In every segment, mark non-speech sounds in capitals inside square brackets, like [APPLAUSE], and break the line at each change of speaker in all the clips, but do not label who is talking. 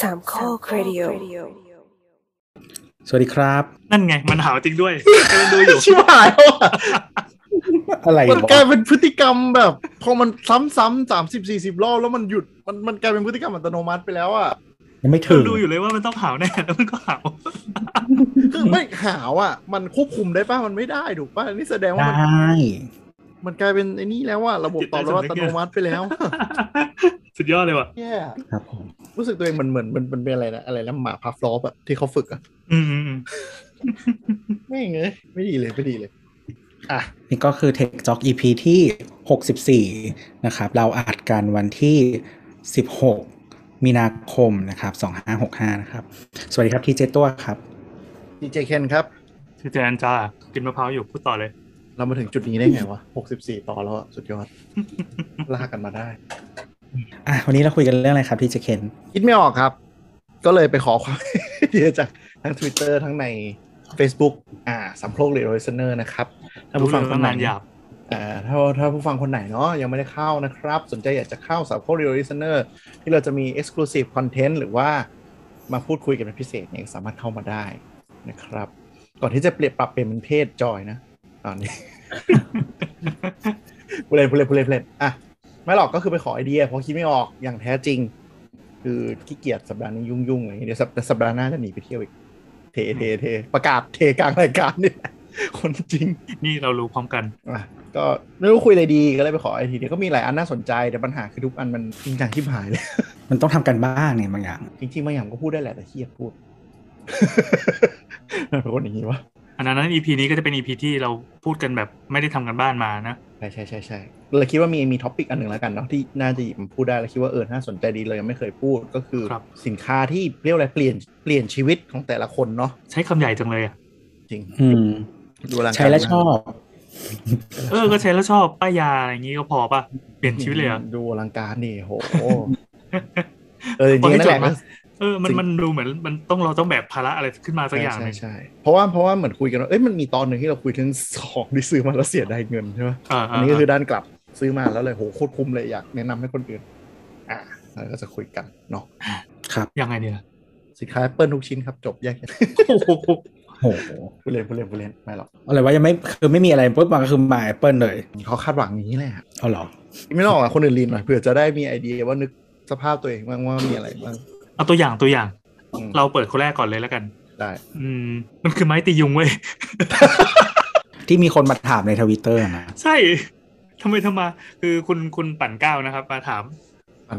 สามข้อครดิโอ
สวัสดีครับ
นั่นไง มันหาวจริง
[LAUGHS]
ด้วยกำลังดูอยู่
ชิบหายแล้วอะ
อะไร
มัน
วะ
กลายเป็นพฤติกรรมแบบ พอมันซ้ำๆสามสิบสี่สิบรอบแล้วมันหยุดมันมันกลายเป็นพฤติกรรมอัตโนมัติไปแล้วอ่ะ
ยังไม่ถึง
ดูอยู่เลยว่ามันต้องหาวแน่ แล้วมันก็หาว [LAUGHS]
คือไม่หาวอ่ะ มันควบคุมได้ป่ะมันไม่ได้ถูกป่ะนี่แสดง
ได
ว่ามัน้ มันกลายเป็นไอ้นี่แล้วอ่ะระบบตอบรับอัตโนมัติไป [LAUGHS] แล้ว
สุดยอดเลยว่ะ
แย่
ครับผม
รู้สึกตัวเองเหมือนเหมือนเหมันมันเป็นอะไรนะอะไรนะหมาพัฟลอปอ่ะที่เขาฝึกอ่ะ
อืมอืมอืม
ไม่งเงยไม่ดีเลยไม่ดีเลยอ่ะ
นี่ก็คือ Tech Talk EP ที่ 64 นะครับ เราอัดกันวันที่ 16 มีนาคมนะครับ 2565 นะครับ สวัสดีครับที่เจตัวครับ
ดีเจเคนครับ
ชื่อเจนจ้า กินมะพร้าวอยู่พูดต่อเลย
เรามาถึงจุดนี้ได้ไงวะหกสิบสี่ต่อนแล้วอ่ะสุด [LAUGHS] ยอด ลากกันมาได้
อ่ะวันนี้เราคุยกันเรื่องอะไรครับที่เจเคน
คิดไม่ออกครับ ก็เลยไปขอความ [LAUGHS] เดียวจากทั้ง Twitter ทั้งใน Facebook อ่าสำโพกเรดโรเนอร์นะครับถ้า
รู้
ผู้ฟั
เรื่
ง
อง
ค
ตั้
น
ง
ไหน
นานหยาบ
อ่าถ้าถ้าผู้ฟังคนไหนเนาะยังไม่ได้เข้านะครับ สนใจอยากจะเข้าสำโพกเรดโรเนอร์ที่เราจะมี Exclusive Content หรือว่ามาพูดคุยกันเป็นพิเศษเนี่ยสามารถเข้ามาได้นะครับ ก่อนที่จะเปลี่ยนปรับเปลี่ยนเป็นเพศจอยนะตอนนี้ [LAUGHS] ผู้เล่นผู้เล่นผู้เล่นผู้เล่นอ่ะ ไม่หรอกก็คือไปขอไอเดียเพราะคิดไม่ออกอย่างแท้จริง คือขี้เกียจสัปดาห์นี้ยุ่งๆอะไรอย่างเงี้ยเดี๋ยวสัปสัปดาห์หน้าจะหนีไปเที่ยวอีก เทเทเทประกาศเทกลางรายการนี่แหละคนจริง
นี่เรารู้พร้อมกัน
อ่ะก็ไม่รู้คุยอะไรดีก็เลยไปขอไอทีเดียวก็มีหลายอันน่าสนใจแต่ปัญหาคือทุกอันมันจริงจังที่หายเลย
มันต้องทำกันบ้างเนี่ยบางอย่าง
จริงๆบางอย่างก็พูดได้แหละแต่เฮียพูด [LAUGHS] มันเป็นคนอย่างนี้วะ
อันนั้น EP นี้ก็จะเป็น EP ที่เราพูดกันแบบไม่ได้ทำกันบ้านมานะ
ใช่ใช่ใช่ใช่เลยคิดว่ามีมีท็อปิกอันหนึ่งแล้วกันเนาะที่น่าจะหยิบมาพูดได้แล้วคิดว่าเออน่าสนใจดีเลยยังไม่เคยพูดก็คือ
ครับ
สินค้าที่เรียกว่าอะไรเปลี่ยนเปลี่ยนชีวิตของแต่ละคนเนาะ
ใช้คำใหญ่จังเลยอ่ะ
จริง
อืม
ดูอลังการ
ใช้และชอบ
เออ ก็ใช้แล้วชอบป้ายยาอะไรอย่างงี้ก็พอป่ะ เปลี่ยนชีวิตเลยเหรอ่ะ
ดูอลังการนี่โห เออจริงๆนั่นแหละ
เออ มัน
จริง
มันดูเหมือนมันต้องเราต้องแบกภาระอะไรขึ้นมาสัก
ใช่
อย่างห
ใช่
นึ่ง
ใช่เพราะว่าเพราะว่าเหมือนคุยกันว่าเอ้ยมันมีตอนหนึ่งที่เราคุยถึงของที่ซื้อมาแล้วเสียดายเงินใช่ไหม
เอ่า
อันนี้ก็คือด้านกลับซื้อมาแล้วเลยโหโคตรคุ้มเลยอยากแนะนำให้คนอื่น อ่ะแล้วก็จะคุยกันเนาะ
ครับ
ยังไงเนี่ย
สินค้า Apple ทุกชิ้นครับจบแยกกัน
โอ้โห
โห
ผู้เล่นผู้เล่นผู้เล่นไม่หรอก
อะไรวะยังไม่คือไม่มีอะไรปุ๊บมาก็คือมาแอปเปิลเลย
เขาคาดหวังอย่างนี้แหละ
เอาเหรอ
ไม่ต้องหรอกคนอื่นลีนหน่อยเผื่อจะได้มีไอเดียว่านึกสภาพตัวเองบ้างว่ามีอะไรบ้าง
เอาตัวอย่างตัวอย่าง
อืม
เราเปิดคนแรกก่อนเลยแล้วกัน
ได้
อืม มันคือไม้ตียุงเว้ย
ที่มีคนมาถามในทวิตเตอร์นะ
ใช่ ทำไมทำมา คือคุณคุณปั่นก้าวนะครับ มาถาม
ปั่น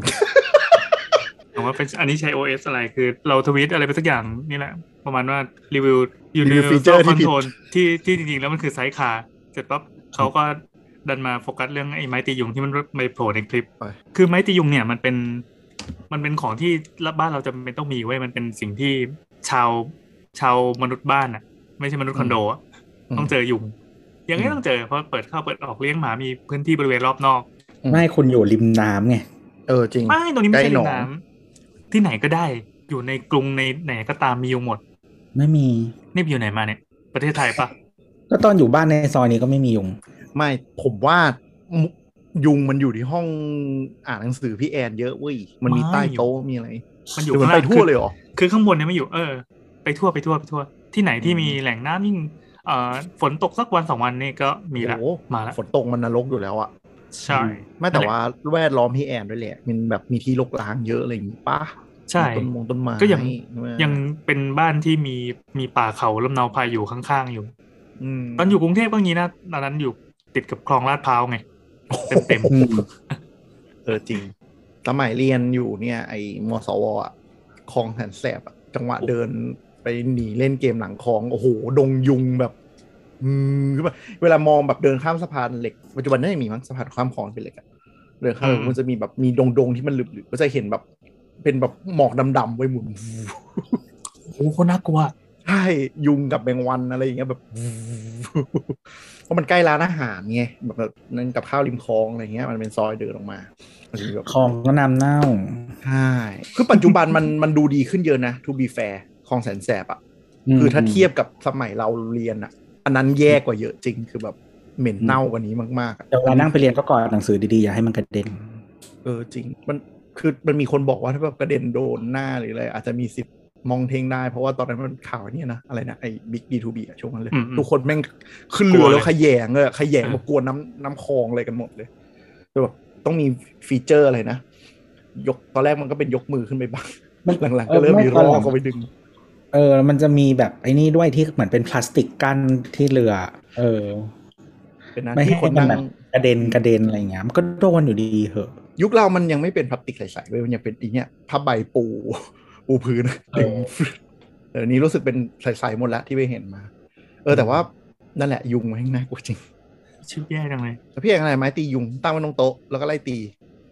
ถามว่าเป็นอันนี้ใช้ OS อะไร คือเราทวีตอะไรไปสักอย่างนี่แหละ ประมาณว่ารีวิวยูนิ
รีวิวฟีเจอร์
ค
ที่
อน
ผิด
โทรลที่ที่จริงๆ แล้วมันคือไซส์คาเสร็จปั๊บเขาก็ดันมาโฟกัสเรื่องไอ้ไม้ตียุงที่มันไปโผล่ในคลิป คือไม้ตียุงเนี่ยมันเป็นมันเป็นของที่บ้านเราจำเป็นต้องมีไว้ยมันเป็นสิ่งที่ชาวชาวมนุษย์บ้านอ่ะ ไม่ใช่มนุษย์คอนโดอะ
อืม
ต้องเจอยุงยังไงต้องเจอเพราะเปิดเข้าเปิดออกเลี้ยงหมามีพื้นที่บริเวณรอบนอก
ไม่คุณอยู่ริมน้ำไง
เออจริง
ไม่ตรงนี้ไม่ใช่
ใกล้ห
ริ
นอง
มน้ำที่ไหนก็ได้อยู่ในกรุงในไหนก็ตามมียุงหมด
ไม่มี
นี่ไปอยู่ไหนมาเนี่ย ประเทศไทยปะ
ก็ตอนอยู่บ้านในซอยนี้ก็ไม่มียุง
ไม่ผมว่ามุยุงมันอยู่ที่ห้องอ่านหนังสือพี่แอนเยอะเว้ย มันมี
ไม่
ใต้โต๊ะมีอะไร
มันอ
ห
ยู่
รือมัน
ข้างล่าง
ไปทั่วเลยเหรอ
คือข้างบนเนี่ยไม่อยู่เออ ไปทั่วไปทั่วไปทั่ว ที่ไหนที่
อืม
มีแหล่งน้ำยิ่งเอ่อฝนตกสักวันสองวันนี่ก็มีละ
โอ้โห
มาละ
ฝนตกมันนรกอยู่แล้วอะ
ใช่
ไม่แต่
นั่นแหละ
ว่าแวดล้อมพี่แอนด้วยแหละ มันแบบมีที่รกร้างเยอะอะไรอย่างงี้ป่ะ
ใช่
มีต้นมงต้นไม้
ก็ยัง
ใช่ไหม
ยังเป็นบ้านที่มีมีป่าเขาลำเนาพายอยู่ข้างๆอยู่
อืม
ตอนอยู่กรุงเทพก็งี้นะตอนนั้นอยู่ติดกับคลองลาดพร้าวไง เต็ม
อืม
เออจริงสมัยเรียนอยู่เนี่ย ไอ้มสวอะคลองแสนแสบอะจังหวะเดินไปหนีเล่นเกมหลังคลองโอ้โหดงยุงแบบอืมขึ้นมาเวลามองแบบเดินข้ามสะพานเหล็กปัจจุบันน่าจะมีมั้งสะพานข้ามคลองเป็นเหล็กอะเดินข้ามไปมันจะมีแบบมีดงดงๆที่มันหลึบๆก็จะเห็นแบบ เป็นแบบหมอกดำๆไว้หมุน
ๆโอ้โหคนน่ากลัว
ใช่ยุงกับแมงวันอะไรอย่างเงี้ยแบบ เพราะมันใกล้ร้านอาหารไงแบบแบบนั่นกับข้าวริมคลองอะไรเงี้ยมันเป็นซอยเดินออกมามันจะมีแบบ
คลองก็น้ำเน่า
ใช่คือปัจจุบัน [LAUGHS] มันมันดูดีขึ้นเยอะนะ to be fair คลองแสนแสบอะ่ะคือถ้าเทียบกับสมัยเราเรียนอะ่ะ อันนั้นแย่กว่าเยอะจริงคือแบบเหม็นเน่ากว่านี้มากๆอะ
เดี๋ยวเรานั่งไปเรียนก็กอดหนังสือดีๆ อย่าให้มันกระเด็น
เออจริง มัน คือมันมีคนบอกว่าถ้าแบบกระเด็นโดนหน้าหรืออะไรอาจจะมีสิทธิ์มองเทงได้ เพราะว่าตอนนั้นมันข่าวเนี่ยนะอะไรนะไอ้บิ๊กดีทูบีอะช่วงนั้นเลย
อืมอืม
ทุกคนแม่งขึ้นเรื
ลั
อก
วเลย
แล้วขยแยงเลยอะขยแยง
เออ
มากวนน้ำน้ำคลองอะไรกันหมดเลยแบบต้องมีฟีเจอร์อะไรนะ ยกตอนแรกมันก็เป็นยกมือขึ้นไปบ้าง [LAUGHS]
มัน
หลังๆก็เริ่มมีร
เอ
อ
อไม่ตอนหลัง
เข้าไปดึง
เออแล้วมันจะมีแบบไอ้นี่ด้วยที่เหมือนเป็นพลาสติกกั้นที่เรือ เออ
เป็นนั้น
ไม่ให้
ที่คน
มัน
นั่ง
แบบกระเด็นกระเด็นอะไรอย่างเงี้ยมันก็โดนอยู่ดีเหอะ
ยุคเรามันยังไม่เป็นพลาสติกใสๆเว้ยมันยังเป็นอีเนี้ยผ้าใบปู ปูพื้น
เอ
ดึง
อ
เดี๋ยวนี้รู้สึกเป็นใสๆหมดละที่ไปเห็นมา เออแต่ว่านั่นแหละยุงแม่งน่ากลัวจริง
ชื่อแย่จังเลย
แล้วพี่เอกอะไรไม้ตียุงตั้งไว้ตรงโต๊ะแล้วก็ไล่ตี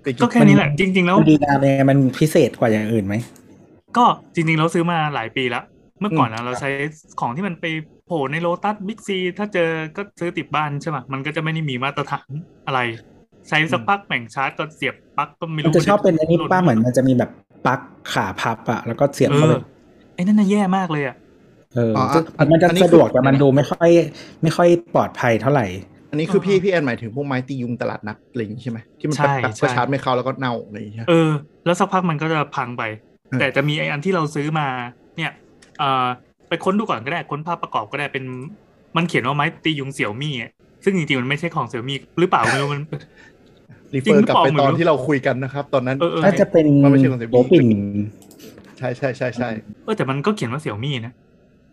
ตี
ก็แค่นี้แหละ จริง ๆ แล้ว
ดีงามยังไงมันพิเศษกว่าอย่างอื่นไหม
ก็จริงๆ เราซื้อมาหลายปีแล้ว เมื่อก่อนนะเราใช้ของที่มันไปโผล่ในโลตัสบิ๊กซีถ้าเจอก็ซื้อติดบ้านใช่ไหมมันก็จะไม่ได้มีมาตรฐานอะไร ใช้สักพักแบ่งชาร์จก็เสียบปลั๊กก็ไม่
มัน
รู้
จะชอบเป็นไอ้นี่
หลุด
ป้าเหมือนมันจะมีแบบปลั๊กขาพับอะแล้วก็เสียบ
เอ
เข้า
อ
ไป
ไอ้นั่นน่ะแย่มากเลยอ่ะ
เออ
อ๋อ
ซึ่ง
อัน
มันจะ
อันนี้คือ
สะดวกแต่มันดูไม่ค่อย ไม่ค่อยปลอดภัยเท่าไหร่
อันนี้คือพี่
อ่า
พี่แอนหมายถึงพวกไม้ตียุงตลาดนัดอะไรอย่างงี้ใช่ไหมที่มัน
ใช่
แบบ
ใช่
ประชาร์จไม่เข้าแล้วก็เน่าอะไรอย่างเงี้ย
เออ แล้วสักพักมันก็จะพังไป
เออ
แต่จะมีไอ้อันที่เราซื้อมา เนี่ยเอ่อไปค้นดูก่อนก็ได้ค้นภาพประกอบก็ได้เป็น มันเขียนว่าไม้ตียุงเสี่ยวมี่อะซึ่งจริงๆมันไม่ใช่ของเสี่ยวมี่หรือเปล่าไม่รู้มัน
รี
จริ
เฟอง
หรือ
ร์
ก
ลับ
เปล่า
ไป
ไม่
ตอน
รู้
ที่เราคุยกันนะครับ ตอนนั้น
เออเออ
น่าจะเป็น
มันไม่ใช่ของเซบี
โบปิ่น
ใช่ใช่ใช่ใช่
เออแต่มันก็เขียนว่าเสี่ยวมี่นะ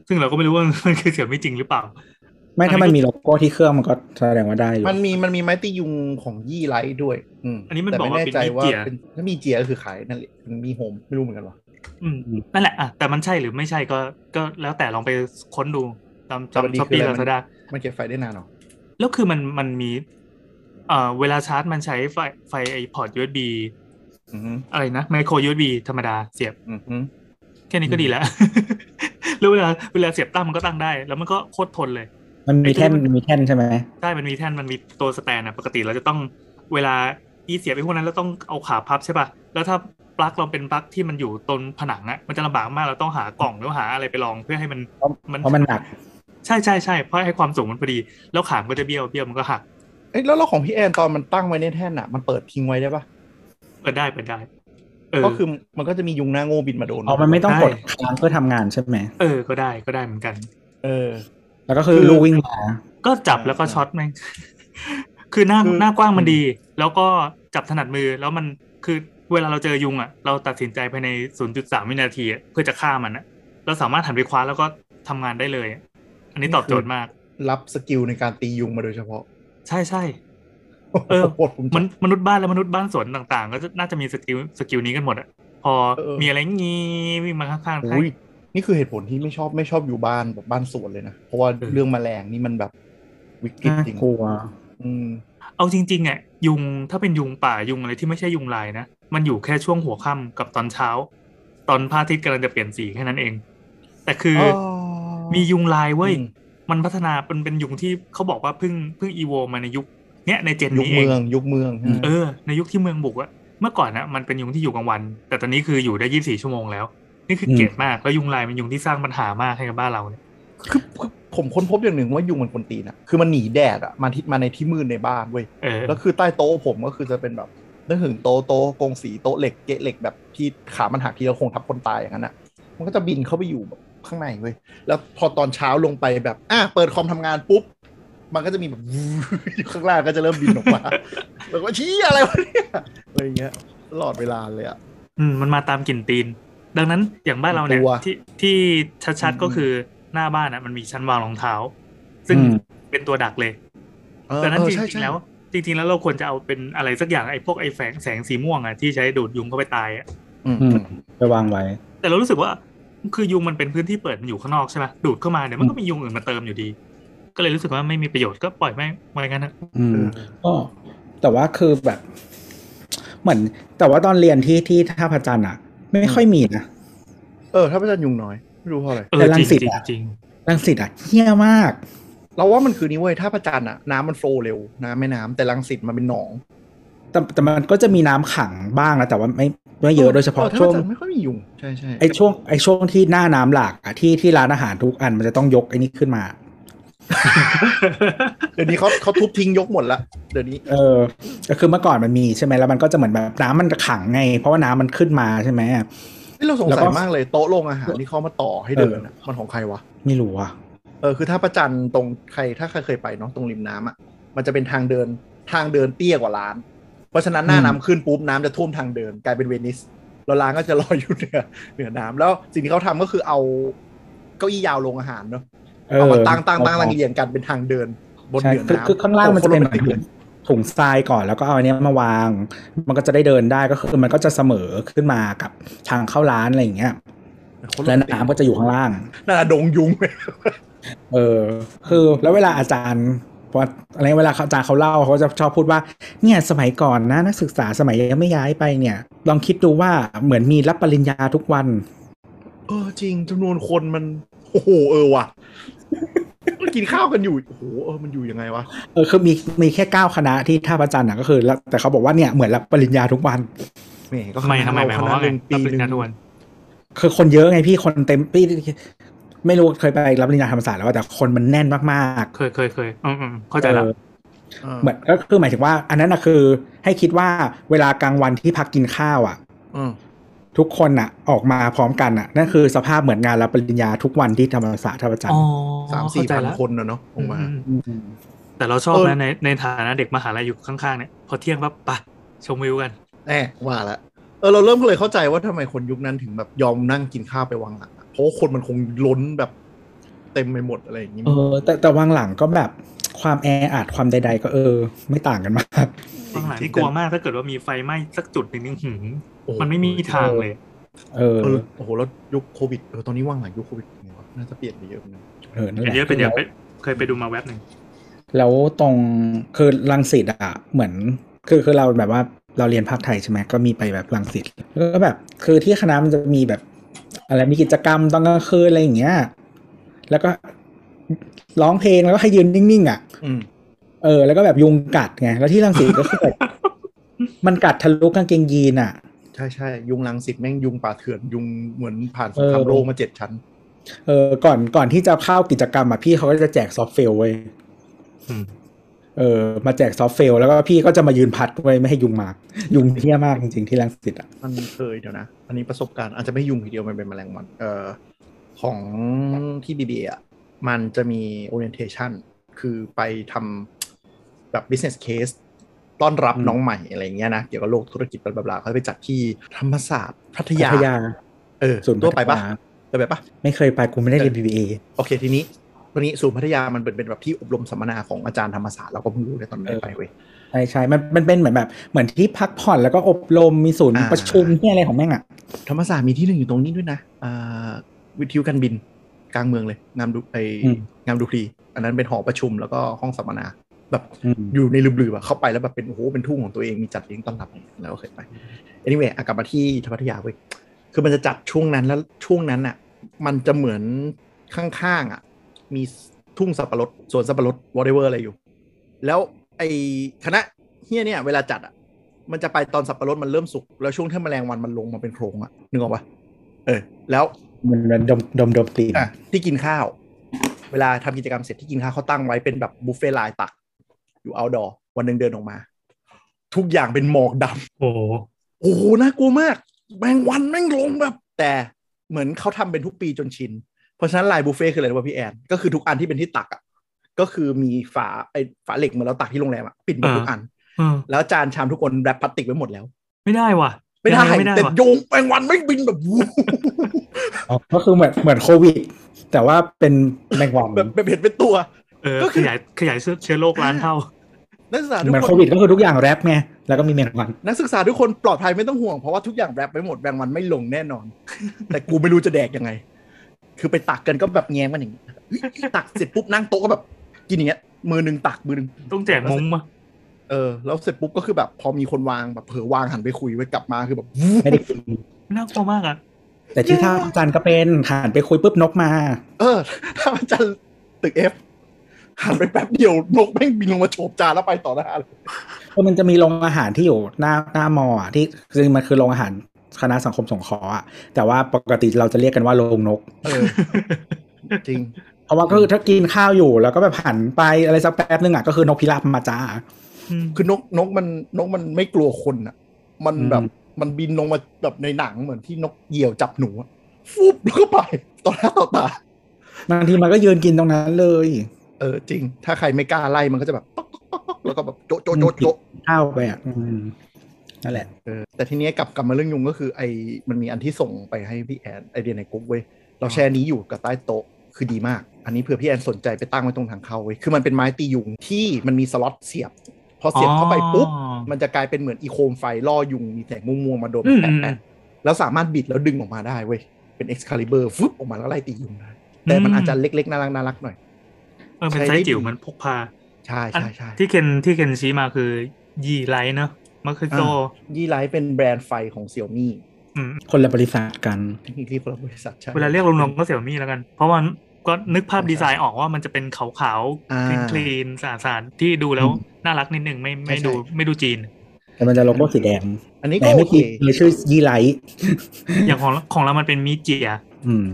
ซึ่งเราก็ไม่รู้ว่า [LAUGHS] มันคือเสี่ยวมี่จริงหรือเปล่า
ไม่ถ้า
อั
มัน น
นี้
มี
ก็
โลโก้ที่เครื่องมันก็แสดงว่าได้อยู่
มันมีมันมีไม้ตียุงของยี่ไลท์ด้วย อืม
อันนี้มัน
แต่
บอก
ไม่
ว่า
แน่ใจว่า
เป็นมีเจีย
เป็นถ้ามีเจียก็คือขายนั่นแหละมันมีโฮมไม่รู้เหมือนกันวะ
อืมนั่นแหละอ่ะแต่มันใช่หรือไม่ใช่ก็ก็แล้วแต่ลองไปค้นดูตาม
แต่มันดี
จำช้อป
คือ
ปี้
อะ
ลา
ไรมั
ซาน ดา
มันเก็บไฟได้นานเหรอ
แล้วคือมันมันมีเอ่อเวลาชาร์จมันใช้ไฟไฟไอพอร์ต USB
อือหือ
อะไรนะไมโคร USB ธรรมดาเสียบ
อือหือ
แค่นี้ก็ดีแล้ว [LAUGHS] แล้วเวลาเวลาเสียบตั้งมันก็ตั้งได้ แล้วมันก็โคตรทนเลย
มันมีแท่นมีแท่นใช่ไหม
ใช่มันมีแท่น มันมีตัวสแตนนะปกติเราจะต้องเวลาอีเสียบไอ้พวกนั้นเราต้องเอาขาพับใช่ป่ะ แล้วถ้าปลั๊กเราเป็นปลั๊กที่มันอยู่ตนผนังอะมันจะลำบากมากเราต้องหากล่องหรือหาอะไรไปรองเพื่อให้มัน
เพราะ
มัน
เพราะมันหนัก
ใช่ใช่ใช่เพราะให้ความสูงมันพอดี แล้วขามนก็จะเบี้ยวเบี้ยวมันก็หัก
เอ้ยแล้วเราของพี่แอนตอนมันตั้งไว้ในแท่นอ่ะ มันเปิดทิ้งไว้ได้ปะ
เปิดได้เปิดได้ เออ
ก็คือมันก็จะมียุงหน้าโง่บินมาโดน
อ๋อ มันไม่ต้อง
ได้
กดค้างเพื่อทำงานใช่ไหม
เออก็ได้ก็ได้เหมือนกัน
เออ
แล้วก็คือ
คือ
ลูกวิ่งมา
ก็จับแล้วก็ช็อตแม่ง [LAUGHS] คือหน้า
คือ
หน้ากว้างมัน
อืม
ดี แล้วก็จับถนัดมือ แล้วมันคือเวลาเราเจอยุงอ่ะ เราตัดสินใจภายใน 0.3 วินาทีอะเพื่อจะฆ่ามันอะเราสามารถหันไปคว้าแล้วก็ทำงานได้เลยอะอันนี้ตอบโจทย์มาก
รับสกิลในการตียุงมาโดยเฉพาะ
ใช่ใช่ เออ
โคตรภูมิใจ
มันมนุษย์บ้านและมนุษย์บ้านสวนต่างๆ ก็จะน่าจะมีสกิลสกิลนี้กันหมดอะพอ
เออ
มีอะไรงี้วิ่งมาข้างๆใคร
อุ้ยนี่คือเหตุผลที่ไม่ชอบไม่ชอบอยู่บ้านแบบบ้านสวนเลยนะ เพราะว่า
เออ
เรื่องแมลงนี่มันแบบวิกฤต
น่า
จริง
กลัว
อืม
เอาจริงๆอะยุงถ้าเป็นยุงป่ายุงอะไรที่ไม่ใช่ยุงลายนะมันอยู่แค่ช่วงหัวค่ำกับตอนเช้า ตอนพระอาทิตย์กำลังจะเปลี่ยนสีแค่นั้นเอง แต่คืออมียุงลายเว้ย
อืม
มันพัฒนาเป็นเป็นยุงที่เขาบอกว่าเพิ่งเพิ่งอีโวมาในยุคเนี้ยในเจน
ยุค
นี้เอง
เมืองยุคเมือง
อืม
เออในยุคที่เมืองบุกอะเมื่อก่อนนะมันเป็นยุงที่อยู่กลางวัน แต่ตอนนี้คืออยู่ได้ยี่สิบสี่ชั่วโมงแล้ว นี่คือเกลียดมากแล้วยุงลายเป็นยุงที่สร้างปัญหามากให้กับบ้านเราเนี่ย
คือคือผมค้นพบอย่างหนึ่งว่ายุงมันคนตีนอะคือมันหนีแดดอะมาที่มาในที่มืดในบ้านเว้ย
เออ
แล้วคือใต้โต๊ะผมก็คือจะเป็นแบบนึกถึงโต๊ะโต๊ะกงสีโต๊ะเหล็กเกะเหล็กแบบที่ขามันหักทีแล้วคงทับคนตายอย่างนั้นอ่ะ มันก็จะบินเข้าไปอยู่แบบข้างในเว้ยแล้วพอตอนเช้าลงไปแบบอ่ะเปิดคอมทำงานปุ๊บ มันก็จะมีแบบ [LAUGHS] อยู่ข้างล่างก็จะเริ่มบินออกมา [LAUGHS] แล้วก็ชี้อะไรวะเนี่ยอะไรอย่างเงี้ยตลอดเวลาเลยอ่ะ
อืมมันมาตามกลิ่นตีน ดังนั้นอย่างบ้านเราเนี่ย
กลัว
ที่ที่ชัด
อืม
ๆก็คือหน้าบ้านอ่ะมันมีชั้นวางรองเท้า ซึ่ง
อืม
เป็นตัวดักเลย
เออ
ดังนั้น
เออ
จ
ใช่
ริ
ใช่
งๆแล้ว จริงๆแล้วเราควรจะเอาเป็นอะไรสักอย่างไอ้พวกไอ้แสงแสงสีม่วงอ่ะที่ใช้ดูดยุงเข้าไปตายอ่ะ
อืม
อืมไปวางไว้
แต่เรารู้สึกว่าคือยุงมันเป็นพื้นที่เปิดมันอยู่ข้างนอกใช่ไหมดูดเข้ามาเดี๋ยวมันก็มียุงอื่นมาเติมอยู่ดี ก็เลยรู้สึกว่าไม่มีประโยชน์ก็ปล่อยแม่งไว้งั้นนะ
อืมก็แต่ว่าคือแบบ เหมือน แต่ว่าตอนเรียนที่ที่ท่าพระจันทร์อะไม่ค่อยมีนะ
เออถ้าพระจันทร์ยุงน้อยไม่รู้เพราะอะไร
เอ
แต่
อ
รัง
จริง
สิต
จริง
อะ
จริง
รังสิตอะเฮี้ยมาก
เราว่ามันคือนี้เว้ยถ้าพระจันทร์อ่ะน้ำมันโฟลว์เร็วน้ำแม่น้ำแต่ลังสิตมันเป็นหนอง
แต่แต่มันก็จะมีน้ำขังบ้างนะแต่ว่าไม่ไม่เยอะโดยเฉพาะ
ถ้าพ
ช่วง
ระจันทร์ไม่ค่อยมียุงใช่ใช่
ไอช่วงไอช่วงที่หน้าน้ำหลากอะที่ที่ร้านอาหารทุกอันมันจะต้องยกไอนี้ขึ้นมา
เดี๋ยวนี้เขาเขาทุบทิ้งยกหมดละเดี๋ยวนี้
เออก็คือเมื่อก่อนมันมีใช่ไหมแล้วมันก็จะเหมือนแบบน้ำมันขังไง เพราะว่าน้ำมันขึ้นมาใช่ไหม
เฮ้ยเราสง
แล้ว
สั
ก็
ยมากเลยโต๊ะโรงอาหารที่เขามาต่อให้
เออ
เดินอะมันของใครวะ
ไม่รู้อ่ะ
เออคือถ้าประจันตรงใครถ้าใครเคยไปเนาะตรงริมน้ำอ่ะมันจะเป็นทางเดินทางเดินเตี้ยกว่าร้าน เพราะฉะนั้นหน้าน้ำขึ้นปุ๊บน้ำจะท่วมทางเดินกลายเป็นเวนิสแล้วร้านก็จะล [LAUGHS] อยอยู่เหนือเหนือน้ำแล้วสิ่งที่เขาทำก็คือเอาเก้าอี้ยาวโรงอาหารเนาะ เอามาตั้งตั้งตั้งตั้งเรียงกันเป็นทางเดินบน
ใช่
เหนือ
คือ
น้ำ
คือข้างล่างมันจะเป็นเหมือน
โอ้โหโร
ถุง
แติกลย
ทรายก่อนแล้วก็เอาอันเนี้ยมาวาง มันก็จะได้เดินได้ก็คือมันก็จะเสมอขึ้นมากับทางเข้าร้านอะไรอย่างเงี้ย
โคตรโร
และ
แมนติก
น้ำก็จะอยู่ข้างล่าง
น่าดงยุงเลย
เออคือแล้วเวลาอาจารย์พออะไรเวลาอาจารย์เขาเล่าเขาก็จะชอบพูดว่าเนี่ยสมัยก่อนนะนักศึกษาสมัยยังไม่ย้ายไปเนี่ย ลองคิดดูว่าเหมือนมีรับปริญญาทุกวัน
เออจริงจำนวนคนมัน โอ้โหเออว่ะมันกินข้าวกันอยู่โอ้โหเออมันอยู่ยังไงวะ
เออคือมีมีแค่เก้าคณะที่ท่าประจันทร์นะก็คือแล้วแต่เขาบอกว่าเนี่ยเหมือนรับปริญญาทุกวัน
แหม่ก็
ทำไมทำไมหมายความว่า
ห
ไงรั
นึ่งปี
บป
ห
ริญญา
นึ่
ท
ง
วน
คือคนเยอะไงพี่คนเต็มพี่ไม่รู้เคยไปรับปริญญาธรรมศาสตร์แล้วว่าแต่คนมันแน่นมาก
เคยเคยเคยอืมอืม
ๆ
เข้าใจละ
ออ
เออ
เหมือนก็คือหมายถึงว่า อันนั้นนะคือให้คิดว่าเวลากลางวันที่พักกินข้าวอ่ะ
เออ
ทุกคนน่ะออกมาพร้อมกันน่ะนั่นคือสภาพเหมือนงานรับปริญญาทุกวันที่ธรรมศาสตร์ท่าประจันท
อ๋อ
ร์
สามสี่พันคนนะเนาะออกมา
อืม
ม
แต่เราชอบ
เออ
นะในในฐานะเด็กมหาลัยอยู่ข้างๆเนี่ยพอเที่ยงปั๊บปะชมวิวกัน
แหมว่าละเออเราเริ่มเลยเข้าใจว่าทำไมคนยุคนั้นถึงแบบยอมนั่งกินข้าวไปวางหลังอะเพราะว่าคนมันคงล้นแบบเต็มไปหมดอะไรอย่างนี้
เออ แต่แต่วางหลังก็แบบความแออัดความใด ๆ ก็เออ ไม่ต่างกันมาก
ข้างหลังนี่กลัวมากถ้าเกิดว่ามีไฟไหม้สักจุดหนึ่งนี่หืม
โอ้โห
มันไม่มีทางเลย
เออ
เออโอ้โหแล้วยุคโควิดเออตอนนี้ว่างหลังยุคโควิดยังไงวะน่าจะเปลี่ยนไปเยอะเหมือนกัน
เออนั่นแห
เป็น
ละ
เยอะเป็นเยอะไปเคยไปดูมาแว็บหนึ่ง
แล้วตรงคือรังสิตอ่ะเหมือน คือคือเราแบบว่าเราเรียนภาคไทยใช่ไหมก็มีไปแบบรังสิตแล้วก็แบบ คือที่คณะมันจะมีแบบ อะไรมีกิจกรรมตอนกลางคืนอะไรอย่างเงี้ยแล้วก็ร้องเพลงแล้วก็ให้ยืนนิ่งๆอ่ะ
อืม
เออแล้วก็แบบยุงกัดไง แล้วที่รังสิตก็คือแบบ [LAUGHS] มันกัดทะลุกางเกงยีนอ่ะ
ใช่ใช่ยุงลังสิตแม่งยุงป่าเถื่อนยุงเหมือนผ่านสงครามโลกมาเจ็ดชั้น
เออก่อนก่อนที่จะเข้ากิจกรรมอ่ะพี่เขาก็จะแจกซอฟต์เฟลเว้ย
อืม
เออมาแจกซอฟต์เฟลแล้วก็พี่ก็จะมายืนพัดไว้ไม่ให้ยุงมา ยุงเที่ยมากจริงๆที่รังสิตอ่ะ
มันเคยเดี๋ยวนะ อันนี้ประสบการณ์อาจจะไม่ยุงทีเดียวมันเป็นแมลงวันเอ่อของที่บีบีอ่ะมันจะมี orientation คือไปทำแบบ business case ต้อนรับน้องใหม่อะไรเงี้ยนะ เกี่ยวกับโลกธุรกิจบลาบลาเขาไปจัดที่ธรรมศาสตร์พัทยา
พัทยา
เออ
ศูนย์
ตัวไปปะ
พัทยา
ไปไปปะ
ไม่เคยไปกูไม่ได้เรียน BBA
โอเคทีนี้วันนี้ศูนย์พัทยามันเป็นเป็นแบบที่อบรมสัมมนาของอาจารย์ธรรมศาสตร์เราก็เพิ่งรู้ในตอนไม่ได้ไปเว้ย
ใช่ใช่มันมันเป็นเหมือนแบบเหมือนที่พักผ่อนแล้วก็อบรมมีศูนย์
อ่า
ประชุมที่อะไรของแม่งอ่ะ
ธรรมศาสตร์มีที่หนึ่งอยู่ตรงนี้ด้วยนะอ่าวิทยุการบินกลางเมืองเลย งามดูไองามดูพรีอันนั้นเป็นหอประชุมแล้วก็ห้องสัมมนา แบบ
อืม
อยู่ในลืมๆอะเข้าไปแล้วแบบเป็นโอ้โหเป็นทุ่งของตัวเองมีจัดเลี้ยงต้อนรับอะไรอย่างเงี้ยแล้วก็เคยไป anyway อะกลับมาที่พัทยาเว้ยคือมันจะจัดช่วงนั้นแล้วช่วงนั้นอ่ะ มันจะเหมือนข้างๆอ่ะ มีทุ่งสับปะรดสวนสับปะรด whatever อะไรอยู่ แล้วไอคณะเฮียเนี่ย เวลาจัดอ่ะ มันจะไปตอนสับปะรดมันเริ่มสุกแล้วช่วงที่แมลงวันมันลงมาเป็นโพรงอ่ะนึกออกปะเออ แล้ว
มันมันดมดมดมกลิ่น
อ่ะที่กินข้าว เวลาทำกิจกรรมเสร็จที่กินข้าวเขาตั้งไว้เป็นแบบบุฟเฟ่ต์ลายตัก อยู่ outdoor วันหนึ่งเดินออกมา ทุกอย่างเป็นหมอกดำ
โอ้โห
โอ้โหน่ากลัวมากแมงวันแม่งลงแบบ แต่เหมือนเขาทำเป็นทุกปีจนชิน เพราะฉะนั้นลายบุฟเฟ่ต์คืออะไรรู้ป่ะพี่แอน ก็คือทุกอันที่เป็นที่ตักอ่ะก็คือมีฝาไอ้ฝาเหล็กเหมือนเราตักที่โรงแรมอ่ะปิดหมดทุกอัน
เออ
แล้วจานชามทุกคนแรปพลาสติกไว้หมดแล้ว
ไม่ได้ว่ะ
ไม่ได้
ยังงก็ไม่ได้
แต่
ว่ะ
โยงแมงวันไม่งบินแบบ วู้
อ๋อก็คือเหมือนเหมือนโควิด แต่ว่าเป็นแมงวัน
แบบแบบเห็นเป็นตัว
เออ
ก็
ข
คือ
ยายขยายเชื้อเชื้อโรคล้านเท่า
นักศึกษาทุก
เหมือน
ค
โคน วิดก็คือทุกอย่างแรปไงแล้วก็มีแมงวัน
นักศึกษาทุกคนปลอดภัยไม่ต้องห่วง เพราะว่าทุกอย่างแรปไปหมดแบงวันไม่ลงแน่นอน [LAUGHS] แต่กูไม่รู้จะแดกยังไง คือไปตักกันก็แบบแง้มกันอย่างนี้ตักเสร็จปุ๊บนั่งโต๊ะก็แบบ กินอย่างเงี้ยมือหนึ่งตักมือหนึ่ง
ต้องแจกมุ้งมา
เออแล้วเสร็จปุ๊บก็คือแบบพอมีคนวางแบบเผลอวางหันไปคุยไว้กลับมาคือแบบ [LAUGHS] วู้
ไม่ได้กิน
น่ากลัวมากอ่ะ
แต่ที่ท่าพระจันทร์ก็เป็นหันไปคุยปุ๊บนกมา
เออ ถ้ามันจะตึกเอฟหันไปแป๊บเดียวนกแม่งบินลงมาโฉบจานแล้วไปต่อหน้าเลย
เพราะมันจะมีโรงอาหารที่อยู่หน้าหน้ามออะที่จริงมันคือโรงอาหารคณะสังคมสงเคราะห์อะแต่ว่าปกติเราจะเรียกกันว่าโรงนก
เออ จริง
เพราะว่าก็คือถ้ากินข้าวอยู่แล้วก็แบบหันไปอะไรสักแป๊บนึงอ่ะก็คือนกพิราบมาจ้า
อืม
คือนกนกมันนกมันไม่กลัวคนอ่ะ มัน
อืม
แบบมันบินลงมาแบบในหนังเหมือนที่นกเหยี่ยวจับหนูอะฟุบ [LAUGHS] แล้วก็ไปต่อหน้าต่อตา
บางทีมันก็ยืนกินตรงนั้นเลย
เออจริง ถ้าใครไม่กล้าไล่มันก็จะแบบ [LAUGHS] ต๊อกต๊อกต๊อกต๊อกแล้วก็แบบโจะโจะโจะโจะ
ข้าวไปอ่ะอืมนั่นแหละ
เออแต่ทีเนี้ยกลับกลับมาเรื่องยุงก็คือไอ้มันมีอันที่ส่งไปให้พี่แอนไอเดียในกรุ๊ปเว้ยเราแชร์นี้อยู่กับใต้โต๊ะคือดีมาก อันนี้เผื่อพี่แอนสนใจไปตั้งไว้ตรงทางเข้าเว้ยคือมันเป็นไม้ตียุงที่มันมีสล็อตเสียบ พอเสียบเข้าไปปุ๊บ
อ๋อ
มันจะกลายเป็นเหมือนอีโคมไฟล่อยุงมีแสงม่วงๆมาโดน
อืม
แปะแปะแล้วสามารถบิดแล้วดึงออกมาได้เว้ย เป็นเอ็กซ์คาลิเบอร์ฟึบออกมาแล้วไล่ตียุงได้แต่มันอาจจะเล็กๆ น่ารักน่ารักหน่อย
เออเป็นไซส์จิ๋วเหมันพกพา
ใช่
อัน
ใช่ใช่
ที่เคนที่เคนชี้มาคือยีไลท์เนอะมัคคิโต
ยี่ไลท์เป็นแบรนด์ไฟของเซี่ยมี่
คนละบริษัทกัน
เทคนิคที่คนละบริษัทใช่
เวลาเรียกรวมๆก็เสี่ยวมี่แล้วกัน เพราะว่าก็นึกภาพ
ใช่
ดีไซน์ออกว่ามันจะเป็นขาว
อ่า
ๆคลีนๆสะอาดๆที่ดูแล้วน่ารักนิดนึงไม่ไม่
ใช่
ดู
ใช่
ไม่ดูจีน
แต่มันจะโลโก้สีแดง
อันนี้
แต่
ก็โอ
ไม่
เค
กีเลยชื่อยีไลท์
อย่างของของเรามันเป็นมิเจีย
อืม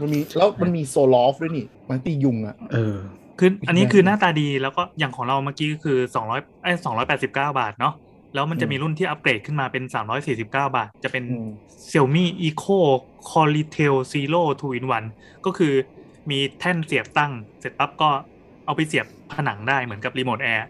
มันมีแล้วมันมีโซลอฟด้วยนี่ มันตียุงอ่ะ
เออ
คืออันนี้คือ
อีกแบบ
หน้าตาดีแล้วก็อย่างของเราเมื่อกี้ก็คือ200ไอ้289 บาทเนาะแล้วมันจะมีรุ่นที่อัปเกรดขึ้นมาเป็น 349 บาท จะเป็น
อืม
Xiaomi Eco c o l i t a i l Zero 2 in 1ก็คือมีแท่นเสียบตั้ง เสร็จปั๊บก็เอาไปเสียบผนังได้เหมือนกับรีโมทแอร์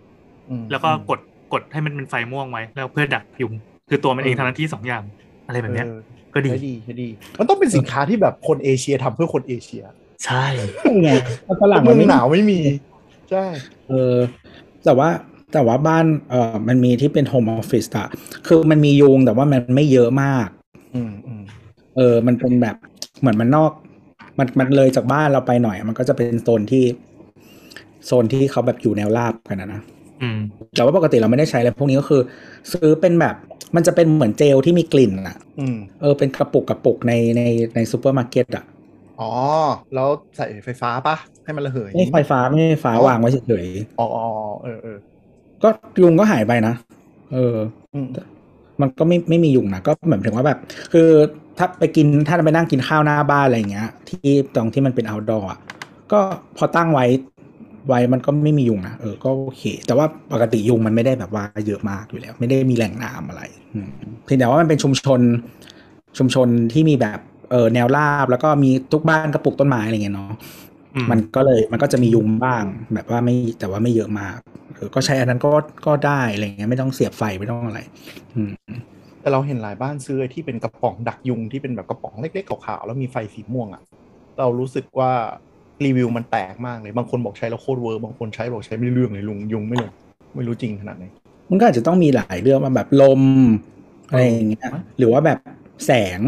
อืม
แล้วก็กดกดให้มันเป็นไฟม่วงไว้ แล้วเพื่อดักยุง คือตัวมันเอง
เออ
ทำหน้าที่สองอย่าง อะไรแบบเนี้ย
เออ
ก็ดี
ใช้ดีใช้ดี มันต้องเป็นสินค้าที่แบบคนเอเชียทำเพื่อคนเอเชีย
ใช่
ไงแล้วฝรั่ง
เมื
มั
อน ง
ไม่
หนาวไม่มีใช่
เออ แต่ว่าแต่ว่าบ้านเออมันมีที่เป็นโฮมออฟฟิศอะคือมันมียุงแต่ว่ามันไม่เยอะมาก
อืมอืม
เออ มันเป็นแบบเหมือนมันนอก มันมันเลยจากบ้านเราไปหน่อย มันก็จะเป็นโซนที่ โซนที่เขาแบบอยู่แนวราบกันนะนะ
อืม
แต่ว่าปกติเราไม่ได้ใช้อะไรพวกนี้ก็คือ ซื้อเป็นแบบ มันจะเป็นเหมือนเจลที่มีกลิ่นอะ
อืม
เออ เป็นกระปุกกระปุกในในในซูเปอร์มาร์เก็ตอะ
อ๋อ แล้วใส่ไฟฟ้าปะให้มันระเหย
ไม่ไฟฟ้าไม่ไฟฟ้าวางไว้เฉย
อ๋ออ๋อเออเออ
ๆก็ยุงก็หายไปนะ เออ
อืม
มันก็ไม่ไม่มียุงนะก็เหมือนถึงว่าแบบ คือถ้าไปกินถ้าไปนั่งกินข้าวหน้าบ้านอะไรอย่างเงี้ย ที่ตรงที่มันเป็น outdoor อ่ะก็พอตั้งไว้ไว้มันก็ไม่มียุงนะเออก็โอเค แต่ว่าปกติยุงมันไม่ได้แบบว่าเยอะมากอยู่แล้ว ไม่ได้มีแหล่งน้ำอะไรอืมเพียงแต่ว่ามันเป็นชุมชนชุมชนที่มีแบบเออแนวราบแล้วก็มีทุกบ้านก็ปลูกต้นไม้อะไรเงี้ยเนาะ
อืม
มันก็เลยมันก็จะมียุงบ้างแบบว่าไม่แต่ว่าไม่เยอะมากเออก็ใช้อันนั้นก็ก็ได้อะไรเงี้ยไม่ต้องเสียบไฟไม่ต้องอะไร อืม
แต่เราเห็นหลายบ้านซื้อไอ้ที่เป็นกระป๋องดักยุงที่เป็นแบบกระป๋องเล็กๆขาวๆแล้วมีไฟสีม่วงอะเรารู้สึกว่ารีวิวมันแตกมากเลย บางคนบอกใช้แล้วโคตรเวอร์บางคนใช้บอกใช้ไม่ได้เรื่องเลยลุงยุงไม่ลงไม่รู้จริงขนาดไหน
มันก็อาจจะต้องมีหลายเรื่องมาแบบลมอะไรอย่างเงี้ย
มั้ย
หรือว่าแบบแสง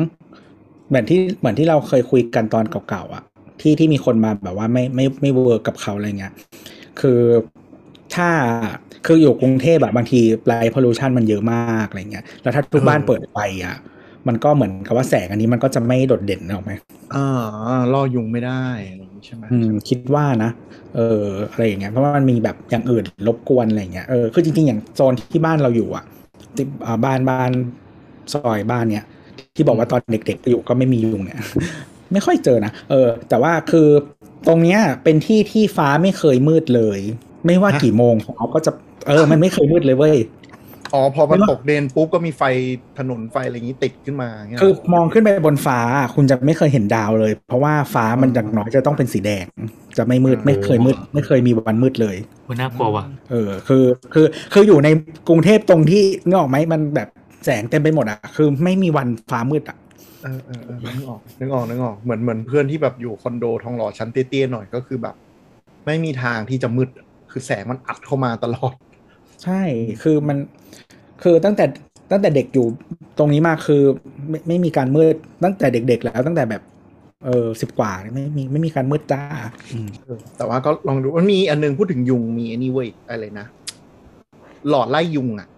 แบบที่เหมือนที่เราเคยคุยกันตอนเก่าๆอะ่ะ ที่ที่มีคนมาแบบว่าไม่ไม่ไม่เวิร์กกับเขาอะไรเงี้ยคือถ้าคืออยู่กรุงเทพแบบบางทีไลท์พอลูชันมันเยอะมากอะไรเงี้ยแล้วถ้าทุกบ้านเปิดไฟอะ่ะ มันก็เหมือนกับว่าแสงอันนี้มันก็จะไม่โดดเด่นหรอกไหม
อ่าล่อยุงไม่ได้อะไรอย่างนี้ใช่ไหม
อืมคิดว่านะเอออะไรอย่างเงี้ยเพราะว่ามันมีแบบอย่างอื่นรบกวนอะไรเงี้ยเออคือจริงๆอย่างโซนที่บ้านเราอยู่อ่ะ ที่อ่าบ้านบ้านซอยบ้านเนี่ยที่บอกว่าตอนเด็กๆอยู่ก็ไม่มียุง [LAUGHS] เนี่ย ไม่ค่อยเจอนะเออ แต่ว่าคือตรงเนี้ยเป็นที่ที่ฟ้าไม่เคยมืดเลย ไม่ว่ากี่โมงเขาก็จะเออ มันไม่เคยมืดเลยเว้ย
อ๋อพอมัน
ไม่ว่า
ตกเดนปุ๊บก็มีไฟถนนไฟอะไรอย่างนี้ติดขึ้นมาเงี้ย
คือมองขึ้นไปบนฟ้าคุณจะไม่เคยเห็นดาวเลย เพราะว่าฟ้ามันอย่างน้อยจะต้องเป็นสีแดง จะไม่มืดไม่เคยมืด ไม่เคยมีวันมืดเลย
โอ้ยน่ากลัวว่ะ
เออคือคือคืออยู่ในกรุงเทพตรงที่นึกออกไหมมันแบบแสงเต็มไปหมดอ่ะคือไม่มีวันฟ้ามืดอ่ะ
เออเออเออนึกออกนึกออกนึกออกเหมือนเหมือนเพื่อนที่แบบอยู่คอนโดทองหล่อชั้นเตี้ยๆหน่อยก็คือแบบ ไม่มีทางที่จะมืดคือแสงมันอัดเข้ามาตลอด [LAUGHS]
ใช่ คือมัน คือตั้งแต่ตั้งแต่เด็กอยู่ตรงนี้มาคือไม่ไม่มีการมืดตั้งแต่เด็ก ๆ แล้วตั้งแต่แบบ เออสิบกว่าเนี่ยไม่มีไม่มีการมืดจ้า
เออแต่ว่าก็ลองดูมันมีอันนึงพูดถึงยุงมีอันนี้เว้ยอะไรนะ หลอดไล่ยุงอ่ะ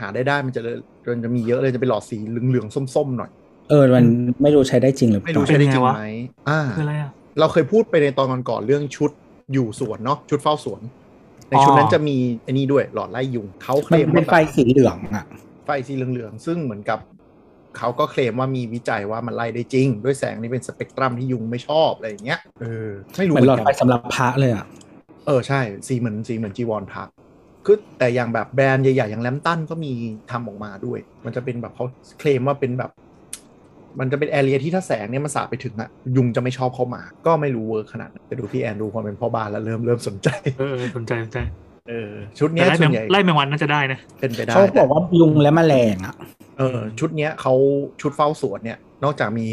หาได้ได้มันจะเลยมันจะมีเยอะเลยจะเป็นหลอดสีเหลืองๆส้มๆหน่อย
เออ มันไม่รู้ใช้ได้จริงหรือเป
ไม่รู้
ล่า
ใช้ได้จริง
เป็นไงวะ
ไหมอ่า
คืออะไรอ่ะ
เราเคยพูดไปในตอนก่อนๆเรื่องชุดอยู่สวนเนาะชุดเฝ้าสวน ในชุดนั้นจะมีอันนี้ด้วยหลอดไล่ยุงเขาเคล
มัน
ม
เป็น
ว่าแบบ
ไฟสีเหลืองอ่ะ
ไฟสีเหลืองๆซึ่งเหมือนกับ เขาก็เคลมว่ามีวิจัยว่ามันไล่ได้จริง ด้วยแสงนี่เป็นสเปกตรัมที่ยุงไม่ชอบอะไรอย่างเงี้ยเออไม่รู้
เหมือนหลอดไฟ
กั
สำหรับพระเลยอ่ะ
เออใช่สีเหมือนสีเหมือนจีวรพักคือแต่อย่างแบบแบรนด์ใหญ่ๆ อย่างแลมตันก็มีทำออกมาด้วย มันจะเป็นแบบเขาเคลมว่าเป็นแบบ มันจะเป็นแอเรียที่ถ้าแสงเนี่ยมันสาดไปถึงอะยุงจะไม่ชอบเข้ามา ก็ไม่รู้เวิร์คขนาดไหนแต่ดูพี่แอนดูความเป็นพ่อบ้านแล้วเริ่มเริ่มสนใจ
เออเออสนใจสนใจ
เออชุด
แต่ไล่
เนี้ย
แมง
ส่วนใหญ่
ไล่แมงวันน่าจะได้นะ
เป็นไปได้
เขาบอกว่ายุงและแมลงอ่ะ
เออชุดเนี้ยเขาชุดเฝ้าสวนเนี่ย นอกจากมี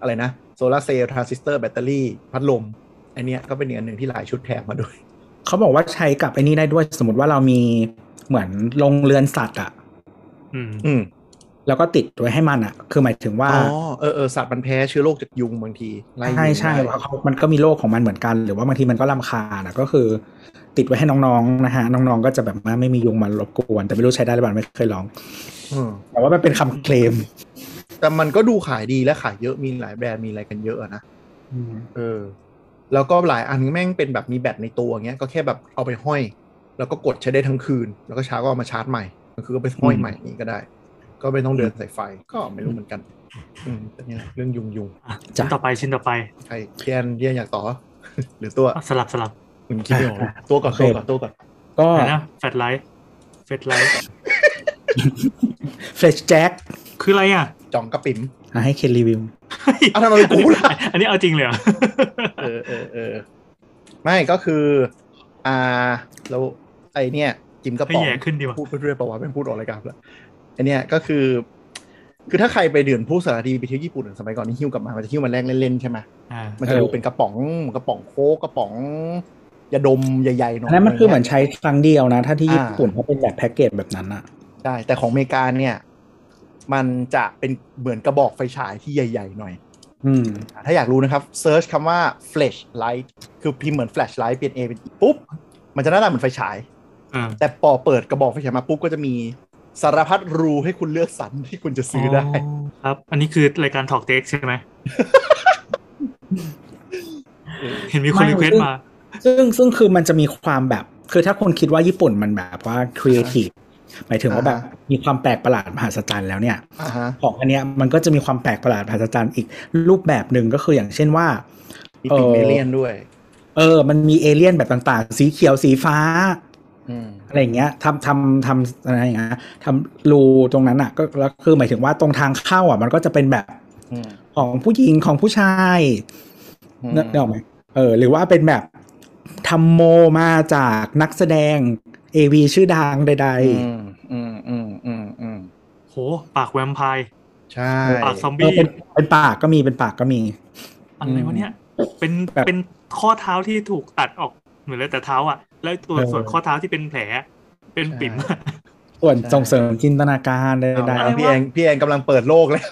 อะไรนะโซลาเซลล์ทรานซิสเตอร์แบตเตอรี่พัดลม อันเนี้ยก็เป็นอีกอันหนึ่งที่หลายชุดแถมมาด้วย
เขาบอกว่าใช้กับไอ้นี่ได้ด้วยสมมติว่าเรามีเหมือนลงเรือนสัตว์อ่ะ
อืม
อืม
แล้วก็ติดไว้ให้มันอ่ะ คือหมายถึงว่า
อ๋อเออเออสัตว์มันแพ้เชื้อโรคจากยุงบางทีไล่ยุง
ใช่ใช่
ได้
ว่าเขามันก็มีโรคของมันเหมือนกัน หรือว่าบางทีมันก็ลำคาญอ่ะก็คือ ติดไว้ให้น้องๆนะฮะน้องๆก็จะแบบว่าไม่มียุงมารบกวน แต่ไม่รู้ใช้ได้หรือเปล่าไม่เคยลอง
เออ
แต่ว่ามันเป็นคำเคลม
แต่มันก็ดูขายดีและขายเยอะมีหลายแบรนด์มีอะไรกันเยอะอะนะเออ แล้วก็หลายอันแม่งเป็นแบบมีแบตในตัวเงี้ยก็แค่แบบเอาไปห้อย แล้วก็กดใช้ได้ทั้งคืน แล้วก็เช้าก็เอามาชาร์จใหม่ก็คือก็ไปห้อยใหม่อย่างนี้ก็ได้ ก็ไม่ต้องเดินสายไฟก็ไม่รู้เหมือนกัน อืมแต่เนี่ยเรื่องยุงยุง
อ่ะชิ้นต่อไปชิ้นต่อไป
ใครเพียนเพียนอยากต่อ [LAUGHS] หรือตัว
อ่ะสลับสลับ
คุณคิดไม่ออกเลยตัวก่อนตัวก่อนตัวก่อน
ก็
ไหนนะแฟลไลท์แฟลไลท์
เฟลชแจ็ค
คืออะไรอ่ะ
จ่องกระปิ๋ม [LAUGHS]
ให้เคนรีวิว
เฮ้ย
อ้าวทำไมเป็นกูล่ะ
อันนี้เอาจริงเลยเหรอ
เออเออเออไม่ก็คือ อ่าแล้วไอเนี่ย จิมกระ
ให้
ป๋อง
แย่ขึ้นดีว่ะ
พูดไปเรื่อยประวัติไม่พูดออกรายการแล้วไอเนี่ยก็คือ คือถ้าใครไปเดือนผู้สารดีไปเที่ยวญี่ปุ่นสมัยก่อนนี่หิ้วกลับมามันจะหิ้วมันแรกเล่นๆใช่ไหม
อ่า
มันจะ
เออ
ดูเป็นกระป๋องกระป๋องโค้กกระป๋องยาดมใหญ่ๆหน่อ
อัน
ย
นั้นมันคือเหมือนใช้ครั้งเดียวนะ ถ้าที่
อ่า
ญี่ปุ่นเขาเป็นแบบแพ็กเกจแบบนั้นอ่ะ
ใช่แต่ของอเมริกาเนี่ย มันจะเป็นเหมือนกระบอกไฟฉายที่ใหญ่ ๆ หน่อย
อืม
ถ้าอยากรู้นะครับเซิร์ชคำว่า flashlight คือพิมพ์เหมือน flashlight เปลี่ยน A เป็น E ปุ๊บ มันจะหน้าตาเหมือนไฟฉาย
อ่า
แต่พอเปิดกระบอกไฟฉายมาปุ๊บ ก็จะมีสารพัดรูให้คุณเลือกสรรที่คุณจะซื้อได้
ครับ อันนี้คือรายการถอกเต็กใช่ไหมเห็นมีคน
ไม่
รีเควส
ซึ่ง
มา
ซึ่งซึ่งคือมันจะมีความแบบ คือถ้าคนคิดว่าญี่ปุ่นมันแบบว่าครีเอทีฟหมายถึงว่าแบบ
อ่า
มีความแปลกประหลาดมหัศจรรย์แล้วเนี่ย
อ่าฮะ
ของอันเนี้ยมันก็จะมีความแปลกประหลาดมหัศจรรย์อีกรูปแบบหนึ่งก็คืออย่างเช่นว่า
มีปิ่งเมเลียนด้วย
เออ มันมีเอเลี่ยนแบบต่าง ๆ สีเขียวสีฟ้า
อืม
อะไรอย่างเงี้ยทำทำทำอะไรอย่างเงี้ยทำรูตรงนั้นอ่ะ ก็แล้วคือหมายถึงว่าตรงทางเข้าอ่ะ มันก็จะเป็นแบบ
อืม
ของผู้หญิงของผู้ชาย
อืม
นึกนึกออกไหมเออ หรือว่าเป็นแบบทำโมมาจากนักแสดงเอวีชื่อดังใด
อืมอืมอืมอืมอืม
โห ปากแวมไพร์
ใช่
ปากซอม
ๆ เออ
บี้
เป็นเป็นปากก็มีเป็นปากก็มี
อะไรวะเนี่ย เป็น
แบบ
เป็นข้อเท้าที่ถูกตัดออกเหมือนเหลยแต่เท้าอ่ะ แล้วตัวส่วนข้อเท้าที่เป็นแผล เป็นปิ่ม
ส่วน
ใช่
ส่งเสริมจินตนาการใด
อะ
เอาละ
ไรวะ
พี่แองพี่แองกำลังเปิดโลกแล้ว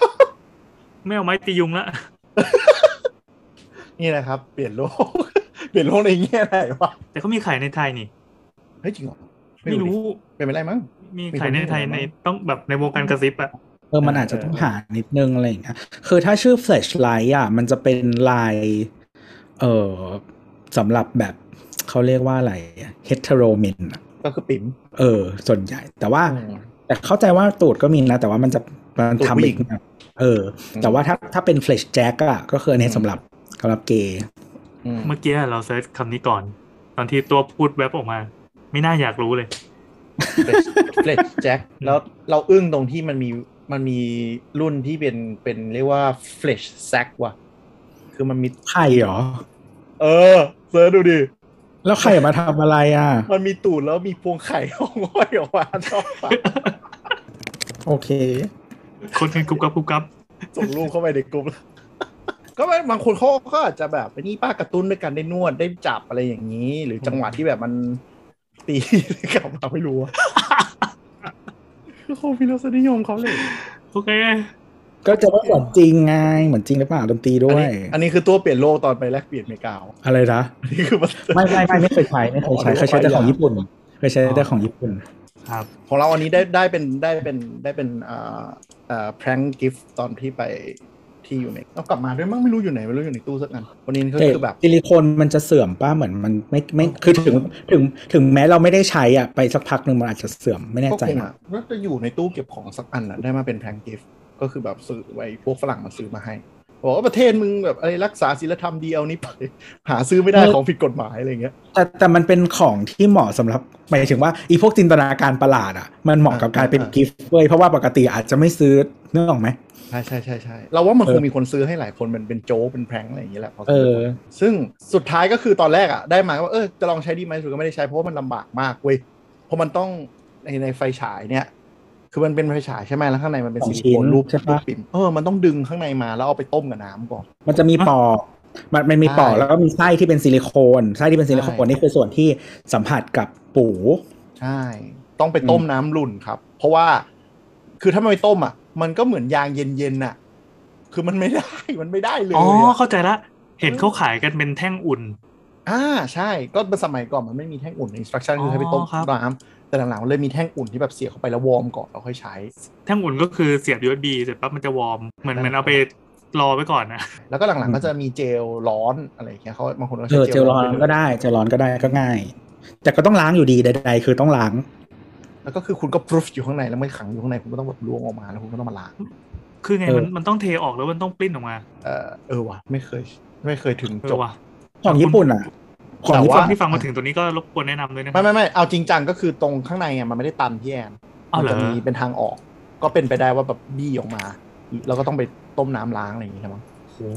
ไม่เอาไม้ตียุงละ
นี่นะครับ เปลี่ยนโลก [LAUGHS] เปลี่ยนโลกในแง่ไหนวะ
แต่เขามีขายในไทยนี่
เฮ้ยจริงเหรอ
ไม่รู้
ดิเป็นไปได้มั้ง
มีขายในไทยในต้องแบบในวงการกระซิบอะ
ๆเออมันอาจจะต้องหานิดนึงอะไรอย่างเงี้ยคือถ้าชื่อ flashlight อ่ะ มันจะเป็นลาย เออสำหรับแบบเขาเรียกว่าอะไร heteromin อะ
ก็คือปิ๋ม
เออ ส่วนใหญ่ แต่ว่า
อืม
แต่เข้าใจว่าตูดก็มีนะ แต่ว่ามันจะมัน
ตูดผู้
ทำ
หญิ
อี
ง
กแบบเออ แต่ว่าถ้าถ้าเป็นเฟลชแจ็คอะก็คืออันนี้
อืม
สำหรับสำหรับเกย์
อืม
เมื่อกี้เราเซิร์ชคำนี้ก่อน ตอนที่ตัวพูดแว็บออกมา ไม่น่าอยากรู้เลย
เฟรชเฟรชแจ็คแล้วเราอึ้งตรงที่มันมีมันมีรุ่นที่เป็นเป็นเรียกว่าเฟรชแซกว่ะ คือมันมี
ใครหรอ
เออเซิร์ชดูดิ
แล้วใครมาทำอะไรอ่ะ
มันมีตูดแล้วมีพวงไข่ [LAUGHS] ห้องห้อยออกมาชอบปะ
โอเค
คนกันกุบกับกุบกับ
ส่งรูปเข้าไปในกลุ่มแล้วก็ไม่บางคนเขาก็อาจจะแบบไอ้นี่ป้ากระตุ้นด้วยการได้นวดได้จับอะไรอย่างนี้ หรือจังหวะที่แบบมันตีกลับ [LAUGHS] มาไม่รู้อะคือคงมีรสนิยมเขาเลย
โอเค
ก็จะว่าเหมือนจริงไง เหมือนจริงหรือเปล่าดนตรีด้
อั
วน ย
นี้อันนี้คือตัวเปลี่ยนโลกตอนไปแลกเปลี่ยนอเมริกาเหรอ
อะไรนะ
อันนี่คือมัน
ไม่ไม่ไม่ไม่เคยใช้ไม่เคยใช้เคยใช้แต่ของญี่ปุ่นเคยใช้แต่ของญี่ปุ่น
ครับ
ของเราอันนี้ได้ได้เป็นได้เป็นได้เป็นเอ่อเอ่อแพรงกิฟต์ตอนที่ไปที่อยู่ในเอากลับมาด้วยมั้งไม่รู้อยู่ไหนไม่รู้อยู่ในตู้สักอันวันนี้ก็คือแบบ
ซิลิโคนมันจะเสื่อมป้าเหมือนมันไม่ไม่คือถึงถึงถึงแม้เราไม่ได้ใช้อ่ะไปสักพักหนึ่งมันอาจจะเสื่อมไม่แน่
ก็
ใจ
คง
นะ
อ่ะน่าจะอยู่ในตู้เก็บของสักอันอ่ะได้มาเป็นแพรงกิฟต์ ก็คือแบบซื้อไว้พวกฝรั่งมาซื้อมาให้บอกว่าประเทศมึงแบบอะไรรักษาศีลธรรมดีเอานี้ไป หาซื้อไม่ได้ของผิดกฎหมายอะไรอย่างเงี้ย
แต่แต่มันเป็นของที่เหมาะสำหรับหมายถึงว่าอีพวกจินตนาการประหลาดอ่ะ มันเหมาะกับการเป็น
อ่า
กิฟต์เว้ยเพราะว่าปกติอาจจะไม่ซื้อนึกออกไหม
ใช่ใช่ใช่ใช่เราว่ามัน
เอ
ค
อ
งมีคนซื้อให้หลายคนมันเป็นโจ๊กเป็นแพร้งอะไรอย่างเงี้ยแหละพอสม
เอ
ควร
อ
ซึ่งสุดท้ายก็คือตอนแรกอะได้มาว่าเออจะลองใช้ดีไหมสุดก็ไม่ได้ใช้เพราะว่ามันลำบากมากเว้ยเพราะมันต้องในในไฟฉายเนี่ย คือมันเป็นไฟฉายใช่ไหมแล้วข้างในมันเป็น
สอง
ซิลิ
ชิ้น
โคนรูป
ใช่ปะ
รูปปิ่นเออมันต้องดึงข้างในมาแล้วเอาไปต้มกับน้ำก่อน
มันจะมีปอกมันมันมีปอก
ใช่
แล้วก็มีไส้ที่เป็นซิลิโคนไส้ที่เป็นซิลิโค
ใช่
นนี่คือส่วนที่สัมผัสกับปู
ใช่ ต้องไปต้มน้ำรุ่นครับ เพราะว่าคือถ้าไม่ต้มอ่ะ มันก็เหมือนยางเย็นๆน่ะ คือมันไม่ได้ [LAUGHS] มันไม่ได้เลย
อ๋อ
อะ
เข้าใจละ เห็นเขาขายกันเป็นแท่งอุ่น
อ่าใช่ก็เป็นสมัยก่อนมันไม่มีแท่งอุ่นอินสตรัคชั่นคือให้ไปต้ม
อ๋อครับ
น้ำแต่หลังๆมันเลยมีแท่งอุ่นที่แบบเสียบเข้าไปแล้ววอร์มก่อนแล้วค่อยใช้
แท่งอุ่นก็คือเสียบ USB เสร็จปั๊บมันจะวอร์มเหมือนเหมือนเอาไปรอไว้ก่อนนะ
แล้วก็หลังๆก็จะมีเจลร้อนอะไรอย่างเงี้ยเขาบางคนก็
เอ
ใช้
อเจลร้อน
ปย
ก็ได้เจลร้อนก็ได้ก็ง่าย แต่ก็ต้องล้างอยู่ดีใด ๆ คือต้องล้าง
แล้วก็คือคุณก็พรูฟอยู่ข้างในแล้วไม่ขังอยู่ข้างในคุณก็ต้องแบบล้วงออกมาแล้วคุณก็ต้องมาล้าง
คือไง
เออ
มันมันต้องเทออกแล้วมันต้องปลิ้นออกมา
เออเออว่ะไม่เคย ไม่เคยถึง
เอ
จ
อบ ว่ะ
ของญี่ปุ่นอ่ะ ของ
แต่
ญี่
ว่า
ปุ่น
ที่ฟังมาถึงตัวนี้ก็รบกวนแนะนำด้วยนะครั
ไม่
บ
ไม่ไม่เอาจริงจังก็คือตรงข้างในอ่ะมันไม่ได้ตันพี่แอน
เอา
มั
เหรอ
จะมีเป็นทางออก ก็เป็นไปได้ว่าแบบบี้ออกมาแล้วก็ต้องไปต้มน้ำล้างอะไรอย่างเงี้ยมั้ง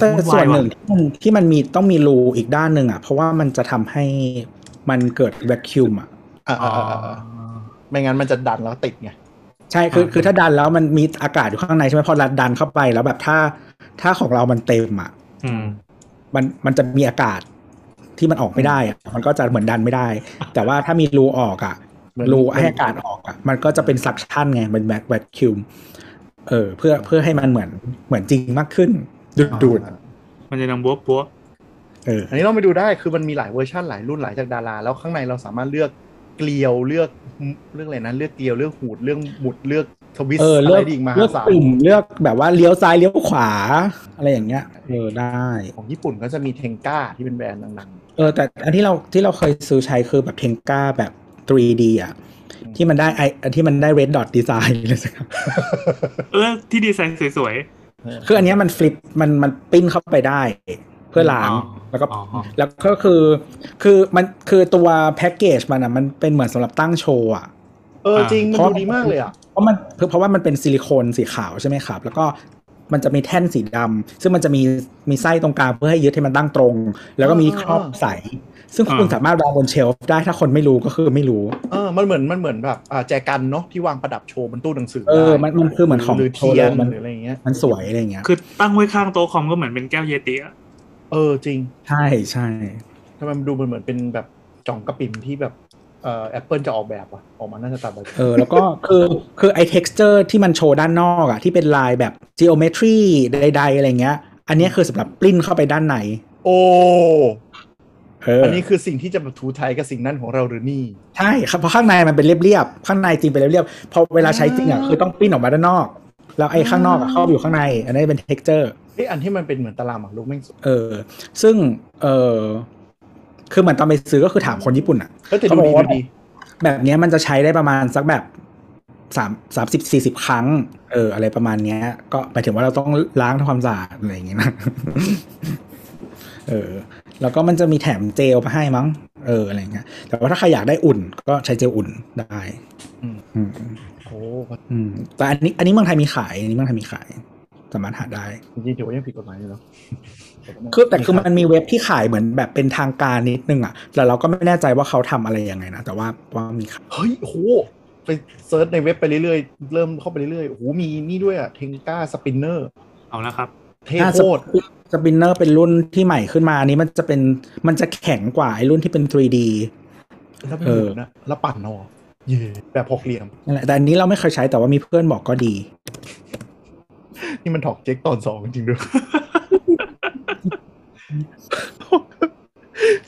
แต่
โอ้โ
ส่วนหนึ่ง
ยะ
ที่มันที่มันมีต้องมีรูอีกด้านหนึ่งอ่ะ เพราะว่ามันจะทำให้มันเกิดแวคคิวมอ่ะ
อ่า
อ๋อ
ไม่งั้นมันจะดันแล้วติดไง
ใช่คือ
อ่า
คือถ้าดันแล้วมันมีอากาศอยู่ข้างในใช่ไหมพอรัดดันเข้าไปแล้วแบบถ้าถ้าของเรามันเต็มอ่ะ
อืม
มันมันจะมีอากาศที่มันออกไม่ได้อะมันก็จะเหมือนดันไม่
[LAUGHS]
ได้ แต่ว่าถ้ามีรูออกอ่ะ
เหมือน
รูให้อากาศออกอ่ะ มันก็จะเป็นซักชันไงเป็นแบคแวคคิวเออ เพื่อเพื่อให้มันเหมือนเหมือนจริงมากขึ้น ดูดดูด
มันจะดังบัวบัว
เออ
อันนี้เราไปดูได้คือมันมีหลายเวอร์ชันหลายรุ่นหลายจากดาราแล้วข้างในเราสามารถเลือกเกลียวเลือกเลือกอะไรนะเลือกเกลียวเลือกหูดเลือกหมุดเลือกทวิส
เออ
อะ
เลื
ไร
อก
ดีกมหา
เลือก
ศาล
กลุ่มเลือกแบบว่าเลี้ยวซ้ายเลี้ยวขวา อะไรอย่างเงี้ยเออได้
ของญี่ปุ่นก็จะมีเทงก้าที่เป็นแบรนด์ดัง
เออแต่อันที่เราที่เราเคยซื้อใช้คือแบบเทงก้าแบบ 3D อ่ะ
อืม
ที่มันได้ไอที่มันได้ red dot design เลยสักอย่าง
เออที่ดีไซน์สวย
ๆ
คืออันเนี้ยมันฟลิปมันมันปิ้นเข้าไปได้ เพื่อล้าง
อ๋อ
แล้วก็
อ๋ออ๋อ
แล้วก็คือคือมันคือตัวแพ็กเกจมันอ่ะมันเป็นเหมือนสำหรับตั้งโชว์อ่ะ
เออจริงมัน
เพ
ดู
ราะ
ดีมากเลยอ่ะ
เพราะมันเพราะว่ามันเป็นซิลิโคนสีขาวใช่ไหมครับ แล้วก็มันจะมีแท่นสีดำซึ่งมันจะมีมีไส้ตรงกลางเพื่อให้ยึดให้มันตั้งตรง แล้วก็มีครอบใส ซึ่งคุณ
อ่า
สามารถวางบนเชลฟ์ได้ถ้าคนไม่รู้ก็คือไม่รู้
เออมันเหมือนมันเหมือนแบบอ่าแจกันเนาะที่วางประดับโชว์บนตู้หนังสือ
เออ
ได้
มันมันคือเหมือนของ
หรือ
โชว์
เที
เลย ย
น
มัน
หรืออะไรอย่างเงี้ย
มันสวยอะไรอย่างเงี้ย
ๆ คือตั้งไว้ข้างโต๊ะคอมก็เหมือนเป็นแก้วเยติอะ
เออจริง
ใช่ใช่
ทำไมมันดูมันเหมือนเป็นแบบจ่องกระปิ่นที่แบบเอ่อแอปเปิลจะออกแบบอ่ะออกมาน่าจะตัดแบบ
เออแล้วก็ คือคือไอ้ texture ที่มันโชว์ด้านนอกอะที่เป็นลายแบบ geometry ใด ๆ อะไรเงี้ย อันเนี้ยคือสำหรับปลิ้นเข้าไปด้านใน
โอ้
เออ
อั
อั
นนี้คือสิ่งที่จะมาถูไทยกับสิ่งนั้นของเราหรือนี่
ใช่ครับเพราะข้างในมันเป็นเรียบๆข้างในจริงเป็นเรียบๆพอเวลาใช้จริงอะคือต้องปลิ้นออกมาด้านนอก แล้วไอ้ข้างนอกอะเข้าไปอยู่ข้างใน อันนี้เป็น texture
เอ้ยอันที่มันเป็นเหมือนตารางหมากรุกแม่งสวย
เออ ซึ่งเออคือเหมือนตอนไปซื้อก็คือถามคนญี่ปุ่นอะ
เฮ้ยแต่ดูดี
เขาบอกว่า
ดูดี
แบบเนี้ยมันจะใช้ได้ประมาณสักแบบสามสามสิบสี่สิบครั้ง เออ อะไรประมาณเนี้ย ก็หมายถึงว่าเราต้องล้างทำความสะอาดอะไรอย่างเงี้ยนะ [LAUGHS] เออ แล้วก็มันจะมีแถมเจลมาให้มั้ง เอออะไรอย่างเงี้ย แต่ว่าถ้าใครอยากได้อุ่น ก็ใช้เจลอุ่นได้
อืม
อืม
โอ้
อืมแต่อันนี้ อันนี้เมืองไทยมีขายอันนี้เมืองไทยมีขาย สามารถหาได้
จริงๆถือว่ายังผิดกฎหมายอยู่เนาะ
คือแต่คือมันมีเว็บที่ขายเหมือนแบบเป็นทางการนิดนึงอ่ะแต่เราก็ไม่แน่ใจว่าเขาทำอะไรยังไงนะแต่ว่าว่ามีขาย
เฮ้ยโอ้โหไปเซิร์ชในเว็บไปเรื่อยๆ เริ่มเข้าไปเรื่อยๆโอ้โหมีนี่ด้วยอะเทงก้าสปินเนอร์
เอาละครับ
เท่
น่า
โค
จะ
ต
ส
ร
ปินเนอร์เป็นรุ่นที่ใหม่ขึ้นมาอันนี้มันจะเป็นมันจะแข็งกว่าไอ้รุ่นที่เป็น 3D
แล้วเป็นหมุนนะแล้วปั่นเนอะเย่แบบหกเหลี่ยม
นั่นแหละแต่อันนี้เราไม่เคยใช้แต่ว่ามีเพื่อนบอกก็ดี
นี่มันถอกเจ๊กตอนสองจริงๆด้วย [LAUGHS]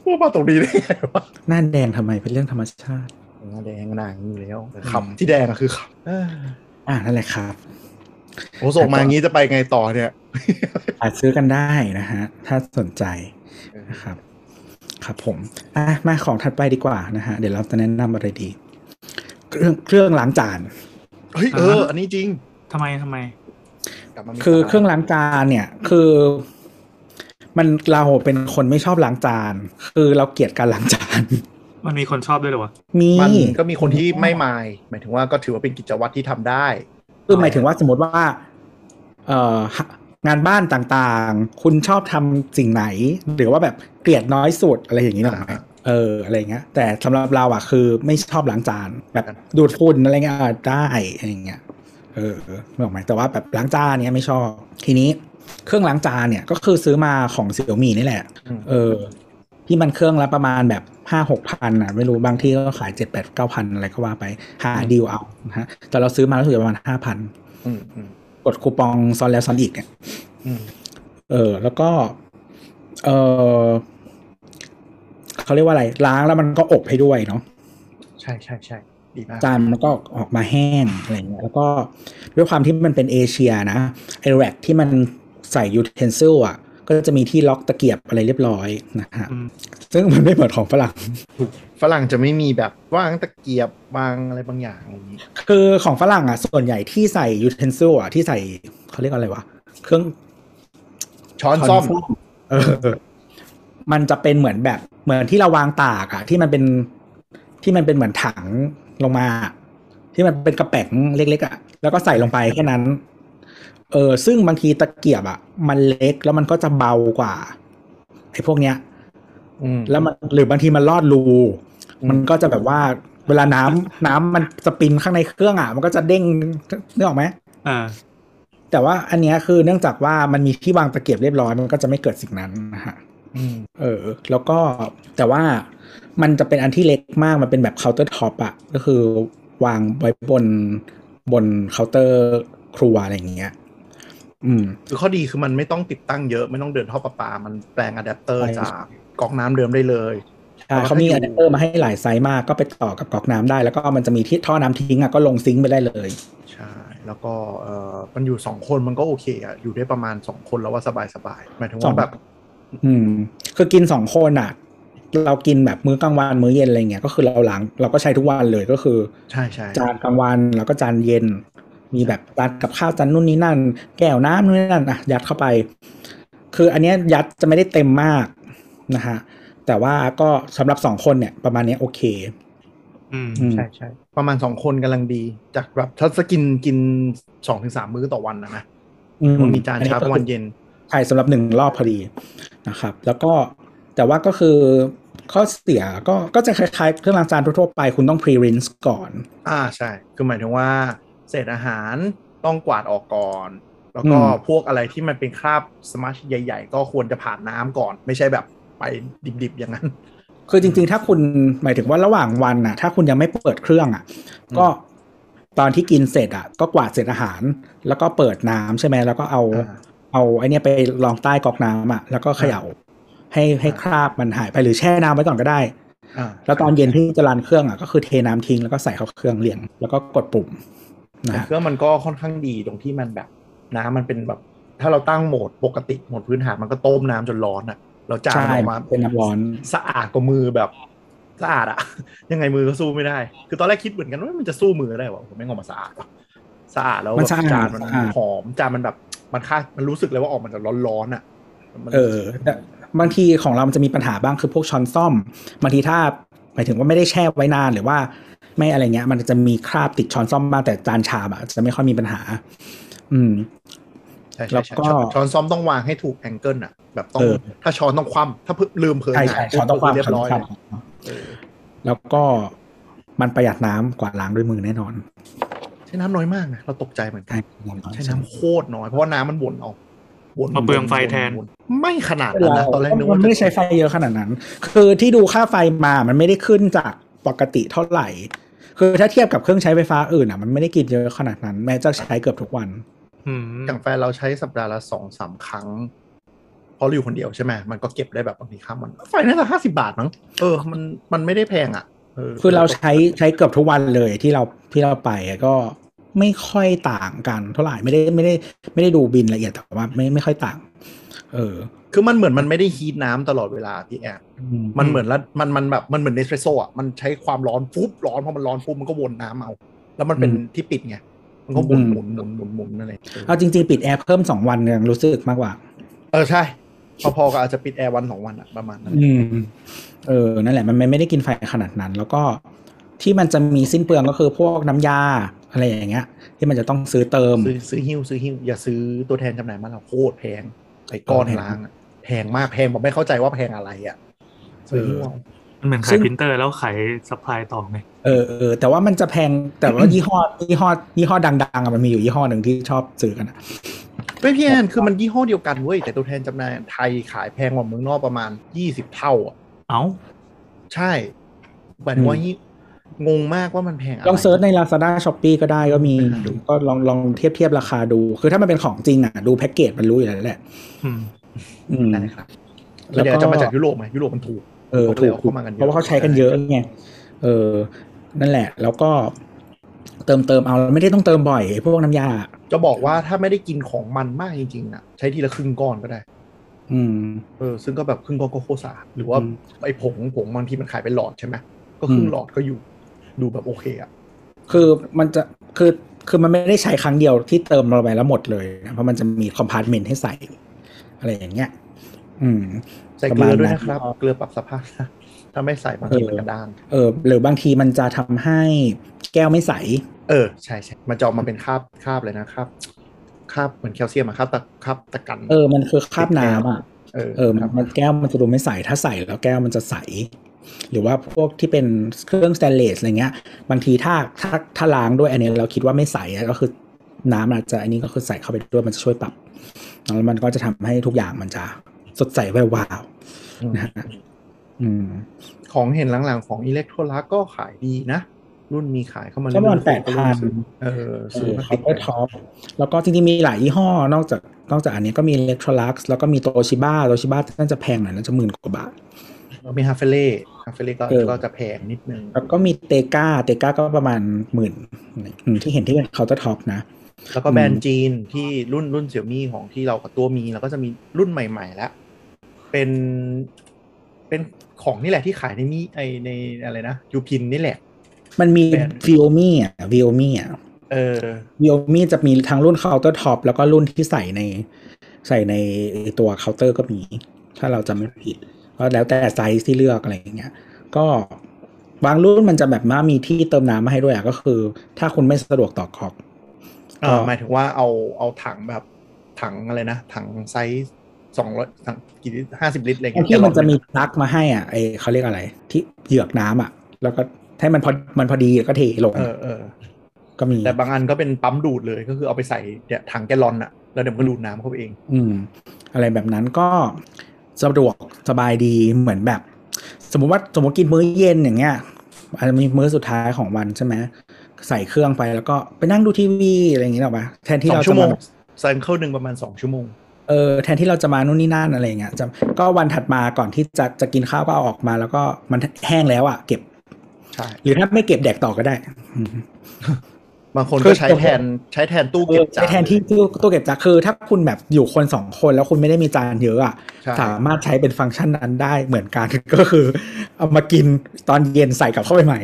ว่ามาตรงนี้ได้ไงวะ
หน้าแดงทำไมเป็นเรื่องธรรมชาติ
หน้าแดงหนาอย่างนี้แล้วขำที่แดงอะคือขำเออ
อ่านั่นแหละครับ
โอ้ส่งมาอย่างนี้จะไปไงต่อเนี่ย
อาจซื้อกันได้นะฮะ ถ้าสนใจนะครับ ครับผม อ่ะมาของถัดไปดีกว่านะฮะ เดี๋ยวเราจะแนะนำอะไรดี เครื่องเครื่องล้างจาน
เฮ้ยเอออันนี้จริง
ทำไมทำไม
กลับมามี
คือ
สาระ
เครื่องล้างจานเนี่ย คือมันเราเป็นคนไม่ชอบล้างจาน คือเราเกลียดการล้างจาน
มันมีคนชอบด้วยเหรอวะ
มี
มันก็มีคนที่ไม่มาย หมายถึงว่าก็ถือว่าเป็นกิจวัตรที่ทำได้
คือหมายถึงว่าสมมติว่า เอ่องานบ้านต่างๆ คุณชอบทำสิ่งไหน หรือว่าแบบเกลียดน้อยสุดอะไรอย่างนี้หรอกไหม
อ่า
เอออะไรอย่างเงี้ย แต่สำหรับเราอะคือไม่ชอบล้างจาน แบบดูดฝุ่นอะไรเงี้ยอ่ะได้อะไรอย่างเงี้ย เออไม่ออกไหมแต่ว่าแบบล้างจานเนี่ยไม่ชอบ ทีนี้เครื่องล้างจานเนี่ยก็คือซื้อมาของเซี่ยมี่นี่แหละ
อืม
เออ ที่มันเครื่องละประมาณแบบห้าหกพันอ่ะ ไม่รู้บางที่ก็ขายเจ็ดแปดเก้าพันอะไรก็ว่าไป หาดีลเอานะฮะแต่เราซื้อมารู้สึกประมาณห้าพัน
อืมอืม
กดคูปองซ้อนแล้วซ้อนอีกเนี่ย
อืม
เออ แล้วก็ เออเขาเรียกว่าอะไร ล้างแล้วมันก็อบให้ด้วยเนาะ
ใช่ใช่ใช่ดีมาก
จานมันก็ออกมาแห้งอะไรเงี้ยแล้วก็ด้วยความที่มันเป็นเอเชียนะไอแร็กที่มันใส่ยูเทนซิลอ่ะ ก็จะมีที่ล็อกตะเกียบอะไรเรียบร้อยนะฮะ
อืม
ซึ่งมันไม่เหมือนของฝรั่ง
ฝรั่งจะไม่มีแบบว่างตะเกียบวางอะไรบางอย่างอะไรอย่างนี้
คือของฝรั่งอ่ะ ส่วนใหญ่ที่ใส่ยูเทนซิลอ่ะ ที่ใส่เขาเรียกอะไรวะ เครื่อง
ช้อนซ่อม
เออ มันจะเป็นเหมือนแบบ เหมือนที่เราวางตากอ่ะ ที่มันเป็นที่มันเป็นเหมือนถังลงมา ที่มันเป็นกระแป๋งเล็กๆอ่ะ แล้วก็ใส่ลงไปแค่นั้น เออ ซึ่งบางทีตะเกียบอ่ะ มันเล็กแล้วมันก็จะเบากว่าไอ้พวกเนี้ย
อืม
แล้วมันหรือบางทีมันลอดรู
อืม
มันก็จะแบบว่า เวลาน้ำน้ำมันสปินข้างในเครื่องอ่ะ มันก็จะเด้งนึกออกไหม
อ่า
แต่ว่าอันเนี้ยคือเนื่องจากว่ามันมีที่วางตะเกียบเรียบร้อย มันก็จะไม่เกิดสิ่งนั้นนะฮะ
อืม
เออ แล้วก็แต่ว่ามันจะเป็นอันที่เล็กมาก มันเป็นแบบเคาน์เตอร์ท็อปอะก็คือวางไว้บนบนเคาน์เตอร์ครัวอะไรอย่างเงี้ย อืม
คือข้อดีคือมันไม่ต้องติดตั้งเยอะไม่ต้องเดินท่อประปา มันแปลงอะแดปเตอร์
ใช่
จากก๊อกน้ำเดิมได้เลย
ใช่เขามีอะแดปเตอร์มาให้หลายไซส์มาก ก็ไปต่อกับก๊อกน้ำได้ แล้วก็มันจะมีที่ท่อน้ำทิ้งอะก็ลงซิงค์ไปได้เลย
ใช่ แล้วก็เออมันอยู่สองคนมันก็โอเคอะอยู่ได้ประมาณสองคนแล้วว่าสบายสบายๆหมายถึง
สอ
ว่าง แบบ
อืม คือกินสองคนอะเรากินแบบมื้อกลางวันมื้อเย็นอะไรเงี้ย ก็คือเราล้างเราก็ใช้ทุกวันเลยก็คือ
ใช่ใช่
จานกลางวันแล้วก็จานเย็น มีแบบจานกับข้าวจานนู่นนี่นั่น แก้วน้ำนู่นนี่นั่นอ่ะยัดเข้าไป คืออันเนี้ยยัดจะไม่ได้เต็มมากนะฮะแต่ว่าก็สำหรับสองคนเนี่ยประมาณเนี้ยโอเค
อืม
อืม
ใช่ใช่ประมาณสองคนกำลังดี จากแบบถ้าจะกินกินสองถึงสามมื้อต่อวันนะนะ
อื
มันมีจานเช้า
อั
กลางวันเย็น
ใช่สำหรับหนึ่งรอบพอดีนะครับ แล้วก็แต่ว่าก็คือข้อเสียก็ก็จะคล้ายๆเครื่องล้างจานทั่วๆไปคุณต้อง pre rinse ก่อน
อ่าใช่ คือหมายถึงว่าเศษอาหารต้องกวาดออกก่อน แล้วก็
อืม
พวกอะไรที่มันเป็นคราบสมาชใหญ่ ๆ ก็ควรจะผ่านน้ำก่อน ไม่ใช่แบบไปดิบๆอย่างนั้น
คือจริงๆ ถ้าคุณหมายถึงว่าระหว่างวันน่ะ ถ้าคุณยังไม่เปิดเครื่องอ่ะ
อืม
ก็ตอนที่กินเสร็จอ่ะ ก็กวาดเสร็จอาหาร แล้วก็เปิดน้ำใช่ไหมแล้วก็เอา
อ่า
เอาไอเนี้ยไปรองใต้ก๊อกน้ำอ่ะ แล้วก็เขย่าให้ให้
อ่า
คราบมันหายไปหรือแช่น้ำไว้ก่อนก็ได้
อ่า
แล้วตอนเย็นที่จะรันเครื่องอ่ะก็คือเทน้ำทิ้งแล้วก็ใส่เข้าเครื่องเรียงแล้วก็กดปุ่มนะ
แต่
ฮะ
เครื่องมันก็ค่อนข้างดีตรงที่มันแบบน้ำมันเป็นแบบ ถ้าเราตั้งโหมดปกติโหมดพื้นฐานมันก็ต้มน้ำจนร้อนอ่ะเราจาน
ใช่
ออกมา
เป็นน้ำร้อน
สะอาดกว่ามือแบบสะอาดอะ [LAUGHS] ยังไงมือก็สู้ไม่ได้ คือตอนแรกคิดเหมือนกันว่ามันจะสู้มือได้วะผมไม่งออกมาสะอาดวะสะอาดแล้ว
มัน
แบบ
สะอาด
จานมัน
สะอาด
หอมจานมันแบบมันค่ามันรู้สึกเลยว่าออกมาจากร้อนๆอ่ะมัน
เออแต่บางทีของเรามันจะมีปัญหาบ้างคือพวกช้อนซ่อมบางทีถ้าหมายถึงว่าไม่ได้แช่ไว้นานหรือว่าไม่อะไรเงี้ย มันจะมีคราบติดช้อนซ่อมบ้างแต่จานชามอะจะไม่ค่อยมีปัญหา อืม
ใช่
แล้
ใช่
ว
ใช่
ก็
ช้อนช้อนซ้อมต้องวางให้ถูกแองเกิลอ่ะ แบบต้อง
เออ
ถ้าช้อนต้องคว่ำถ้าเพิ่งลืมเผย
ใช่ใช่ช้อนต้องคว่ำ
เรียบร้อย
ช้อนต้องคว่
เออ
ำแล้วก็มันประหยัดน้ำกว่าล้างด้วยมือแน่นอน
ใช้น้ำน้อยมากนะเราตกใจเหมือนกัน
ใช่ประหยัดน้อย
ใช้น้ำโคตรน้อยเพราะว่าน้ำมันวนเอาวน
มาเปลืองไฟแทน
วๆไม่ขนาดนั้นนะตอนแรกนึก
มั
ว่าน
ไม่ได้ใช้ไฟเยอะขนาดนั้น คือที่ดูค่าไฟมา มันไม่ได้ขึ้นจากปกติเท่าไหร่ คือถ้าเทียบกับเครื่องใช้ไฟฟ้าอื่นอ่ะ มันไม่ได้กินเยอะขนาดนั้น แม้จะใช้เกือบทุกวัน
อืม
อย่างแฟนเราใช้สัปดาห์ละสองสามครั้งเพราะเราอยู่คนเดียวใช่ไหมมันก็เก็บได้แบบบางทีข้ามวัน ไฟน่าจะห้าสิบาทมั้งเออมันมันไม่ได้แพงอ่ะเ
คือเราใช้ใช้เกือบทุกวันเลยที่เราที่เราไปอะก็ไม่ค่อยต่างกันเท่าไหร่ไม่ได้ไม่ได้ไม่ได้ดูบินละเอียดแต่ว่าไม่ไม่ค่อยต่าง เออ
คือมันเหมือนมันไม่ได้ฮีทน้ำตลอดเวลาพี่แอนมันเหมือนละมันมันแบบมันเหมือนเนสเปรสโซ่อ่ะมันใช้ความร้อนฟุบร้อนเพราะมันร้อนฟุบมันก็วนน้ำเอา แล้วมันเป็นที่ปิดไง มันก็หมุนหมุนหมุนหมุนหมุนอะไร
เอาจริง ๆ ปิดแอร์เพิ่มสองวันเนี่ยรู้สึกมากกว่า
เออใช่พอๆก็อาจจะปิดแอร์วันสองวันอะประมาณนั้น
อืม เออ นั่นแหละ มันไม่ได้กินไฟขนาดนั้น แล้วก็ที่มันจะมีสิ้นเปลืองก็คือพวกน้ำยาอะไรอย่างเงี้ย ที่มันจะต้องซื้อเติม
ซื้อซื้อหิ้วซื้อหิ้วอย่าซื้อตัวแทนจำหน่ายมันเราโคตรแพงไอ้ก้อนล้างอะแพงมากแพงผมไม่เข้าใจว่าแพงอะไรอ่ะซื้อหิ้วเอา
มันเหมือน
ซึ่
ขาย
ง
พิมพ์เตอร์แล้วขายซัพพลายต่อไง
เออเออแต่ว่ามันจะแพงแต่ว่ายี่ห้อยี่ห้อยี่ห้อดังๆอะมันมีอยู่ยี่ห้อหนึ่งที่ชอบซื้อกันอะ
ไม่เพี้ยนคือมันยี่ห้อเดียวกันเว้ยแต่ตัวแทนจำหน่ายไทยขายแพงกว่าเมืองนอกประมาณยี่สิบเท่าอ่ะ
เอ้า
ใช่หมายถึงว่ายี่งงมากว่ามันแพงะไร
ลองเซิร์ชใน Lazada s h o p e e ก็ได้ก็มี
ไปหาดู
ก็ลองลองเทียบเทียบราคาดู คือถ้ามันเป็นของจริงอ่ะดูแพ็กเกจมันรู้อยู่แล้วแหละ
อืม
อืม
นั่นแหละครับ
แล้
แล้
วก็
วเดี๋ยวจะมาจากยุโรปไหมยุโรปมันถูก
เออ
เขาก็เล
ถู
ย
กถูก
เอาเข้ามากัน
เพ
เยอะ
ราะว่าเขาใช้กันเยอะไงเออ นั่นแหละ แล้วก็เติมเติมเอาแล้วไม่ได้ต้องเติมบ่อยไอ้พวกน้ำยา
จะบอกว่าถ้าไม่ได้กินของมันมากจริงๆนะใช้ทีละครึ่งก้อนก็ได้
อืม
เออซึ่งก็แบบครึ่งก้อนก็โคตรสะอาดหรือว่า
อืม
ไอ้ผงผงบางทีมันขายเป็นหลอดใช่ไหมก็ครึ่
อื
ง
ม
หลอดก็อยู่ดูแบบโอเคอ่ะ
คือมันจะคือคือมันไม่ได้ใช้ครั้งเดียวที่เติมลงไปแล้วหมดเลยนะเพราะมันจะมีคอมพาร์ตเมนต์ให้ใส่ อะไรอย่างเงี้ย อืม
ใส่เกลือด้วยนะ
ประมาณนั้น
ครับเกลือปรับสภาพนะ [LAUGHS] ถ้าไม่ใส่บางทีมัน
เออ
กระด้าง
เออหรือบางทีมันจะทำให้แก้วไม่ใส
เออใช่ใช่มันจะออกมาเป็นคราบคราบเลยนะคราบคราบเหมือนแคลเซียมอะคราบตะคราบตะกัน
เออ มันคือคราบน้ำอ่ะ
เออ
เออมัน
ครับ
มันแก้วมันจะดูไม่ใส ถ้าใสแล้วแก้วมันจะใส หรือว่าพวกที่เป็นเครื่องสแตนเลสอะไรเงี้ย บางทีถ้าถ้าถ้าล้างด้วยอันนี้เราคิดว่าไม่ใสอะก็คือน้ำอาจจะอันนี้ก็คือใส่เข้าไปด้วยมันจะช่วยปรับแล้วมันก็จะทำให้ทุกอย่างมันจะสดใสแวววาว
อืม
นะฮะ อืม
ของเห็นหลังๆของอิเล็กโทรลักก็ขายดีนะ รุ่นมีขายเข้ามา
ก็ประมาณแปด
ก็
พัน
ซื้อเออซื้อมา
คอป
ติด
เปอร์ท็อปแล้วก็จริงๆมีหลายยี่ห้อ นอกจากนอกจากอันนี้ก็มีเล็กทรลักซ์แล้วก็มีโตชิบ้าโตชิบ้าน่าจะแพงหน่อยน่าจะหมื่นกว่าบาท
มีฮาเฟเล่ฮาเฟเล่ก็
เออ
ก็จะแพงนิดนึง
แล้วก็มีเตก้าเตก้าก็ประมาณหมื่นอืมที่เห็นที่เป็นเคาน์เตอร์ท็อปนะ
แล้วก็แบรนด์จีนที่รุ่นรุ่นเสี่ยมี่ของที่เรากับตัวมีแล้วก็จะมีรุ่นใหม่ๆแล้วเป็นเป็นของนี่แหละที่ขายในมีไอในอะไรนะยูพินนี่แหละ
มันมี
แบรนด์
วิโอมี่อ่ะวิโอมี่อ่ะ
เออ
วิโอมี่จะมีทั้งรุ่นเคาน์เตอร์ท็อปแล้วก็รุ่นที่ใส่ในใส่ในตัวเคาน์เตอร์ก็มี ถ้าเราจำไม่ผิดก็แล้วแต่ไซส์ที่เลือกอะไรอย่างเงี้ย ก็บางรุ่นมันจะแบบว่ามีที่เติมน้ำมาให้ด้วยอ่ะก็คือ ถ้าคุณไม่สะดวกต่อกอก
เออหมายถึงว่าเอาเอาถังแบบถังอะไรนะ ถังไซส์สองร้อยถังกี่ลิตรห้าสิบลิตรอะไร
ไอ้
เงี้ย
ที่มันจะมี
แกลลอ
ปลั๊กมาให้อ่ะไอเขาเรียกอะไร ที่เหยือกน้ำอ่ะ แล้วก็ให้มันพอมันพอดีก็เทลง
เออเออ
ก็มี
แต่บางอันก็เป็นปั๊มดูดเลยก็คือเอาไปใส่เนี่ยถังแกลลอนอะแล้วเดี๋ยวมันก็ดูดน้ำเข้าไปเอง
อืม อะไรแบบนั้นก็สะดวกสบายดีเหมือนแบบ สมมติว่าสมมติกินมื้อเย็นอย่างเงี้ยอาจจะมีมื้อสุดท้ายของวันใช่ไหมใส่เครื่องไปแล้วก็ไปนั่งดูทีวีอะไรอย่างเงี้ยหรอกปะแทนที่
สอ
เรา
งชั่
จะ
วโม
มาง แบบ
ไซเคิลหนึ่งประมาณสองชั่วโมง
เออแทนที่เราจะมานู่นนี่นั่นอะไรอย่างเงี้ยจะก็วันถัดมาก่อนที่จะจะกินข้าวก็เอาออกมา แล้วก็มันแห้งแล้วอ่ะเก็บ
ใช่
หรือถ้าไม่เก็บแดกต่อก็ได้อืม
บางคน
คื
ก็
อ
ใช้แทนใช้แทนตู้เก็บจาน
แทนที่ตู้ตู้เก็บจานคือถ้าคุณแบบอยู่คนสองคนแล้วคุณไม่ได้มีจานเยอะอ่ะ
ใช่
สามารถใช้เป็นฟังก์ชันนั้นได้เหมือนกัน [LAUGHS] ก็คือ เอามากินตอนเย็นใส่กลับเข้าไปใหม่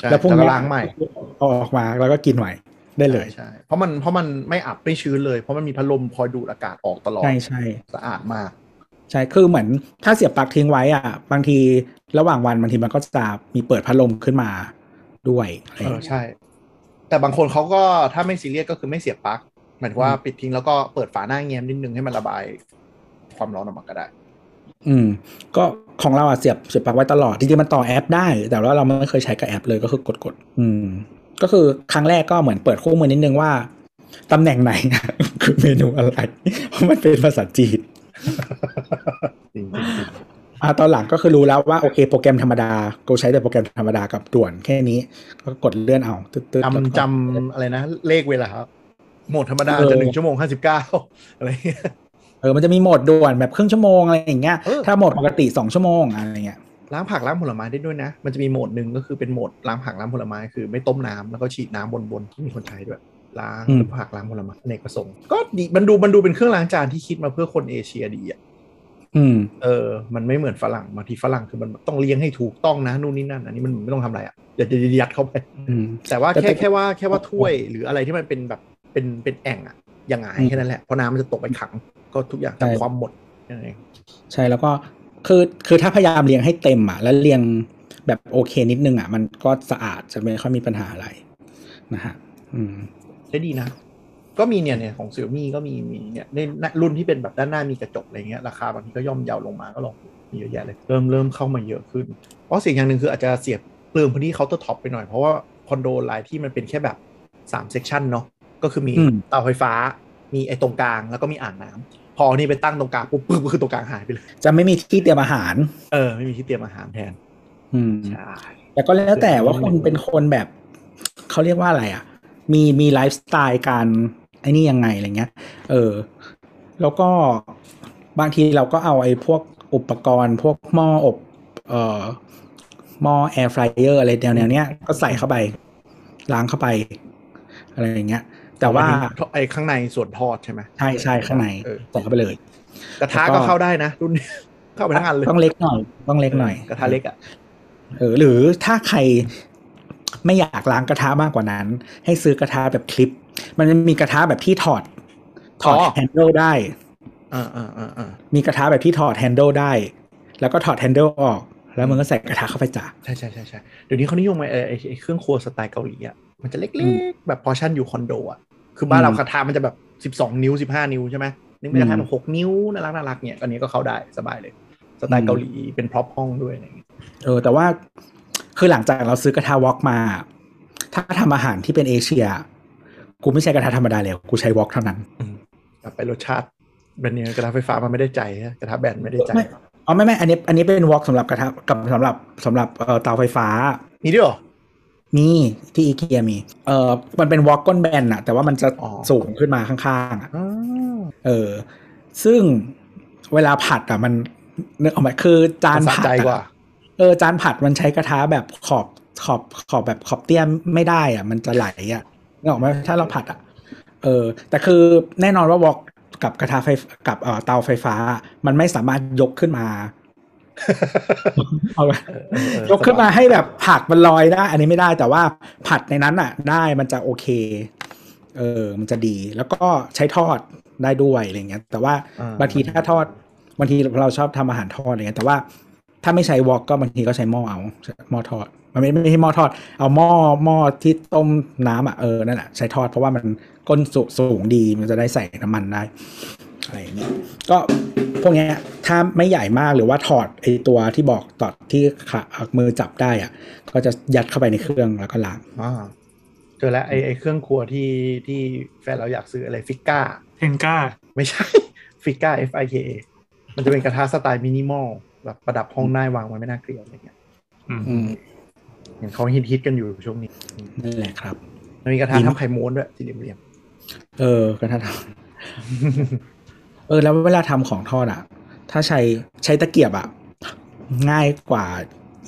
ใช่
แล้วพรุ่งนี้
ล้างใหม่
เอาออกมาแล้วก็กินใหม่ได้เลย
ใช่เพราะมันเพราะมันไม่อับไม่ชื้นเลย เพราะมันมีพัดลมคอยดูดอากาศออกตลอด
ใช่ใช่
สะอาดมาก
ใช่คือเหมือนถ้าเสียบปลั๊กทิ้งไว้อ่ะ บางทีระหว่างวันบางทีมันก็จะมีเปิดพัดลมขึ้นมาด้วยอะไรอ
เอย่าง อ
เงี้ย
ใช่ แต่บางคนเขาก็ถ้าไม่ซีเรียสก็คือไม่เสียบปลั๊ก หมายถึงว่าปิดทิ้งแล้วก็เปิดฝาหน้าเงียบนิดนึงให้มันระบายความร้อนออกมาก็ได้
อืม ก็ของเราอ่ะเสียบเสียบปลั๊กไว้ตลอดจริงๆมันต่อแอปได้ แต่ว่าเราไม่เคยใช้กับแอปเลยก็คือกดกดๆอืม ก็คือครั้งแรกก็เหมือนเปิดคู่มือนิดนึงว่าตำแหน่งไหน [LAUGHS] คือเมนูอะไรเพราะมันเป็นภาษาจีน
จริงๆจริง
อ่าตอนหลังก็คือรู้แล้วว่าโอเคโปรแกรมธรรมดากูใช้แต่โปรแกรมธรรมดากับด่วนแค่นี้ก็กดเลื่อนเอาตึ๊ดๆ
ๆ
แล้วก็
จำจำอะไรนะ เลขเวลาครับ โหมดธรรมดา
เออ
จะหนึ่งชั่วโมงห้าสิบเก้าอะไรเงี้ย
เออมันจะมีโหมดด่วนแบบครึ่งชั่วโมงอะไรอย่างเงี้ย
เออ
ถ้าโหมดปกติสองชั่วโมงอะไรเงี้ย
ล้างผักล้างผลไม้ได้ด้วยนะ มันจะมีโหมดหนึ่งก็คือเป็นโหมดล้างผักล้างผลไม้คือไม่ต้มน้ำแล้วก็ฉีดน้ำบนๆที่มีคนใช้ด้วยล้างผักล้างผลไม้ในกระสงค์ก็ดีมันดูมันดูเป็นเครื่องล้างจานที่คิดมาเพื่อคนเอเชียดีอ่ะ
อืม
เออ มันไม่เหมือนฝรั่งบางทีฝรั่งคือมันต้องเลี้ยงให้ถูกต้องนะนู่นนี่นั่น อันนี้มันไม่ต้องทำอะไรอะ อย่าจะยัดเข้าไป
อืม
แต่ว่า
แต่
แค่
แต่
แค่ว่าแค่ว่าถ้วยหรืออะไรที่มันเป็นแบบเป็นเป็นแอ่งอะอย่างไงายแค่นั้นแหละเพราะน้ำมันจะตกไปขังก็ทุกอย่างทำความหมดยังไง
ใช่แล้วก็คือคือถ้าพยายามเรียงให้เต็มอ่ะ แล้วเรียงแบบโอเคนิดนึงอ่ะ มันก็สะอาดจะไม่ค่อยมีปัญหาอะไรนะฮะอืม
ได้ดีนะ ก็มีเนี่ยเนี่ยของเซี่ยมี่ก็มีมีเนี่ยในรุ่นที่เป็นแบบด้านหน้ามีกระจกอะไรเงี้ยราคาบางทีก็ย่อมเยาวลงมาก็ลองมีเยอะแยะเลยเริ่มเริ่มเข้ามาเยอะขึ้น เพราะสิ่งอย่างหนึ่งคืออาจจะเสียบเปลืองพื้นที่เคาน์เตอร์ท็อปไปหน่อยเพราะว่าคอนโดหลายที่มันเป็นแค่แบบ3เซกชันเนาะก็คือมี
อืม
เตาไฟฟ้า มีไอ้ตรงกลางแล้วก็มีอ่างน้ำพอเอานี่ไปตั้งตรงกลางปุ๊บ [LAUGHS] ปึ๊บก็คือตรงกลางหายไปเลย
จะไม่มีที่เตรียมอาหาร
เออ ไม่มีที่เตรียมอาหารแทน
อืม
ใช่
แต่ก็แล้วแต่ว่าคุณเป็นคนแบบ เขาเรียกว่าอะไรอ่ะ มีมีไลฟ์สไตล์การไอ้นี่ยังไงอะไรเงี้ย เออ แล้วก็บางทีเราก็เอาไอ้พวกอุปกรณ์ พวกหม้ออบ เอ่อหม้อแอร์ฟรายเออร์อะไรแนวแนวๆเนี้ยก็ใส่เข้าไป ล้างเข้าไป อะไรอย่างเงี้ย แต่ว่า
ไอ้ข้างในส่วนทอดใช่ไหม
ใช่ใช่ข้างใน
เออ
ใส่เข้าไปเลย
กระทะ
แล้วก็
ก็เข้าได้นะรุ่นนี้ [LAUGHS] เข้าไปทั้งอันเลย
ต้องเล็กหน่อย ต้องเล็กหน่อย
กระทะเล็กอ่ะ
เออหรือถ้าใครไม่อยากล้างกระทะมากกว่านั้น ให้ซื้อกระทะแบบคลิป มันจะมีกระทะแบบที่ถอด ถอดแฮนเดิลได้
อ่าอ่าอ่าอ่า
มีกระทะแบบที่ถอดแฮนเดิลได้ แล้วก็ถอดแฮนเดิลออก แล้วมึงก็ใส่กระทะเข้าไปจ้ะ
ใช่ใช่ใช่ใช่เดี๋ยวนี้เขานิยมไอ้ไอ้ไอ้ไอ้เครื่องครัวสไตล์เกาหลีอ่ะมันจะเล็ก
อืม
ๆ แบบพอชั่นอยู่คอนโดอ่ะคือบ้านเรา
อืม
กระทะมันจะแบบสิบสองนิ้วสิบห้านิ้วใช่ไหมนี่มันกระทะแบบหกนิ้วน่ารักน่ารักเนี่ยอันนี้ก็เข้าได้สบายเลยสไต
อื
ล์
ม
เกาหลีเป็นพร็อพห้องด้วยอะไรอย่างเงี้ย
เออแต่ว่าคือหลังจากเราซื้อกระทะวอกมา ถ้าทำอาหารที่เป็นเอเชีย กูไม่ใช่กระทะธรรมดาแล้วกูใช้วอกเท่านั้น
กลับไปรสชาติแบบนี้กระทะไฟฟ้ามันไม่ได้ใจนะกระทะแบนไม่ได้ใจ
ไม่อ๋อไม่ไม่อันนี้อันนี้เป็นวอกสำหรับกระทะกับสำหรับสำหรับเอ่อเตาไฟฟ้า
มีด้วยเหรอ
มีที่อีเกียมี เออมันเป็นวอลก้นแบนอะแต่ว่ามันจะ
อ๋อ
สูงขึ้นมาข้างๆอะ
อ๋อ
เออ ซึ่งเวลาผัดอะมันนึกออกไหมคือจาน
สะ
ผัด
ใจ
อะ
กว่า
เออจานผัดมันใช้กระทะแบบขอบขอบขอบแบบขอบเตี้ยไม่ได้อะมันจะไหลอะนึกออกไหมถ้าเราผัดอะเออ แต่คือแน่นอนว่าวอลกับกระทะไฟกับเอ่อเตาไฟฟ้า มันไม่สามารถยกขึ้นมา เอาไว้ ยกขึ้นมาให้แบบผักมันลอยได้ อันนี้ไม่ได้แต่ว่าผัดในนั้นอ่ะ ได้มันจะโอเค เออ มันจะดี แล้วก็ใช้ทอดได้ด้วยอะไรเงี้ย แต่ว่า
อ่า
บางทีถ้าทอดบางทีเราชอบทำอาหารทอดอะไรเงี้ยแต่ว่าถ้าไม่ใช้วอกก็บางทีก็ใช้หม้อเอาหม้อทอด มันไม่ไม่ใช่หม้อทอด เอาหม้อหม้อที่ต้มน้ำอ่ะเออนั่นแหละใช้ทอดเพราะว่ามันก้นสูงสูงดีมันจะได้ใส่น้ำมันได้อะไรอย่างเงี้ย ก็พวกเนี้ยถ้าไม่ใหญ่มากหรือว่าถอดไอตัวที่บอกตอดที่ขามือจับได้อ่ะ ก็จะยัดเข้าไปในเครื่องแล้วก็ล้าง
อ่าเจอแล้วไอ้ไอ้เครื่องครัวที่ที่แฟนเราอยากซื้ออะไรฟิก้า
เทนก้า
ไม่ใช่ [LAUGHS] ฟิก้า F I K A มันจะเป็นกระทะสไตล์มินิมอลแบบประดับห้องได้วางไว้ไม่น่าเกลียดอะไรเงี้ย
อืม
เห็นเขาฮิตฮิตๆกันอยู่ช่วงนี้
นั่นแหละครับ
มันมีกระทะ
ดีมาก
ทำไข่ม้วนด้วยสี่เหลี่ยม
เออกระทะทำเอ [LAUGHS] อแล้วเวลาทำของทอดอ่ะ ถ้าใช้ใช้ตะเกียบอ่ะ ง่ายกว่า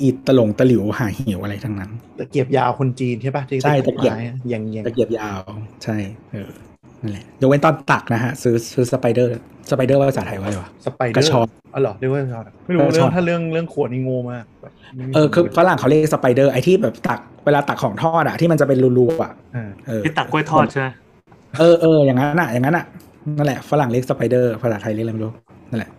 อีตะหลงตะหลิวหาหิวอะไรทั้งนั้น
ๆตะเกียบยาวคนจีนใช่ป่ะที่
ใช่ตะเกียบ
ไม้อะเยียงเยียง
ตะเกียบยาว ใช่ เออนั่นแหละยกเว้นตอนตักนะฮะ ซื้อซื้อสไปเดอร์สไปเดอร์ว่าภาษาไทยว่าอะไรวะ
สไปเด
ก
อ
ระ
ร์
ชอน
อ๋อเหรอเรียกว่ากระชอนไม่รู้
กระช
เรื่
อ
อน งถ้าเรื่องเรื่องขวดนี่โง่มากแบบไม่มี
เออคือฝรั่งเขาเรียกสไปเดอร์ไอที่แบบตักเวลาตักของทอดอะที่มันจะเป็นรูๆอะ
เออ
เออ
ที่ตักกล้วยทอดใช่ไหม
เออเอออย่างนั้นอะอย่างนั้นอะนั่นแหละฝรั่งเรียกสไปเดอร์ภาษาไทยเรียกอะไรไม่รู้นั่นแหละ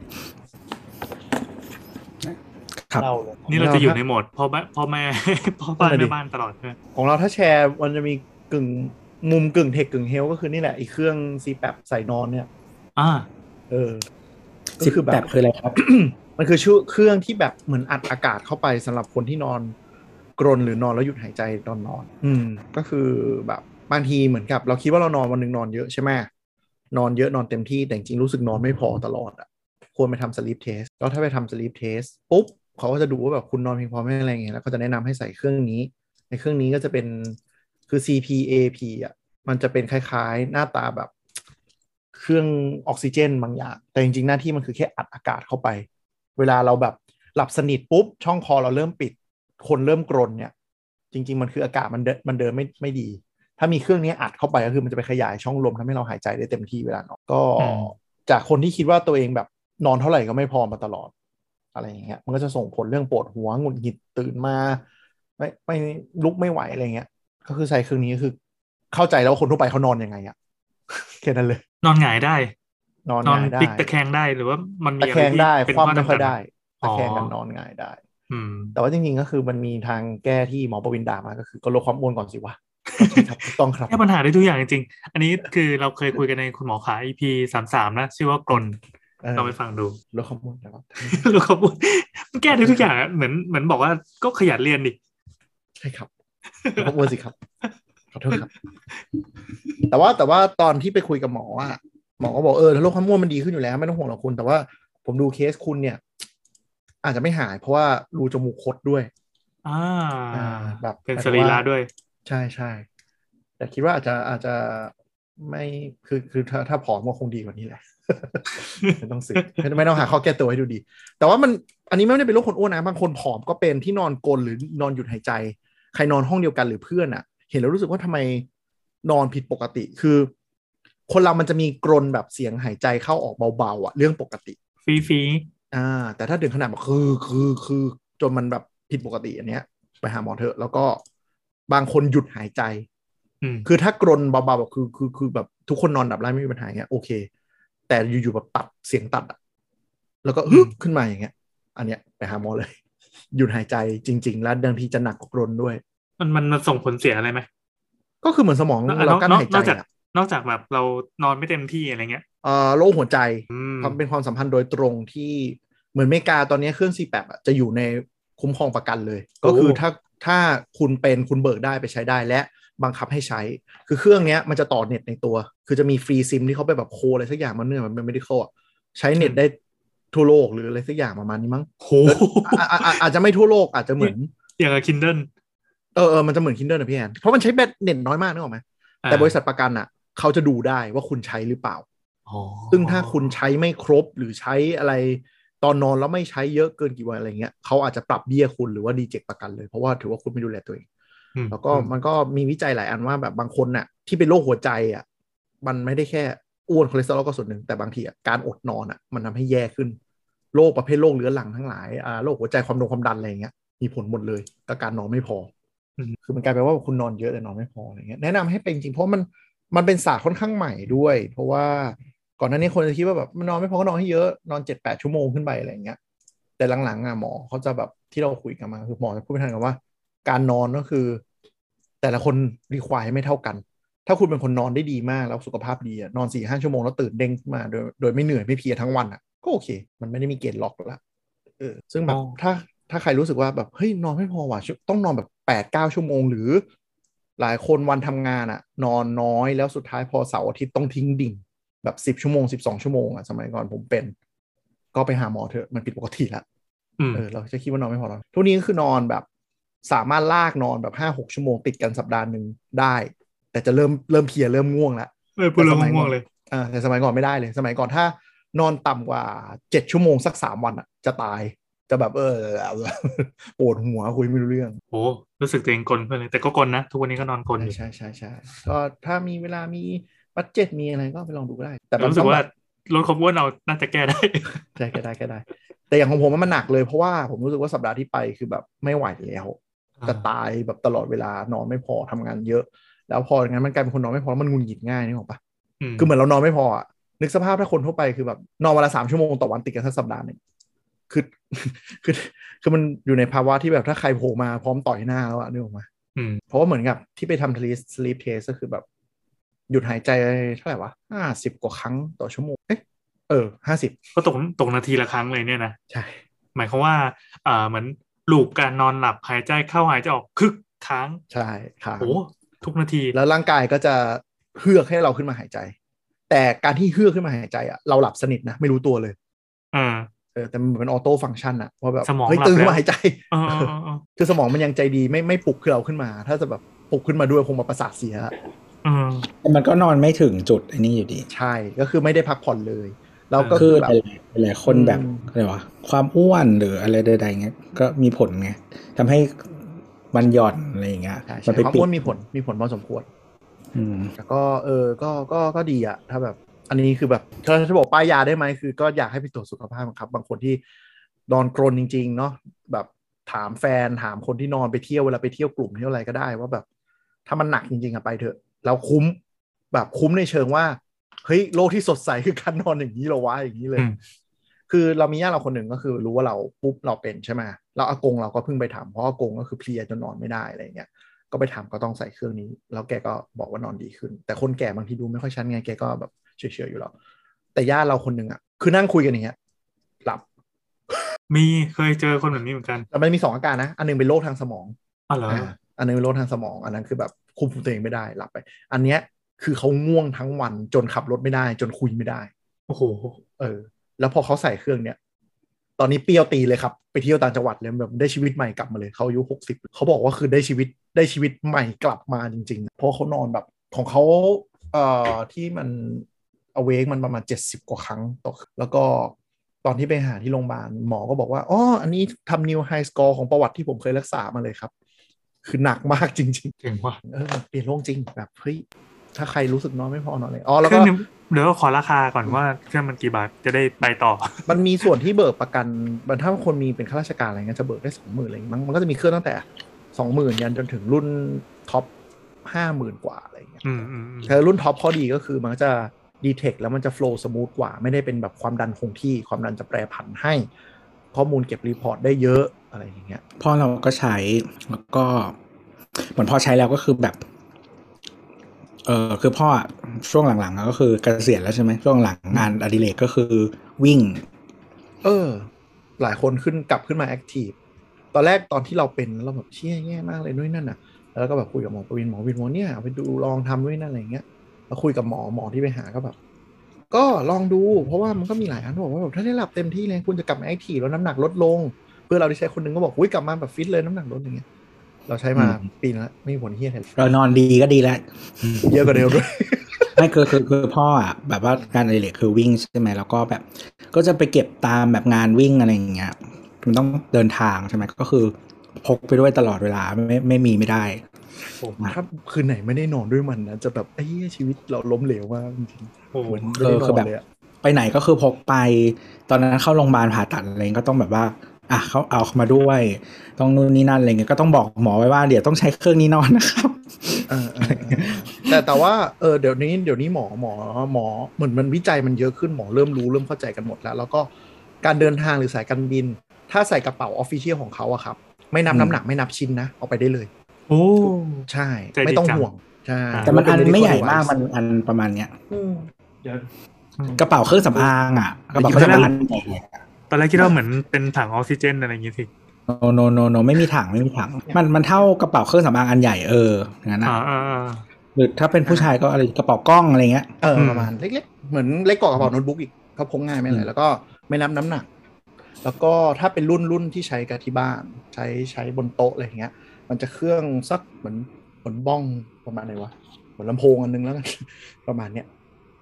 ครับ
เล่าเลย
นี่เราจะอยู่ในโหมดพ่อแม่พ่อแม่ [LAUGHS] พ่อบ้านแม่บ้านตลอดใช่ไหม
ของเราถ้าแชร์มันจะมีกึ่งมุมกึ่งเทคกึ่งเฮลก็คือนี่แหละไอ้เครื่องซีแปบใส่นอนเนี่ย
อ่า
เออ ก็
สิบ
คือแบบ
แบบคืออะไรครับ
มันคือชื่อเครื่องที่แบบเหมือนอัดอากาศเข้าไปสำหรับคนที่นอนกรนหรือนอนแล้วหยุดหายใจตอนนอน อืม ก็คือแบบบางทีเหมือนกับ เราคิดว่าเรานอนวันหนึ่งนอนเยอะใช่ไหมนอนเยอะนอนเต็มที่แต่จริงๆรู้สึกนอนไม่พอตลอดอ่ะ ควรไปทำสลีปเทสแล้วถ้าไปทำสลีปเทสปุ๊บเขาก็จะดูว่าแบบคุณนอนเพียงพอไหม่อะไรเงี้ยแล้วก็จะแนะนำให้ใส่เครื่องนี้ ในเครื่องนี้ก็จะเป็นคือ CPAP อ่ะ มันจะเป็นคล้ายๆ หน้าตาแบบ เครื่องออกซิเจนบางอย่าง แต่จริงๆ หน้าที่มันคือแค่อัดอากาศเข้าไป เวลาเราแบบหลับสนิทปุ๊บ ช่องคอเราเริ่มปิด คนเริ่มกรนเนี่ย จริง ๆ มันคืออากาศมันเดินมันเดินไม่ไม่ดี ถ้ามีเครื่องนี้อัดเข้าไปก็คือมันจะไปขยายช่องลมทำให้เราหายใจได้เต็มที่เวลานอนก็
อืม
จากคนที่คิดว่าตัวเองแบบนอนเท่าไหร่ก็ไม่พอมาตลอด อะไรอย่างเงี้ยมันก็จะส่งผลเรื่องปวดหัวหงุดหงิดตื่นมา ไม่ไม่ลุกไม่ไหวอะไรเงี้ย ก็คือใส่เครื่องนี้ก็คือ เข้าใจแล้วว่าคนทั่วไปเขานอนยังไงอะ [LAUGHS] แค่นั้นเลย
นอนหงายได้
นอน
นอน
ง่ายได้
พลิกตะแคงได้หรือว่ามันมี
ตะ
อะ
แค
ไรง ที่
ได้
เป็น
คว่ำ
ข้อ
ไม่ค่อย
จำกัด
ได้
อ๋
ตะ
อ
แคงกันนอนง่ายได้
อืม
แต่ว่าจริงๆก็คือมันมีทางแก้ที่หมอประวินดามาก็คือก็ลดความอ้วนก่อนสิ
[LAUGHS]
วะ ใช่ครับถูกต้องครับ
แก้ปัญหาได้ทุกอย่างจริงๆ อันนี้คือเราเคยคุยกันในคุณหมอขา EP สามสามนะ ชื่อว่ากลน
เออ
เราไปฟังดู [LAUGHS]
ลดความอ้วนนะครับ
รู้เขาพูดมันแก้ได้ทุกอย่างอะเหมือนเหมือนบอกว่าก็ขยันเรียนดิ
ใช่ครับ ลดความอ้วนสิครับขอโทษครับ แต่ว่าแต่ว่าตอนที่ไปคุยกับหมออะหมอก็บอกเออถ้าโรคความอ้วนมันดีขึ้นอยู่แล้ว ไม่ต้องห่วงหรอกคุณ แต่ว่าผมดูเคสคุณเนี่ย อาจจะไม่หายเพราะว่ารูจมูกคดด้วย
อ่า
อ่าแบบ
เป็น
แบบ
สรีระ
ว่า
ด้วย
ใช่ใช่แต่คิดว่าอาจจะอาจจะไม่คือคือถ้าถ้าผอมก็คงดีกว่านี้แหละ [LAUGHS] ไม่ต้องซื้อไม่ไม่ต้องหาข้อแก้ตัวให้ดูดี แต่ว่ามันอันนี้ไม่ได้เป็นโรคคนอ้วนนะบางคนผอมก็เป็นที่นอนกลนหรือนอนหยุดหายใจ ใครนอนห้องเดียวกันหรือเพื่อนอ่ะ เห็นแล้วรู้สึกว่าทำไมนอนผิดปกติคือ คนเรามันจะมีกรนแบบเสียงหายใจเข้าออกเบาๆอ่ะเรื่องปกติ
ฟีฟี
อ่าแต่ถ้าถึงขนาดแบบคือคือคือจนมันแบบผิดปกติอันเนี้ย ไปหาหมอเถอะ แล้วก็บางคนหยุดหายใจ
อืม
คือถ้ากรนเบาๆแบบคือคือคือแบบทุกคนนอนดับไล่ไม่มีปัญหาอย่างเงี้ยโอเค แต่อยู่ๆแบบตัดเสียงตัดอะแล้วก็ฮึบขึ้นมาอย่างเงี้ย อันเนี้ยไปหาหมอเลย หยุดหายใจจริง ๆ แล้วบางทีจะหนักกว่ากรนด้วย
มันมันมันส่งผลเสียอะไรไหม
ก็คือเหมือนสมอง
นอกจาก
เรากั้นหายใจ
นอกจาก
อะ
นอกจากแบบเรานอนไม่เต็มที่อะไรเงี้ย
เอ่อโรคหัวใจ
อืม
ความเป็นความสัมพันธ์โดยตรงที่เหมือนอเมริกาตอนนี้เครื่อง c p a p อะจะอยู่ในคุ้มครองประกันเลย ก็คือถ้าถ้าคุณเป็นคุณเบิกได้ไปใช้ได้และบังคับให้ใช้ คือเครื่องเนี้ยมันจะต่อเน็ตในตัว คือจะมีฟรีซิมที่เขาไปแบบโคอะไรสักอย่างมันเนื่องมันเป็น medical อะใช้เน็ตได้ทั่วโลกหรืออะไรสักอย่างประมาณนี้มั้ง
โห
อ่ะอ่ะอ่ะอาจจะไม่ทั่วโลกอาจจะเหมือน
อย่างกับคินเดิล
เออเออมันจะเหมือน Kindle นะพี่แอนเพราะมันใช้แบตเน็ตน้อยมากนึกออกไหมแต่บริษัทประกันอ่ะเขาจะดูได้ว่าคุณใช้หรือเปล่า ซึ่งถ้าคุณใช้ไม่ครบหรือใช้อะไรตอนนอนแล้วไม่ใช้เยอะเกินกี่วันอะไรเงี้ยเขาอาจจะปรับเบี้ยคุณหรือว่าดีเจ็ประกันเลย เพราะว่าถือว่าคุณไม่ดูแลตัวเอง แล้วก็มันก็มีวิจัยหลายอันว่าแบบบางคนน่ะ ที่เป็นโรคหัวใจอ่ะมันไม่ได้แค่อ้วนคอเลสเตอรอลก็ส่วนหนึ่งแต่บางทีอ่ะการอดนอนอ่ะมันทำให้แย่ขึ้นโรคประเภทโรคเรื้อรังทั้งหลายอ่าโรคหัวใจความดงความดันอะไรอย่างเงี้ยมีผลหมดเลยกับการนอนไม่พออ
ม
คือมันกลายเป็นว่าคุณนอนเยอะแต่นอนไม่พออะไรเงี้ยแนะนำให้เป็นจริงเพราะมันมันเป็นศาสตร์ค่อนข้างใหม่ด้วย เพราะว่าก่อนหน้านี้คนจะคิดว่าแบบมันนอนไม่พอก็นอนให้เยอะนอนเจ็ดแปดชั่วโมงขึ้นไปอะไรอย่างเงี้ย แต่หลังๆอ่ะหมอเขาจะแบบที่เราคุยกันมาคือหมอจะพูดไปทางกันว่า การนอนก็คือ แต่ละคนรีควายไม่เท่ากัน ถ้าคุณเป็นคนนอนได้ดีมากแล้วสุขภาพดีอะนอนสี่ห้าชั่วโมงแล้วตื่นเด้งขึ้นมาโดยโดยไม่เหนื่อยไม่เพลียทั้งวันอ่ะก็โอเค มันไม่ได้มีเกณฑ์ล็อกละเออซึ่งแบบ
อ๋อ
ถ้าถ้าใครรู้สึกว่าแบบเฮ้ยนอนไม่พอว่ะชั่วต้องนอนแบบแปดเก้าชั่วโมงหรือ หลายคนวันทำงานอ่ะ นอนน้อยแล้วสุดท้ายพอเสาร์อาทิตย์ต้องทิ้งดิ่ง แบบสิบชั่วโมงสิบสองชั่วโมงอ่ะสมัยก่อนผมเป็น ก็ไปหาหมอเถอะมันผิดปกติละ
อืม
เออเราจะคิดว่านอนไม่พอหรอกทุกนี้ก็คือนอนแบบ สามารถลากนอนแบบห้าหกชั่วโมงติดกันสัปดาห์หนึ่งได้ แต่จะเริ่มเริ่มเพลียเริ่มง่วงแล้ว
เออพูดแล้วง่วงเลย
อ่าแต่สมัยก่อนไม่ได้เลย สมัยก่อนถ้านอนต่ำกว่าเจ็ดชั่วโมงสักสามวันอ่ะ จะตายจะแบบเออ [LAUGHS] ปวดหัวคุยไม่รู้เรื่อง
โห รู้สึกตัวเองกลนเพื่อนเลย แต่ก็กลนะ ทุกวันนี้ก็นอนกลอยู่
ใช่ใช่ใช่ก็ถ้ามีเวลามีบัตเจ็ตมีอะไรก็ไปลองดูก็ได้ แต่
แต่
มัน
รู้สึ
ต้อก ง
ว่า
แบบ
ลดความอ้วนเราน่าจะแก้ได้
ใช่ก็ได้ก็ได้ แต่อย่างของผมมันหนักเลยเพราะว่าผมรู้สึกว่าสัปดาห์ที่ไปคือแบบไม่ไหวแล้ว จะตายแบบตลอดเวลานอนไม่พอทำงานเยอะ แล้วพออย่างนั้นมันกลายเป็นคนนอนไม่พอแล้วมันหงุนหงิดง่ายนึกออกปะคือเหมือนเรานอนไม่พออะนึกสภาพถ้าคนทั่วไปคือแบบนอนวันละสามชั่วโมงต่อวันติดกันทั้งสัปดาห์หนึ่งคือ [LAUGHS] คือคือมันอยู่ในภาวะที่แบบถ้าใครโผล่มาพร้อมต่อยหน้าแล้วอะนึกออกมา
อืม
เพราะว่าเหมือนกับที่ไปทำทลีสลีปเทสก็คือแบบ หยุดหายใจเท่าไหร่วะห้าสิบกว่าครั้งต่อชั่วโมงเอ๊ะเออห้าสิบ
ก็ตกตกนาทีละครั้งเลยเนี่ยนะ
ใช่
หมายความว่าเอ่อเหมือนลูปการนอนหลับหายใจเข้าหายใจออกคึกค้าง
ใช่ครับ
โอ้ทุกนาที
แล้วร่างกายก็จะเฮือกให้เราขึ้นมาหายใจ แต่การที่เฮือกขึ้นมาหายใจอ่ะเราหลับสนิทนะ ไม่รู้ตัวเลย
อ่า
เออแต่มันเหมือนออโต้ฟังก์ชันอ่ะว่าแบบ
สมอง
เฮ้ย
หลับ
ตื่นขึ้น
แล้ว
มาหายใจ
เออเออเออเออ
คือสมองมันยังใจดีไม่ไม่ปลุกคือเราขึ้นมา ถ้าจะแบบปลุกขึ้นมาด้วยคงมาประสาทเสีย
เออ
แต่มันก็นอนไม่ถึงจุดไอ้นี่อยู่ดี
ใช่ก็คือไม่ได้พักผ่อนเลย แล้วก็
คื
คือ
อ
แบบ
หลายๆคนแบบ
อืม
อะไรวะความอ้วนหรืออะไรใดๆเงี้ยก็มีผลไงทำให้มันหย่อนอะไรอย่างเงี้ย
ใช่ใช่
มันไป
ความ
ปิด
อ้วนมีผลมีผลพอสมควร
อืม
แต่ก็เออก็ก็ก็ดีอะถ้าแบบอันนี้คือแบบถ้าจะบอกป้ายยาได้ไหมคือก็อยากให้ไปตรวจสุขภาพครับ บางคนที่นอนกรนจริง ๆ เนาะแบบ ถามแฟนถามคนที่นอนไปเที่ยวเวลาไปเที่ยวกลุ่มเที่ยวอะไรก็ได้ว่าแบบ ถ้ามันหนักจริงๆอะไปเถอะ เราคุ้มแบบคุ้มในเชิงว่า เฮ้ยโลกที่สดใสคือการนอนอย่างนี้เหรอวะอย่างนี้เลย
อืม
คือเรามีญาติเราคนหนึ่งก็คือรู้ว่าเราปุ๊บเราเป็นใช่ไหมเราอากงเราก็เพิ่งไปทำเพราะอากงก็คือเพลียจนนอนไม่ได้อะไรอย่างเงี้ยก็ไปทำก็ต้องใส่เครื่องนี้ แล้วแกก็บอกว่านอนดีขึ้น แต่คนแก่บางทีดูไม่ค่อยชันไงแกก็แบบเฉยๆอยู่แล้วแต่ญาติเราคนหนึ่งอ่ะคือนั่งคุยกันอย่างเงี้ยหลับ
มีเคยเจอคนแบบนี้เหมือนกัน
แต่มันมีสองอาการนะอันหนึงเป็นโรคทางสมอง
อ๋อเหรอ
อ่าอันนึงเป็นโรคทางสมอง อันนั้นคือแบบควบคุมตัวเองไม่ได้หลับไป อันเนี้ยคือเขาง่วงทั้งวันจนขับรถไม่ได้ จนคุยไม่ได้
โอ้โห
เออ แล้วพอเขาใส่เครื่องเนี้ยตอนนี้เปรี้ยวตีเลยครับ ไปเที่ยวต่างจังหวัดเลยแบบได้ชีวิตใหม่กลับมาเลยเขาอายุหกสิบเขาบอกว่าคือได้ชีวิตได้ชีวิตใหม่กลับมาจริงๆ เพราะเขานอนแบบของเขาเอ่อที่มันเวกมันประมาณเจ็ดสิบกว่าครั้งต่อคืนแล้วก็ตอนที่ไปหาที่โรงพยาบาลหมอก็บอกว่าอ๋ออันนี้ทำนิวไฮสกอร์ของประวัติที่ผมเคยรักษามาเลยครับ คือหนักมากจริง ๆ
เจ๋งว่ะ
เออมันเปลี่ยนโลกจริงแบบเฮ้ยถ้าใครรู้สึกนอนไม่พอนอนเลยอ๋อแล้ว
เครื่
ก็
องนึงเดี๋ยวขอราคาก่อนว่าเครื่องมันกี่บาทจะได้ไปต่อ
มันมีส่วนที่เบิกประกันมันถ้าคนมีเป็นข้าราชการอะไรเงี้ยจะเบิกได้สองหมื่นอะไรอย่างงี้มั้งมันก็จะมีเครื่องตั้งแต่สองหมื่นยันจนถึงรุ่นท็อปห้าหมื่นกว่าอะไรอย่างเงี้ย
อืมอืมอืม
แต่รุ่นท็อปข้อดีก็คือมันก็จะดีเทคแล้วมันจะโฟล์สมูทกว่า ไม่ได้เป็นแบบความดันคงที่ความดันจะแปรผันให้ ข้อมูลเก็บรีพอร์ตได้เยอะอะไรอย่างเงี้ย
พ่อเราก็ใช้แล้วก็ เหมือนพ่อใช้แล้วก็คือแบบ เออคือพ่ออะช่วงหลังๆอะก็คือเกษียณแล้วใช่ไหมช่วงหลังงานอดิเรกก็คือวิ่ง
เออ หลายคนขึ้นกลับขึ้นมาแอคทีฟตอนแรกตอนที่เราเป็นเราแบบเชี่ยแย่มากเลยนู่นนนั่นน่ะ แล้วก็แบบคุยกับหมอประวินหมอประวินบอกว่าเนี่ยเอาไปดูลองทำด้วยนั่นอะไรอย่างเงี้ยแล้วคุยกับหมอหมอที่ไปหาก็แบบ ก็ลองดูเพราะว่ามันก็มีหลายอันที่บอกว่าแบบถ้าได้หลับเต็มที่เลยคุณจะกลับมาแอคทีฟแล้วน้ำหนักลดลง เพื่อนเราที่ใช้คนหนึงก็บอกอุ้ยกลับมาแบบฟิตเลยน้ำหนักลดอย่างเงี้ยเราใช้มา
อืม
ปีละไม่มีผลเฮี้ยอะไร
เรานอนดีก็ดีแล้ว [LAUGHS]
เยอะกว่าเดิมด้วย
ไม่คือคือคือพ่ออ่ะแบบว่างานอดิเรกคือวิ่งใช่ไหมแล้วก็แบบ ก็จะไปเก็บตามแบบงานวิ่งอะไรอย่างเงี้ยมันต้องเดินทางใช่ไหมก็คือพกไปด้วยตลอดเวลาไม่ไม่ไม่มีไม่ได้
ถ้าคืนไหนไม่ได้นอนด้วยมันนะจะแบบไอ้เหี้ยชีวิตเราล้มเหลวมากจริง
โอ้
ๆ
โห
เหมือนไม่
เออน
ได้
คือ
อ
แบ
น
บ
เลยอะ
ไปไหนก็คือพกไป ตอนนั้นเข้าโรงพยาบาลผ่าตัดอะไรก็ต้องแบบว่า อ่ะเขาเอามาด้วยต้องนู่นนี่นั่นอะไรเงี้ยก็ต้องบอกหมอไว้ว่าเดี๋ยวต้องใช้เครื่องนี้นอนนะครับ
เออเออเออ แต่แต่ว่าเออเดี๋ยวนี้เดี๋ยวนี้หมอหมอหมอเหมือนมันวิจัยมันเยอะขึ้นหมอเริ่มรู้เริ่มเข้าใจกันหมดแล้ว แล้วก็การเดินทางหรือสายการบิน ถ้าใส่กระเป๋าออฟฟิเชียลของเขาอะครับ ไม่นับ
อืม
น้ำหนักไม่นับชิ้นนะเอาไปได้เลย
โอ้
ใช่
ใจดี
ไม่ต้อง
จัง
ห่วงใช่
แต่มันอัน
เป็
ไม่ใหญ่
medical
มาก
device
มันอันประมาณเนี้ย
อืมเดี๋ยว
กระเป๋าเครื่องสำอางอ่ะกระเป๋าเครื่องสำอางอันใหญ่เลยอะ
ตอนแรกคิดว่าเหมือนเป็นถังออกซิเจนอะไรอย่างงี้ที
โนโนโนโนไม่มีถังไม่มีถัง มันมันเท่ากระเป๋าเครื่องสำอางอันใหญ่เอออย่างนั้นนะ
อ่าอ่าอ่า
หรือถ้าเป็นผู้ชายก็อะไรกระเป๋ากล้องอะไรเงี้ย
เออ
อืม
ประมาณเล็กๆ เหมือนเล็กกว่ากระเป๋าโน้ตบุ๊กอีกเขาพกง่ายไม่เล
อื
ย
ม
แล้วก็ไม่นับน้ำหนัก แล้วก็ถ้าเป็นรุ่นรุ่นที่ใช้กับที่บ้าน ใช้ใช้บนโต๊ะอะไรอย่างเงี้ย มันจะเครื่องสักเหมือนเหมือนบ้องประมาณไหนวะเหมือนลำโพงอันนึงแล้วกัน [LAUGHS] ประมาณเนี้ย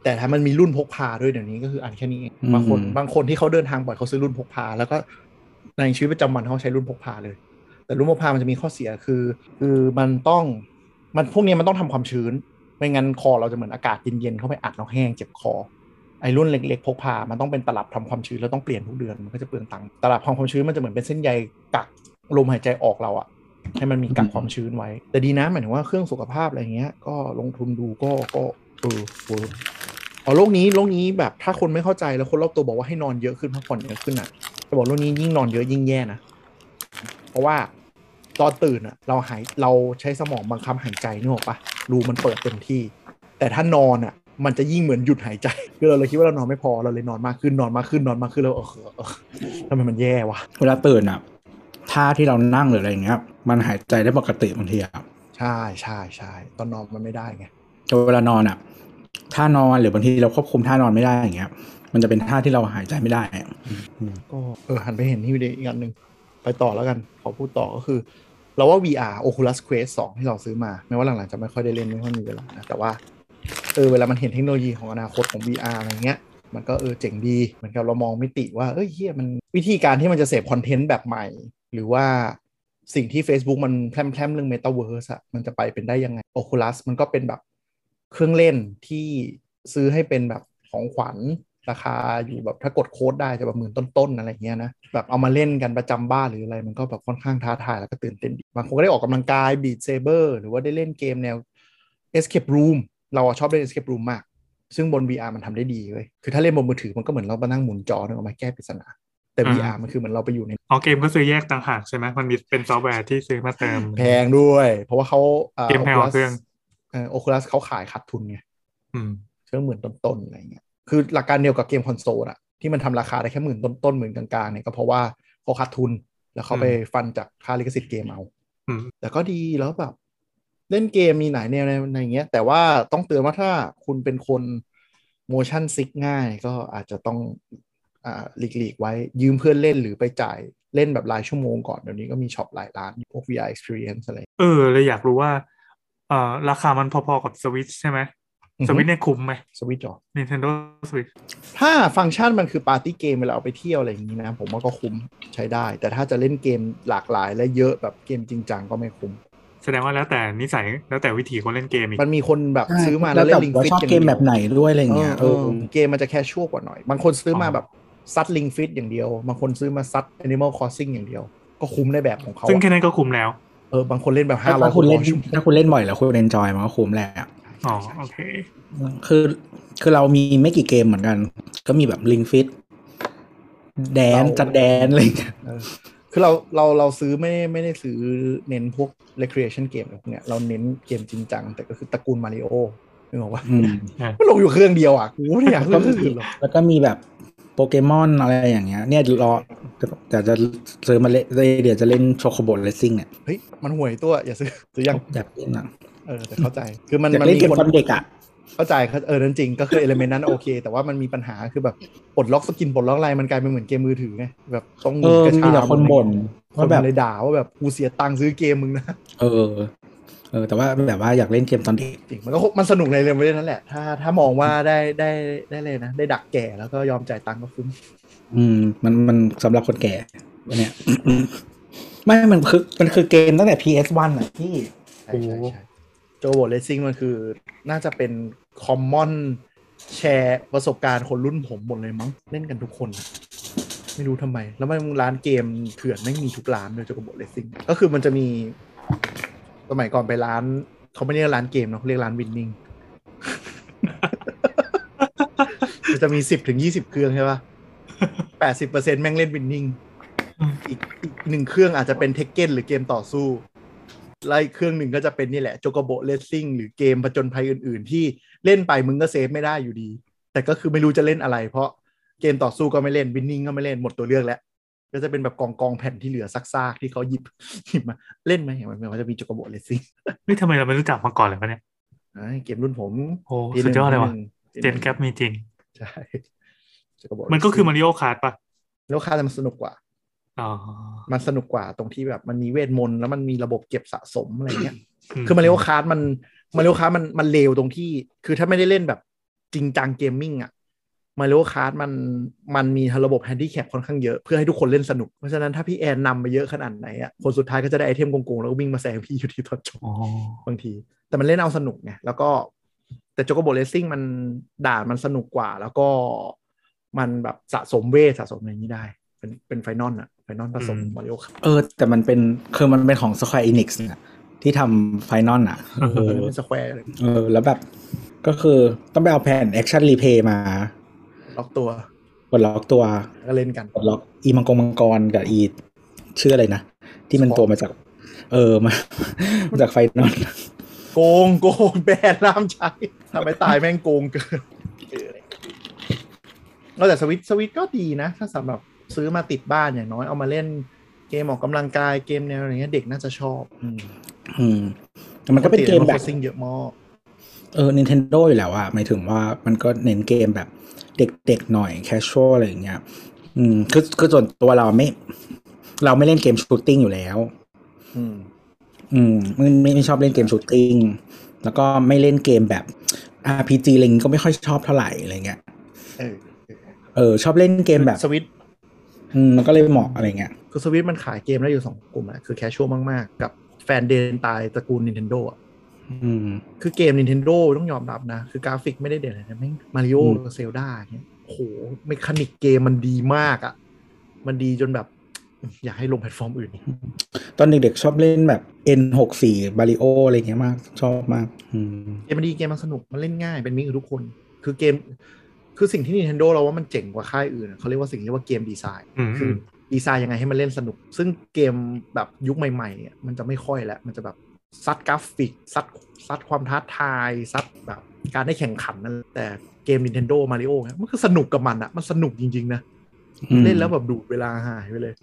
แต่ถ้ามันมีรุ่นพกพาด้วยเดี๋ยวนี้ก็คืออันแค่นี้เองบางคนบางคนที่เขาเดินทางบ่อยเขาซื้อรุ่นพกพา แล้วก็ในชีวิตประจำวันเขาใช้รุ่นพกพาเลย แต่รุ่นพกพามันจะมีข้อเสียคือ คือมันต้องมันพวกเนี้ยมันต้องทำความชื้น ไม่งั้นคอเราจะเหมือนอากาศเย็นๆเข้าไปอัดแล้วแห้งเจ็บคอ ไอ้รุ่นเล็กๆพกพา มันต้องเป็นตลับทำความชื้นแล้วต้องเปลี่ยนทุกเดือนมันก็จะเปลืองตังค์ตลับทำความชื้นมันจะเหมือนเป็นเส้นใยกักลมหายใจออกเราอะให้มันมีกักความชื้นไว้ แต่ดีนะหมายถึงว่าเครื่องสุขภาพอะไรเงี้ย ก็ลงทุนดูก็ก็เออเวิร์กอ๋อโลกนี้โลกนี้แบบถ้าคนไม่เข้าใจแล้วคนรอบตัวบอกว่าให้นอนเยอะขึ้นพักผ่อนเยอะขึ้นอ่ะจะบอกโลกนี้ยิ่งนอนเยอะยิ่งแย่นะเพราะว่าตอนตื่นอ่ะ เราหายเราใช้สมองบังคับหายใจนึกออกปะรูมันเปิดเต็มที่ แต่ถ้านอนอ่ะ มันจะยิ่งเหมือนหยุดหายใจ [LAUGHS] คือเราเลยคิดว่าเรานอนไม่พอเราเลยนอนมากขึ้นนอนมากขึ้นนอนมากขึ้นแล้วเออเออทำไมมันแย่วะ
เวลาตื่นอ่ะท่าที่เรานั่งหรืออะไรเงี้ย มันหายใจได้ปกติบางทีอะ
ใช่ใช่ใช่ตอนนอนมันไม่ได้ไง
แต่เวลานอนอ่ะท่านอนหรือบางทีเราควบคุมท่านอนไม่ได้อย่างเงี้ย มันจะเป็นท่าที่เราหายใจไม่ได้อะ
ก็เออหันไปเห็นที่วิดีโออีกอันหนึ่งไปต่อแล้วกันขอพูดต่อก็คือ เราว่า VR Oculus Quest 2 ที่เราซื้อมาแม้ว่าหลังๆจะไม่ค่อยได้เล่นไม่ค่อยมีเวลานะแต่ว่าเออเวลามันเห็นเทคโนโลยีของอนาคตของ VR อะไรเงี้ย มันก็เออเจ๋งดีเหมือนกับเรามองมิติว่าเอ้ยเฮียมันวิธีการที่มันจะเสพคอนเทนต์แบบใหม่ หรือว่าสิ่งที่ Facebook มันแพร่มๆเรื่อง Metaverse อะมันจะไปเป็นได้ยังไง Oculus มันก็เป็นแบบเครื่องเล่นที่ซื้อให้เป็นแบบของขวัญ ราคาอยู่แบบถ้ากดโค้ดได้จะแบบหมื่นต้นๆอะไรเงี้ยนะแบบเอามาเล่นกันประจำบ้านหรืออะไรมันก็แบบค่อนข้างท้าทายแล้วก็ตื่นเต้นดีบางคนก็ได้ออกกำลังกายบีดเซเบอร์หรือว่าได้เล่นเกมแนว Escape Room เราอะชอบเล่น Escape Room มาก ซึ่งบน VR มันทำได้ดีเว้ยคือถ้าเล่นบนมือถือมันก็เหมือนเรามานั่งหมุนจอนึกออกมาแก้ปริศนาแต่
อ่า
VR มันคือเหมือนเราไปอยู่ใน
อ๋อเกมก็ซื้อแยกต่างหากใช่ไหมมันมีเป็นซอฟต์แวร์ที่ซื้อมาเติม
แพงด้วย เพราะว่าเขา
เกมแพงกว่าเครื่อง
โอคูลัสเขาขายขาดทุนไง
อืม
เครื่องหมื่นต้นๆอะไรเงี้ยคือหลักการเดียวกับเกมคอนโซลอะที่มันทำราคาได้แค่หมื่นต้นๆหมื่นกลางๆเนี่ยก็เพราะว่าเขาขาดทุนแล้วเขาไปฟันจากค่าลิขสิทธิ์เกมเอา
อืม
แต่ก็ดีแล้วแบบ เล่นเกมมีหลายแนวในในอย่างเงี้ย แต่ว่าต้องเตือนว่าถ้าคุณเป็นคน motion sick ง่ายก็อาจจะต้องอ่าหลีกหลีกๆไว้ยืมเพื่อนเล่นหรือไปจ่ายเล่นแบบรายชั่วโมงก่อนเดี๋ยวนี้ก็มีช็อปหลายร้านพวก VR experience อะไร
เออเลยอยากรู้ว่าเอ่อราคามันพอๆกับสวิตใช่ไหม
อือฮึ
สวิตเนี่ยคุ้มไหม
สวิตช์หรอ
Nintendo Switch
ถ้าฟังก์ชันมันคือปาร์ตี้เกมเวลาเอาไปเที่ยวอะไรอย่างนี้นะ ผมว่าก็คุ้มใช้ได้ แต่ถ้าจะเล่นเกมหลากหลายและเยอะแบบเกมจริงจังก็ไม่คุ้ม
แสดงว่าแล้วแต่นิสัยแล้วแต่วิถีคนเล่นเกมอีก
มันมีคนแบบซื้อมา
แล้
แล้ว ว
แต่
เล่นลิง
ว่า
ฟิต
ชอบเกมแบบไหนด้วยอะไรอย่างเงี้ย
เอ
เอ
อ
อ
เกมมันจะแค่ชั่วกว่าหน่อย บางคนซื้อมา
อ๋อ
แบบซัดลิงฟิตอย่างเดียว บางคนซื้อมาซัด Animal Crossing อย่างเดียว ก็คุ้มในแบบของเขา
ซึ่งแค่
อะ
นั้นก็คุ้มแล้ว
เออบางคนเล่นแบบห้า
ถ้า
ร้อย
คุณเล่น
ชั่วโมง
ถ้าคุณเล่นบ่อยแล้วคุณเอนจอยมันก็คุ้มแหละ
อ๋อโอเค
คือคือเรามีไม่กี่เกมเหมือนกัน ก็มีแบบลิงฟิตแดนจัดแดนอะไรอย่างเงี้ย
เออคือเราเราเราซื้อไม่ได้ไม่ได้ซื้อเน้นพวก recreation เกมอะไรพวกเนี้ยเราเน้นเกมจริงจังแต่ก็คือตระกูลมาริโอนึกออกปะ
อืม
มันลงอยู่เครื่องเดียวอ่ะกูไม่อยากเล่นเครื่องอื่นหรอก
แล้วก็มีแบบโปเกมอนอะไรอย่างเงี้ย เนี่ยรอแต่จะซื้อมาเล่นเดี๋ยวจะเล่นโชโคโบเลสซิ่งเนี่ย
เฮ้ยมันห่วยตัว อย่าซื้อ [LAUGHS] ซื้อยัง
อยากเล่นอะ
เออแต่เข้าใจ คือมัน
อยาก
มัน
เล่น
มี
เกม
คน
ตอนเด็กอ่ะ
เข้าใจเขาเออนั่นจริงก็คือเอลเมนต์นั้นโอเค แต่ว่ามันมีปัญหาคือแบบปลดล็อกสกินปลดล็อกอะไรมันกลายเป็นเหมือนเกมมือถือไงแบบต้องห
เออก
มุนระชา
มีแต่คนบ่น
คน
ว่าแบบ
เลยด่าว่าแบบกูเสียตังค์ซื้อเกมมึงนะ
เออ เออ แต่ว่าแบบว่าอยากเล่นเกมตอนเด็ก
จริงมันก็ [LAUGHS] มันสนุกในเรื่องนั้นแหละ ถ้าถ้ามองว่าได้ได้ได้เลยนะ ได้ดักแก่แล้วก็ยอมจ่ายตังค์ก็คุ้ม
อืม มันมันสำหรับคนแก่อันเนี่ย [COUGHS] ไม่มันคือมันคือเกมตั้งแต่ PS1 อ่ะที่
ใช่ใช่ใช่โจโบเลสซิ่งมันคือน่าจะเป็นคอมมอนแชร์ประสบการณ์คนรุ่นผมหมดเลยมั้ง เล่นกันทุกคนอะไม่รู้ทำไม แล้วมันร้านเกมเถื่อนไม่มีทุกร้านเลยโจโบเลสซิ่งก็คือมันจะมี สมัยก่อนไปร้านเขาไม่เรียกร้านเกมเนาะเขาเรียกร้านวินนิ่ง [LAUGHS] มันจะมีสิบถึงยี่สิบเครื่องใช่ปะแปดสิบเปอร์เซ็นแม่งเล่นวินนิ่ง
อืม
อีกอีกหนึ่งเครื่องอาจจะเป็นเทคเก้นหรือเกมต่อสู้ ไล่เครื่องหนึ่งก็จะเป็นนี่แหละโจโกโบเลสซิ่งหรือเกมผจญภัยอื่น ๆ ที่เล่นไปมึงก็เซฟไม่ได้อยู่ดี แต่ก็คือไม่รู้จะเล่นอะไร เพราะเกมต่อสู้ก็ไม่เล่นวินนิ่งก็ไม่เล่นหมดตัวเลือกแล้ว ก็จะเป็นแบบกองกองๆแผ่นที่เหลือซากๆที่เขาหยิบหยิบมาเล่นไหมเห็นไหมว่าจะมีโจโกโบเลสซิ่ง
นี่ทำไมเราไม่รู้จักมาก่อนเลยวะเนี่ย
เกมรุ่นผม
โอ้
ปีห
สุด
นึ่ง
ยอดเลยว่ะ
ปีห
เจ
นึ่ง
นแกปมีจริง
ใช่ Chocobo
มันก็คือมา
Racing
ริโอคาร์ดป่ะ
แล้วค่าแต่มันสนุกกว่า
อ๋อ
มันสนุกกว่าตรงที่แบบมันมีเวทมนต์แล้วมันมีระบบเก็บสะสมอะไรเงี้ย
อืม
คือมาเรียวคาร์ดมันมาเรียวคาร์ดมันมันเลวตรงที่ คือถ้าไม่ได้เล่นแบบจริงจังเกมมิ่งอ่ะมาเรียวคาร์ดมันมันมีระบบแฮนดี้แคปค่อนข้างเยอะเพื่อให้ทุกคนเล่นสนุก เพราะฉะนั้นถ้าพี่แอนนำไปเยอะขนาดไหนอ่ะคนสุดท้ายก็จะได้ไอเทมโกงๆแล้วก็วิ่งมาแซงพี่อยู่ที่ตอนจบ
อ๋อบ
างที แต่มันเล่นเอาสนุกไงแล้วก็แต่โจโกโบเลสซิ่งมันด่านมันสนุกกว่า แล้วก็มันแบบสะสมเวทสะสมอะไรอย่างนี้ได้ เป็นเป็นไฟนอลอะไฟนอลผสมมาริโอครับ
เออ แต่มันเป็นคือมันเป็นของ Square Enix เนี่ยที่ทำไฟนอลอ่ะ เออ
เป็นสแควร์เลย
เออ แล้วแบบ ก็คือต้องไปเอาแผ่น Action Replay มา
ล็อกตัว
ปลดล็อกตัว
แล้วก็เล่นกัน
ปลดล็อกอีมังกรมังกรกับอีชื่ออะไรนะ ที่มันตัวมาจาก เออมา มาจากไฟนอล
โกงโกงแบนน้ำใช้ทำไมตายแม่งโกงเกินนอกจากสวิตช์สวิตช์ก็ดีนะ ถ้าสำหรับซื้อมาติดบ้านอย่างน้อยเอามาเล่นเกมออกกำลังกายเกมแนวอะไรเงี้ยเด็กน่าจะชอบอืม
อืมแต่มันก็เป็นเกม
ติด Animal
แบบ
Crossing เยอะมาก
เออ Nintendo อยู่แล้วอะหมายถึงว่ามันก็เน้นเกมแบบเด็กๆหน่อย casual อะไรอย่างเงี้ย อืม คือคือส่วนตัวเราไม่ เราไม่เล่นเกมชูตติ้งอยู่แล้ว
อืม
อืมไม่ไม่ไม่ชอบเล่นเกมชูตติ้ง แล้วก็ไม่เล่นเกมแบบ RPG อะไรอย่างงี้ก็ไม่ค่อยชอบเท่าไหร่อะไรเงี้ย
เออ
เออ ชอบเล่นเกมแบบ
สวิตช์
อืม มันก็เลยเหมาะอะไรเงี้ย
คือสวิตช์มันขายเกมได้อยู่สองกลุ่มอะคือแคชชวลมาก ๆ กับแฟนเดนตายตระกูล Nintendo อะ
อืม
คือเกม Nintendo ต้องยอมรับนะ คือกราฟิกไม่ได้เด่นอะไรนะแม่งมาริโอ
อืม
เซลดาเนี่ยโอ้โหเมคานิกเกมมันดีมากอะ่ะ มันดีจนแบบ อยากให้ลงแพลตฟอร์มอื่นอีก
ตอนเด็กๆชอบเล่นแบบ N64 บาริโออะไรเงี้ยมาก ชอบมาก อืม
เกมมันดีเกมมันสนุก มันเล่นง่ายเป็นมิตรกับทุกคน คือเกม คือสิ่งที่ Nintendo เราว่ามันเจ๋งกว่าค่ายอื่นอะเขาเรียกว่าสิ่งที่ว่าเกมดีไซน์
อืม
คือดีไซน์ยังไงให้มันเล่นสนุก ซึ่งเกมแบบยุคใหม่ๆเนี่ยมันจะไม่ค่อยแล้วมันจะแบบซัดกราฟิกซัดซัดความท้าทายซัดแบบการได้แข่งขันนั่นแหละแต่เกม Nintendo Mario เนี่ยมันคือสนุกกับมันอะมันสนุกจริงๆนะ
อืม
เล่นแล้วแบบดูดเวลาหายไปเลย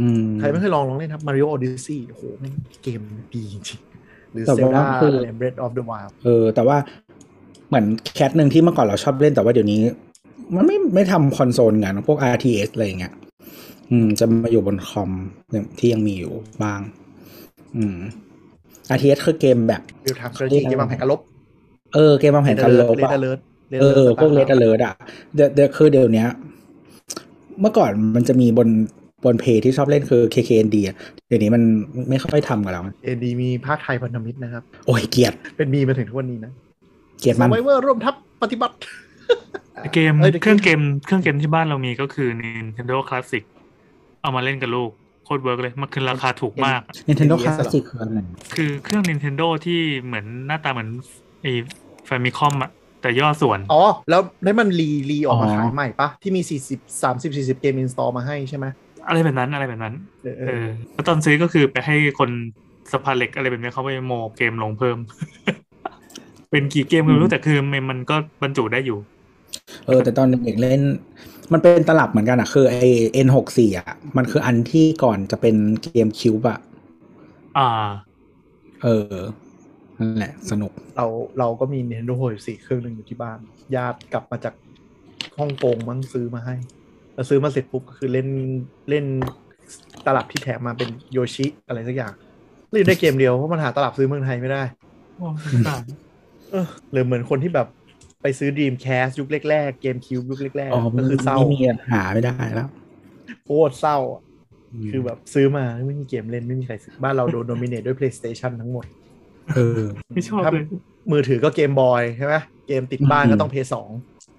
อืม
ใครไม่เคยลองลองเล่นครับ Mario Odyssey โอ้โหแม่งเกมดีจริงๆหรือ
แต่ว่า
Zelda
คืออ
ะไร Breath of the Wild
เออแต่ว่าเหมือนแคทหนึ่งที่เมื่อก่อนเราชอบเล่นแต่ว่าเดี๋ยวนี้ มันไม่ไม่ทำคอนโซลงานพวก RTS อะไรอย่างเงี้ยอืม จะมาอยู่บนคอมเนี่ยที่ยังมีอยู่บ้าง อืม RTS คือเกมแบบ
เรียลไทม์สตรทีเกมวางแผนการลบ
เออเกมวางแผนการลบ
เลด
อะ
เลิร์ด
เออพวกเลดเลิร์ดอ่ะเดี๋ยวเดี๋ยวคือเดี๋ยวเนี้ย เมื่อก่อนมันจะมีบนบนเพจที่ชอบเล่นคือ KKND อะเดี๋ยวนี้มันไม่ค่อยทำกันแล้ว
เอ็นดีมีภาคไทยพันธมิตรนะครับ
โอ้ยเกลียด
เป็นมีมาถึงทุกวันนี้นะ
เกลียด
ส
มัน
ไวเวอร์ร่วมทัพปฏิบัติ
เกม
ยดี๋ยว
เครื่องเกมเครื่องเกมที่บ้านเรามีก็คือ Nintendo Classic เอามาเล่นกับลูกโคตรเวิร์กเลย มันคือราคาถูกมาก
Nintendo Classic คืออะไร
คือเครื่อง Nintendo ที่เหมือนหน้าตาเหมือนไอ้แฟมิคอมอะแต่ย่อส่วน
อ๋อ แล้วได้มันรีรีออกมาขายใหม่ปะ ที่มี 40 30 40 เกมอินสตอลมาให้ใช่ไหม
อะไรแบบนั้นอะไรแบบนั้น
เออเอ
เอ
อ
อแล้วตอนซื้อก็คือไปให้คนสภาเหล็กอะไรแบบนี้เขาไปโมเกมลงเพิ่ม [LAUGHS] เป็นกี่เกมก็ไม่รู้แต่คือมันมันก็บรรจุได้อยู่
เออแต่ตอนเด็กๆเล่น มันเป็นตลับเหมือนกันอ่ะ คือไอ N64 อ่ะ มันคืออันที่ก่อนจะเป็นเกมคิวบ์อ่ะ
อ่า
เออนั่นแหละ สนุก
เราเราก็มี Nintendo 64เครื่องหนึ่งอยู่ที่บ้าน ญาติกลับมาจากฮ่องกงมั้งซื้อมาให้ แล้วซื้อมาเสร็จปุ๊บก็คือเล่นเล่นตลับที่แถมมาเป็นโยชิอะไรสักอย่างเล่นได้เกมเดียวเพราะมันหาตลับซื้อเมืองไทยไม่ได้
โอ้สงสาร
เออหรือเหมือนคนที่แบบไปซื้อ Dreamcast ยุคแรกๆเกมคิวยุคแรก
อ๋อ
ๆก็คือเศร้า
ไม่มีอะหาไม่ได้แล้ว
โคตรเศร้าอะ คือแบบซื้อมาไม่มีเกมเล่นไม่มีใครซื้อบ้านเราโดนโดมิเนตด้วย PlayStation ทั้งหมด
เออ
ไม่ชอบ
ครับ
เลย
มือถือก็เกมบอยใช่ไหมเกมติดบ้าน
อืม
ก็ต้องเพย์สอง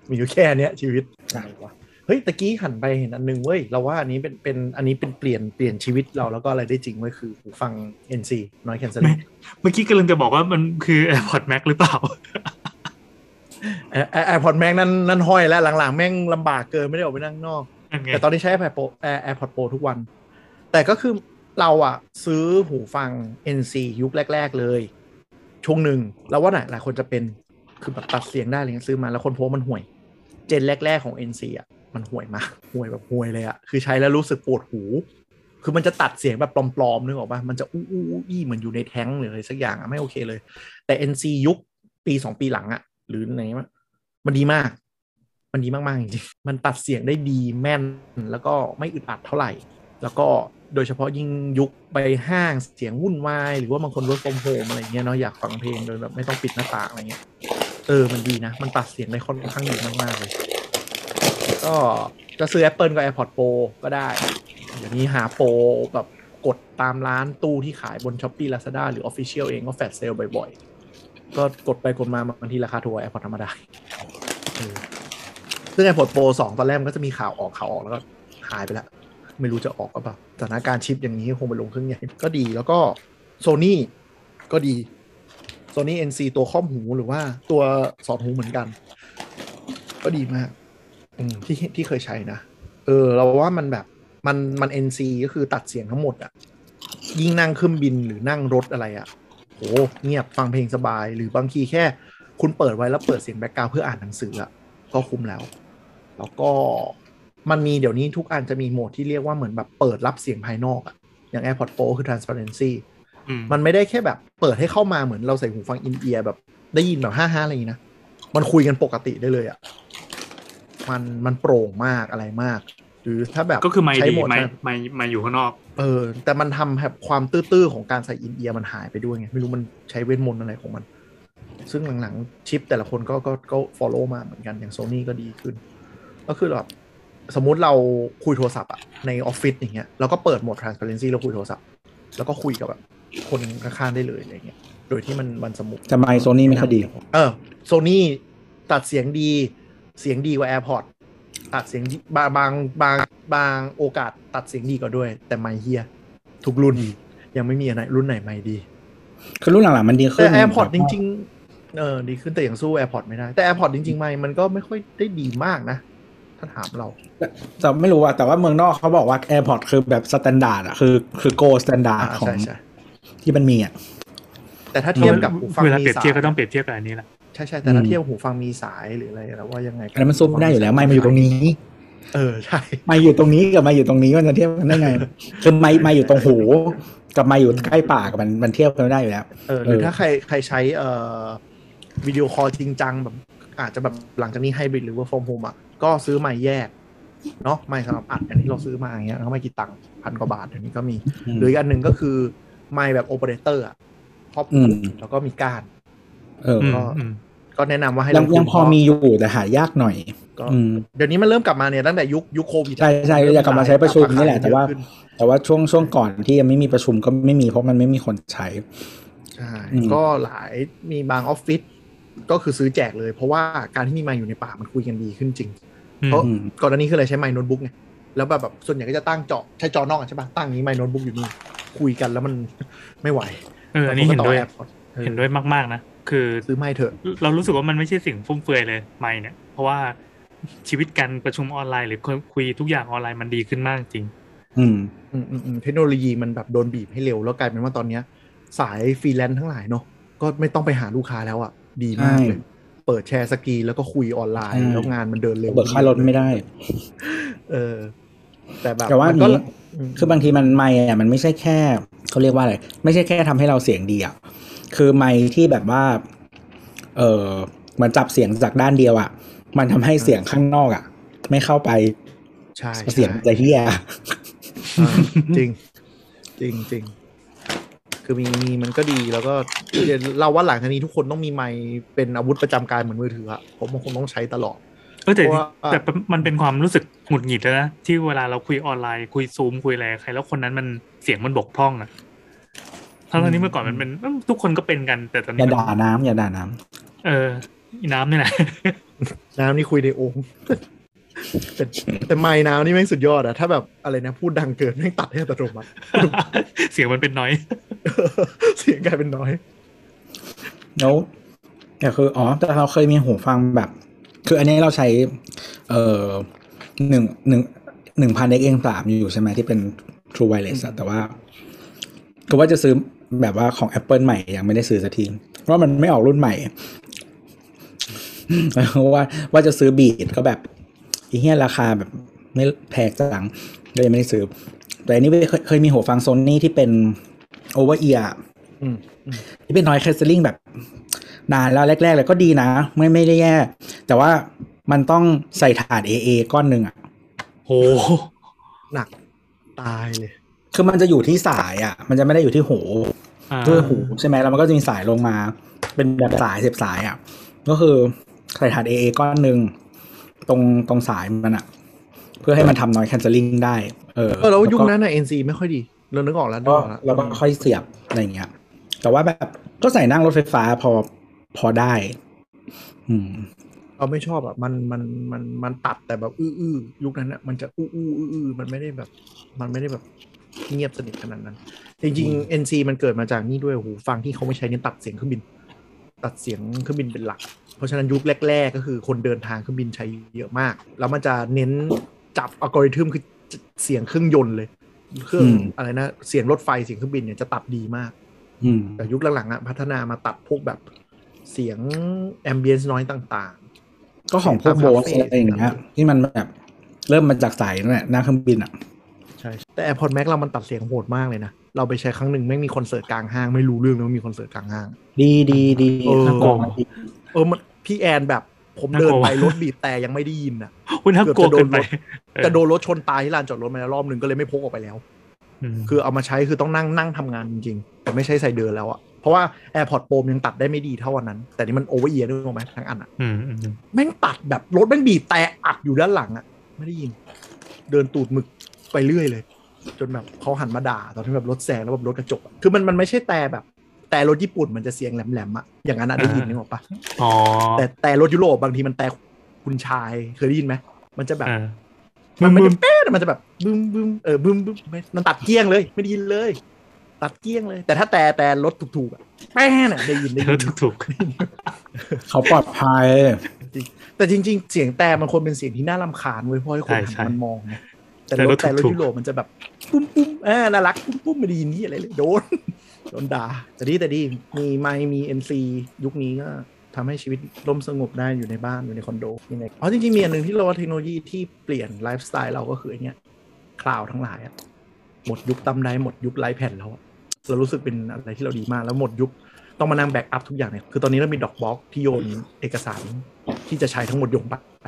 มีอยู่แค่เนี้ยชีวิต
ครับ
อะไรวะเฮ้ยตะกี้หันไปเห็นอันหนึงเว้ย เราว่าอันนี้เป็นเป็นอันนี้เป็นเปลี่ยนเปลี่ยนชีวิตเราแล้วก็อะไรได้จริงเว้ยคือหูฟัง NC น้อยแคนเซล
ไม่ เมื่อกี้กำลังจะบอกว่ามันคือ [LAUGHS] AirPod Max หรือเปล่า
แอร์พอร์ตแม่งนั่นนั่นห้อยแล้วหลังๆ แม่งลำบากเกินไม่ได้ออกไปนั่งนอก
นั่นไง
แต่ตอนนี้ใช้ AirPod Pro Air- AirPod Pro ทุกวัน แต่ก็คือเราอะซื้อหูฟัง NC ยุคแรก ๆ เลย ช่วงหนึ่งเราว่าหลายหลายคนจะเป็นคือแบบตัดเสียงได้อะไรเงี้ยซื้อมาแล้วคนพบว่ามันห่วย เจนแรก ๆ ของ NC อะมันห่วยมากห่วยแบบห่วยเลยอะคือใช้แล้วรู้สึกปวดหู คือมันจะตัดเสียงแบบปลอมๆนึกออกป่ะมันจะอู้อู้อู้อี้เหมือนอยู่ในแท้งหรืออะไรสักอย่างอะไม่โอเคเลย แต่ NC ยุคปีสองปีหลังอะหรือไหนวะมันดีมาก มันดีมากๆจริงๆมันตัดเสียงได้ดีแม่นแล้วก็ไม่อึดอัดเท่าไหร่ แล้วก็โดยเฉพาะยิ่งยุคไปห้างเสียงวุ่นวาย หรือว่าบางคน work from home อะไรเงี้ยเนาะอยากฟังเพลงโดยแบบไม่ต้องปิดหน้าต่างอะไรเงี้ยเออมันดีนะ มันตัดเสียงได้ค่อนข้างดีมากๆเลย ก็จะซื้อ Apple ก็ AirPod Pro ก็ได้ เดี๋ยวนี้หาโปรแบบกดตามร้านตู้ที่ขายบน Shopee Lazada หรือ Official เองก็แฟลชเซลบ่อยๆ ก็กดไปกดมาบางทีราคาถูกกว่า AirPod ธรรมดา ซึ่งไอ p พดโปรสองตอนแรกมันก็จะมีข่าวออกข่าวออกแล้วก็หายไปแล้ว ไม่รู้จะออกก็เปล่าสถานการณ์ชิปอย่างนี้คงไปลงเครื่องใหญ่ก็ดีแล้วก็โซนี่ก็ดีโซนี่ NC ตัวข้อมหูหรือว่าตัวสอดหูเหมือนกัน ก็ดีมากอืมที่ที่เคยใช้นะ เออ เราว่ามันแบบมันมัน NC ก็คือตัดเสียงทั้งหมดอะยิ่งนั่งเครื่องบินหรือนั่งรถอะไรอะโหเงียบฟังเพลงสบาย หรือบางทีแค่ คุณเปิดไว้แล้วเปิดเสียงแบ็กกราวเพื่ออ่านหนังสืออะ ก็คุ้มแล้ว แล้วก็มันมีเดี๋ยวนี้ทุกอันจะมีโหมดที่เรียกว่าเหมือนแบบเปิดรับเสียงภายนอกอะอย่าง AirPods Pro คือ transparency
อืม
มันไม่ได้แค่แบบเปิดให้เข้ามาเหมือนเราใส่หูฟังอินเอียร์แบบได้ยินแบบห้าห้าอะไรอย่างนี้นะ มันคุยกันปกติได้เลยอะมันมันโปร่งมากอะไรมาก หรือถ้าแบบ
ก็คือไม่
ใช้
ดี
โหมด
ไม่ไม่ไม่อยู่ข้างนอก
เออแต่มันทำแบบความตื้อๆ ของการใส่อินเอียร์มันหายไปด้วยไง ไม่รู้มันใช้เวทมนต์อะไรของมัน ซึ่งหลังๆ ชิปแต่ละคนก็ก็ก็ follow มาเหมือนกันอย่างโซนี่ก็ดีขึ้น ก็คือแบบสมมุติเราคุยโทรศัพท์อะในออฟฟิศอย่างเงี้ยเราก็เปิดโหมด transparency แล้วคุยโทรศัพท์ แล้วก็คุยกับแบบคนข้างๆได้เลยอะไรเงี้ย โดยที่มันมันสมุก
จะไมโซนี่ไม่ค่อยดี
เออโซนี่ตัดเสียงดีเสียงดีกว่า AirPod ตัดเสียงดีบางบางบางบางโอกาสตัดเสียงดีกว่าด้วย แต่ไม่เฮียทุกรุ่น ยังไม่มีอะไรรุ่นไหนไม่ดี
คือรุ่นหลังๆมันดีขึ้
แต่
น
AirPod จริง ๆ เออดีขึ้นแต่อย่างสู้ AirPod ไม่ได้ แต่ AirPod จริง ๆ ไม่มันก็ไม่ค่อยได้ดีมากนะ ถ้าถามเรา
ๆแต่ไม่รู้อะแต่ว่าเมืองนอกเขาบอกว่า AirPod คือแบบสแตนดาร์ดอะคือคือโกสแตนดาร์ด
อ่า
ของ
ใช่ใช่
ที่มันมีอะ
แต่ถ้าเทียบกับหูฟัง
เวลา
มี
เปรียบ
สา
เทียบก็ต้อย งเปรียบเทียบกับอันนี้แหละ
ใช่ใช่แต่ถ้า
อืม
เทียบหูฟังมีสายหรืออะไรแล้วว่ายังไง
อันนั้นมันซูมไม่ได้อยู่แล้วไม่มาอยู่ตรงนี้
เออใช่
ไม่อยู่ตรงนี้กับไม่อยู่ตรงนี้มันจะเทียบกันได้ไง คือไม่ไม่อยู่ตรงหู กับไม่อยู่ใกล้ปากมันมันเทียบกันไม่ได้อยู่แล้ว
เออหรือ
เออ
ถ้าใครใครใช้เอ่อวิดีโอคอลจริงจังแบบ อาจจะแบบหลังจากนี้ให้บิดหรือว่าฟอร์มโฮมอ่ะ ก็ซื้อไม้แยก เนาะไม้สำหรับอัดอย่างที่เราซื้อมาอย่างเงี้ยแล้วก็ไม่กี่ตังค์พันกว่าบาทเดี๋ยวนี้ก็มี หรืออีกอันหนึ่งก็คือไม้แบบโอเปอเรเตอร์อ่ะครอบ
อืม
แล้วก็มีก้าน
เออ
อืม
ก็
อืม
ก็แนะนำว่าให้
ยัง
ลทุน
ยังพอมีอยู่แต่หายากหน่อย
ก็
อืม
เดี๋ยวนี้มันเริ่มกลับมาเนี่ยตั้งแต่ยุคยุคโควิด
ใช่ใช่อยากกลับมาใช้ประชุมนี่แหละแต่ว่า
ขึ้น
แต่ว่าช่วงช่วงก่อนที่ยังไม่มีประชุมก็ไม่มีเพราะมันไม่มีคนใช้
ใช่
อืม
ก็หลายมีบางออฟฟิศก็คือซื้อแจกเลย เพราะว่าการที่มีไม้อยู่ในป่ากมันคุยกันดีขึ้นจริง
อืม
เพราะ
อืม
ก่อนหน้านี้คืออะไรใช้ไมค์โน้ตบุ๊กไง แล้วแบบแบบส่วนใหญ่ก็จะตั้งเจาะใช้จอนอกอะใช่ปะตั้งอย่างนี้ไมค์โน้ตบุ๊กอยู่นี่ คุยกันแล้วมัน [LAUGHS] ไม่ไหว
เอออันนี้เห็นด้วย
แล้วก็ต้องเอา AirPods
เห็นด้วยมาก ๆ นะ คือ
ซื้อไมค์เถอะ
เรารู้สึกว่ามันไม่ใช่สิ่งฟุ่มเฟือยเลยไม่เนี่ย เพราะว่าชีวิตการประชุมออนไลน์หรือคุยทุกอย่างออนไลน์มันดีขึ้นมากจริง
อืม
อืมอืมอืมเทคโนโลยีมันแบบโดนบีบให้เร็ว แล้วกลายเป็นว่าตอนเนี้ย สายฟรีแลนซ์ทั้งหลายเนาะ ก็ไม่ต้องไปหาลูกค้าแล้วอ่ะ ดีมากเลย
ใช่
เปิดแชร์สกรีนแล้วก็คุยออนไลน์
ใช่
แล้วงานมันเดินเร็ว
เบิกค่ารถไม่ได้
เออ แต่แบบ
แต่ว่า
มัน
อัน
ก็
นี้
อืม
คือบางทีมันไม่อะมันไม่ใช่แค่เขาเรียกว่าอะไร ไม่ใช่แค่ทำให้เราเสียงดีอะคือไม่ที่แบบว่า เออมันจับเสียงจากด้านเดียวอะมันทำให้เสียงข้างนอกอะไม่เข้าไป
ใช่
เสียง
ใช่
จะเฮีย
อ่าจริง [LAUGHS] จริงจริงคือมีมีมันก็ดีแล้วก็เดี๋ยวเราว่าหลังจากนี้ทุกคนต้องมีไมค์เป็นอาวุธประจำกายเหมือนมือถืออะผมว่าคงต้องใช้ตลอด
เออแต่
เพราะว่า
แต่มันเป็นความรู้สึกหงุดหงิดแล้วนะ ที่เวลาเราคุยออนไลน์คุยซูมคุยอะไรกับใครแล้วคนนั้นมันเสียงมันบกพร่องอะทั้งๆที่เมื่อก่อนมันเป็นเอ้าทุกคนก็เป็นกันแต่ตอ
อ
นนี้
ย่า
มัน
ด่าน้ำอย่าด่าน้ำ
เอออีน้ำนี่แหละ [LAUGHS]
น้ำนี่คุยใน [LAUGHS] โอ่งแต่แต่ไมค์น้ำนี่แม่งสุดยอดอะถ้าแบบอะไรนะพูดดังเกินแม่งตัดให้อัตโนมัติ [LAUGHS]
เสียงมันเป็นน้อย
เสียงกลายเป็นน้อย
แล้วแต่คืออ๋อแต่เราเคยมีหูฟังแบบ คืออันนี้เราใช้ เอ่อหนึ่งหนึ่งหนึ่งพันเอ็กเองสามอยู่ใช่ไหมที่เป็น True Wireless อะแต่ว่าคือว่าจะซื้อแบบว่าของ Apple ใหม่ยังไม่ได้ซื้อสักที เพราะมันไม่ออกรุ่นใหม่ [LAUGHS] ว่าว่าจะซื้อบีดก็แบบอีเหี้ยราคาแบบไม่แพงจังก็ยังไม่ได้ซื้อ แต่อันนี้เคยเคยมีหูฟังโซนี่ที่เป็นโอเวอร์เอีย
อืม
ที่เป็นนอยแคสเซิลลิงแบบนานแล้วแรกๆเลยก็ดีนะ ไม่ไม่ได้แย่ แต่ว่ามันต้องใส่ถาด AA ก้อนหนึ่งอ่ะ
โห
หนักตายเลย
คือมันจะอยู่ที่สายอ่ะ มันจะไม่ได้อยู่ที่หู
อ่า
ด้วยหูใช่ไหมแล้วมันก็จะมีสายลงมา เป็นแบบสายเสียบสายอ่ะ ก็คือใส่ถาด AA ก้อนหนึ่งตรงตรงสายมันอ่ะ เพื่อให้มันทำนอยแคสเซิลลิงได้ เออ
เออแล้วยุค
ก็
นั้นอะ NC ไม่ค่อยดี เรานึกออกแล้วนึก
ก็
ออกแล้ว
แล้วก็ค่อยเสียบอะไรอย่างเงี้ย แต่ว่าแบบก็ใส่นั่งรถไฟฟ้าพอพอได้ อืม
เราไม่ชอบอะมันมันมันมันตัดแต่แบบอื้ออื้อยุคนั้นอะมันจะอื้ออื้ออื้ออื้อมันไม่ได้แบบ มันไม่ได้แบบเงียบสนิทขนาดนั้น จริงๆ NC มันเกิดมาจากนี่ด้วยหูฟังที่เขาไม่ใช้เนี่ยตัดเสียงเครื่องบิน ตัดเสียงเครื่องบินเป็นหลัก เพราะฉะนั้นยุคแรก ๆ ก็คือคนเดินทางเครื่องบินใช้เยอะมาก แล้วมันจะเน้นจับอัลกอริทึมคือเสียงเครื่องยนต์เลย เครื่อง
อืม
อะไรนะเสียงรถไฟเสียงเครื่องบินเนี่ยจะตัดดีมาก
อืม
แต่ยุคหลังๆอะพัฒนามาตัดพวกแบบเสียงแอมเบียนซ์น้อยต่าง ๆ
ก็ของพวก
ตาม
โบ
คา
ส
เฟ่
อะไรอย่างเงี้ยที่มันแบบเริ่มมาจากสายนั่นแหละหน้าเครื่องบินอ่ะ
ใช่แต่ AirPod Max เรามันตัดเสียงโหดมากเลยนะ เราไปใช้ครั้งหนึ่งไม่งมีคอนเสิร์ตกลางห้างไม่รู้เรื่องแล้วามีคอนเสิร์ตกลางห้าง
ดีดีดี
เออ
น่ากลัวมากดี
เออมันพี่แอนแบบผมเดินไปรถบีบแต่ยังไม่ได้ยินอ่ะ
คุณน่ากลัวเกินไปเออ
จะโดนรถชนตายที่ลานจอดรถมาแล้วรอบหนึ่งก็เลยไม่พกออกไปแล้ว
อืม
คือเอามาใช้คือต้องนั่งนั่งทำงานจริงๆแต่ไม่ใช่ใส่เดินแล้วอ่ะ เพราะว่า AirPod Pro มันยังตัดได้ไม่ดีเท่าวันนั้น แต่นี่มันโอเวอร์เอียร์ด้วยถูกไหมทั้งอันอ่ะ
อืมอืมอืม
แม่งตัดแบบรถแม่งบีบแต่อัดอยู่ด้านหลังอ่ะไม่ได้ยิน เดินตูดหมึกไปเรื่อยเลย จนแบบเขาหันมาด่าตอนที่แบบรถแซงแล้วแบบรถกระจกอะคือมันมันไม่ใช่แต่แบบ แต แต่รถญี่ปุ่นมันจะเสียงแหลมๆอะอย่างนั้นอะได้ยินนึกออกปะ
อ๋อ
แต่แต่รถยุโรปบางทีมันแต่คุณชายเคยได้ยินไหมมันจะแบบ
เออ
มั
มัน น
ไม่
มัน
ได้เป๊ะแต่มันจะแบบบึ้มบึ้มเออบึ้มบึ้มไม่มันตัดเกลี้ยงเลย ไม่ได้ยินเลย ตัดเกลี้ยงเลย แต่ถ้าแต่แต่รถถูกๆอะแป้นอะได้ยินได้ [LAUGHS] ยิน
ถูกถูก
เขาปลอดภัย
แต่จริง ๆ เสียงแต่มันควรเป็นเสียงที่น่ารำคาญเว้ยเพราะให้คนหันมันมองไงแต่รถแต่รถยุโรปมันจะแบบปุ้มปุ้มเออน่ารักปุ้มปุ้มไม่ได้ยินนี่อะไรเลย โดน [LAUGHS] โดนด่าแต่ดีแต่ดีมีไมค์มีเอ็นซียุคนี้ก็ทำให้ชีวิตร่มสงบได้อยู่ในบ้านอยู่ในคอนโดยังไงอ๋อจริง ๆ มีอันหนึ่งที่เราว่าเทคโนโลยีที่เปลี่ยนไลฟ์สไตล์เราก็คือไอเนี้ยคลาวทั้งหลายอะหมดยุคตำได้หมดยุคไลฟ์แผ่นแล้วอะเรารู้สึกเป็นอะไรที่เราดีมากแล้วหมดยุค ต้องมานั่งแบ็กอัพทุกอย่างเนี่ย คือตอนนี้เรามีดอกบล็อกที่โยนเอกสารที่จะใช้ทั้งหมดโยงไป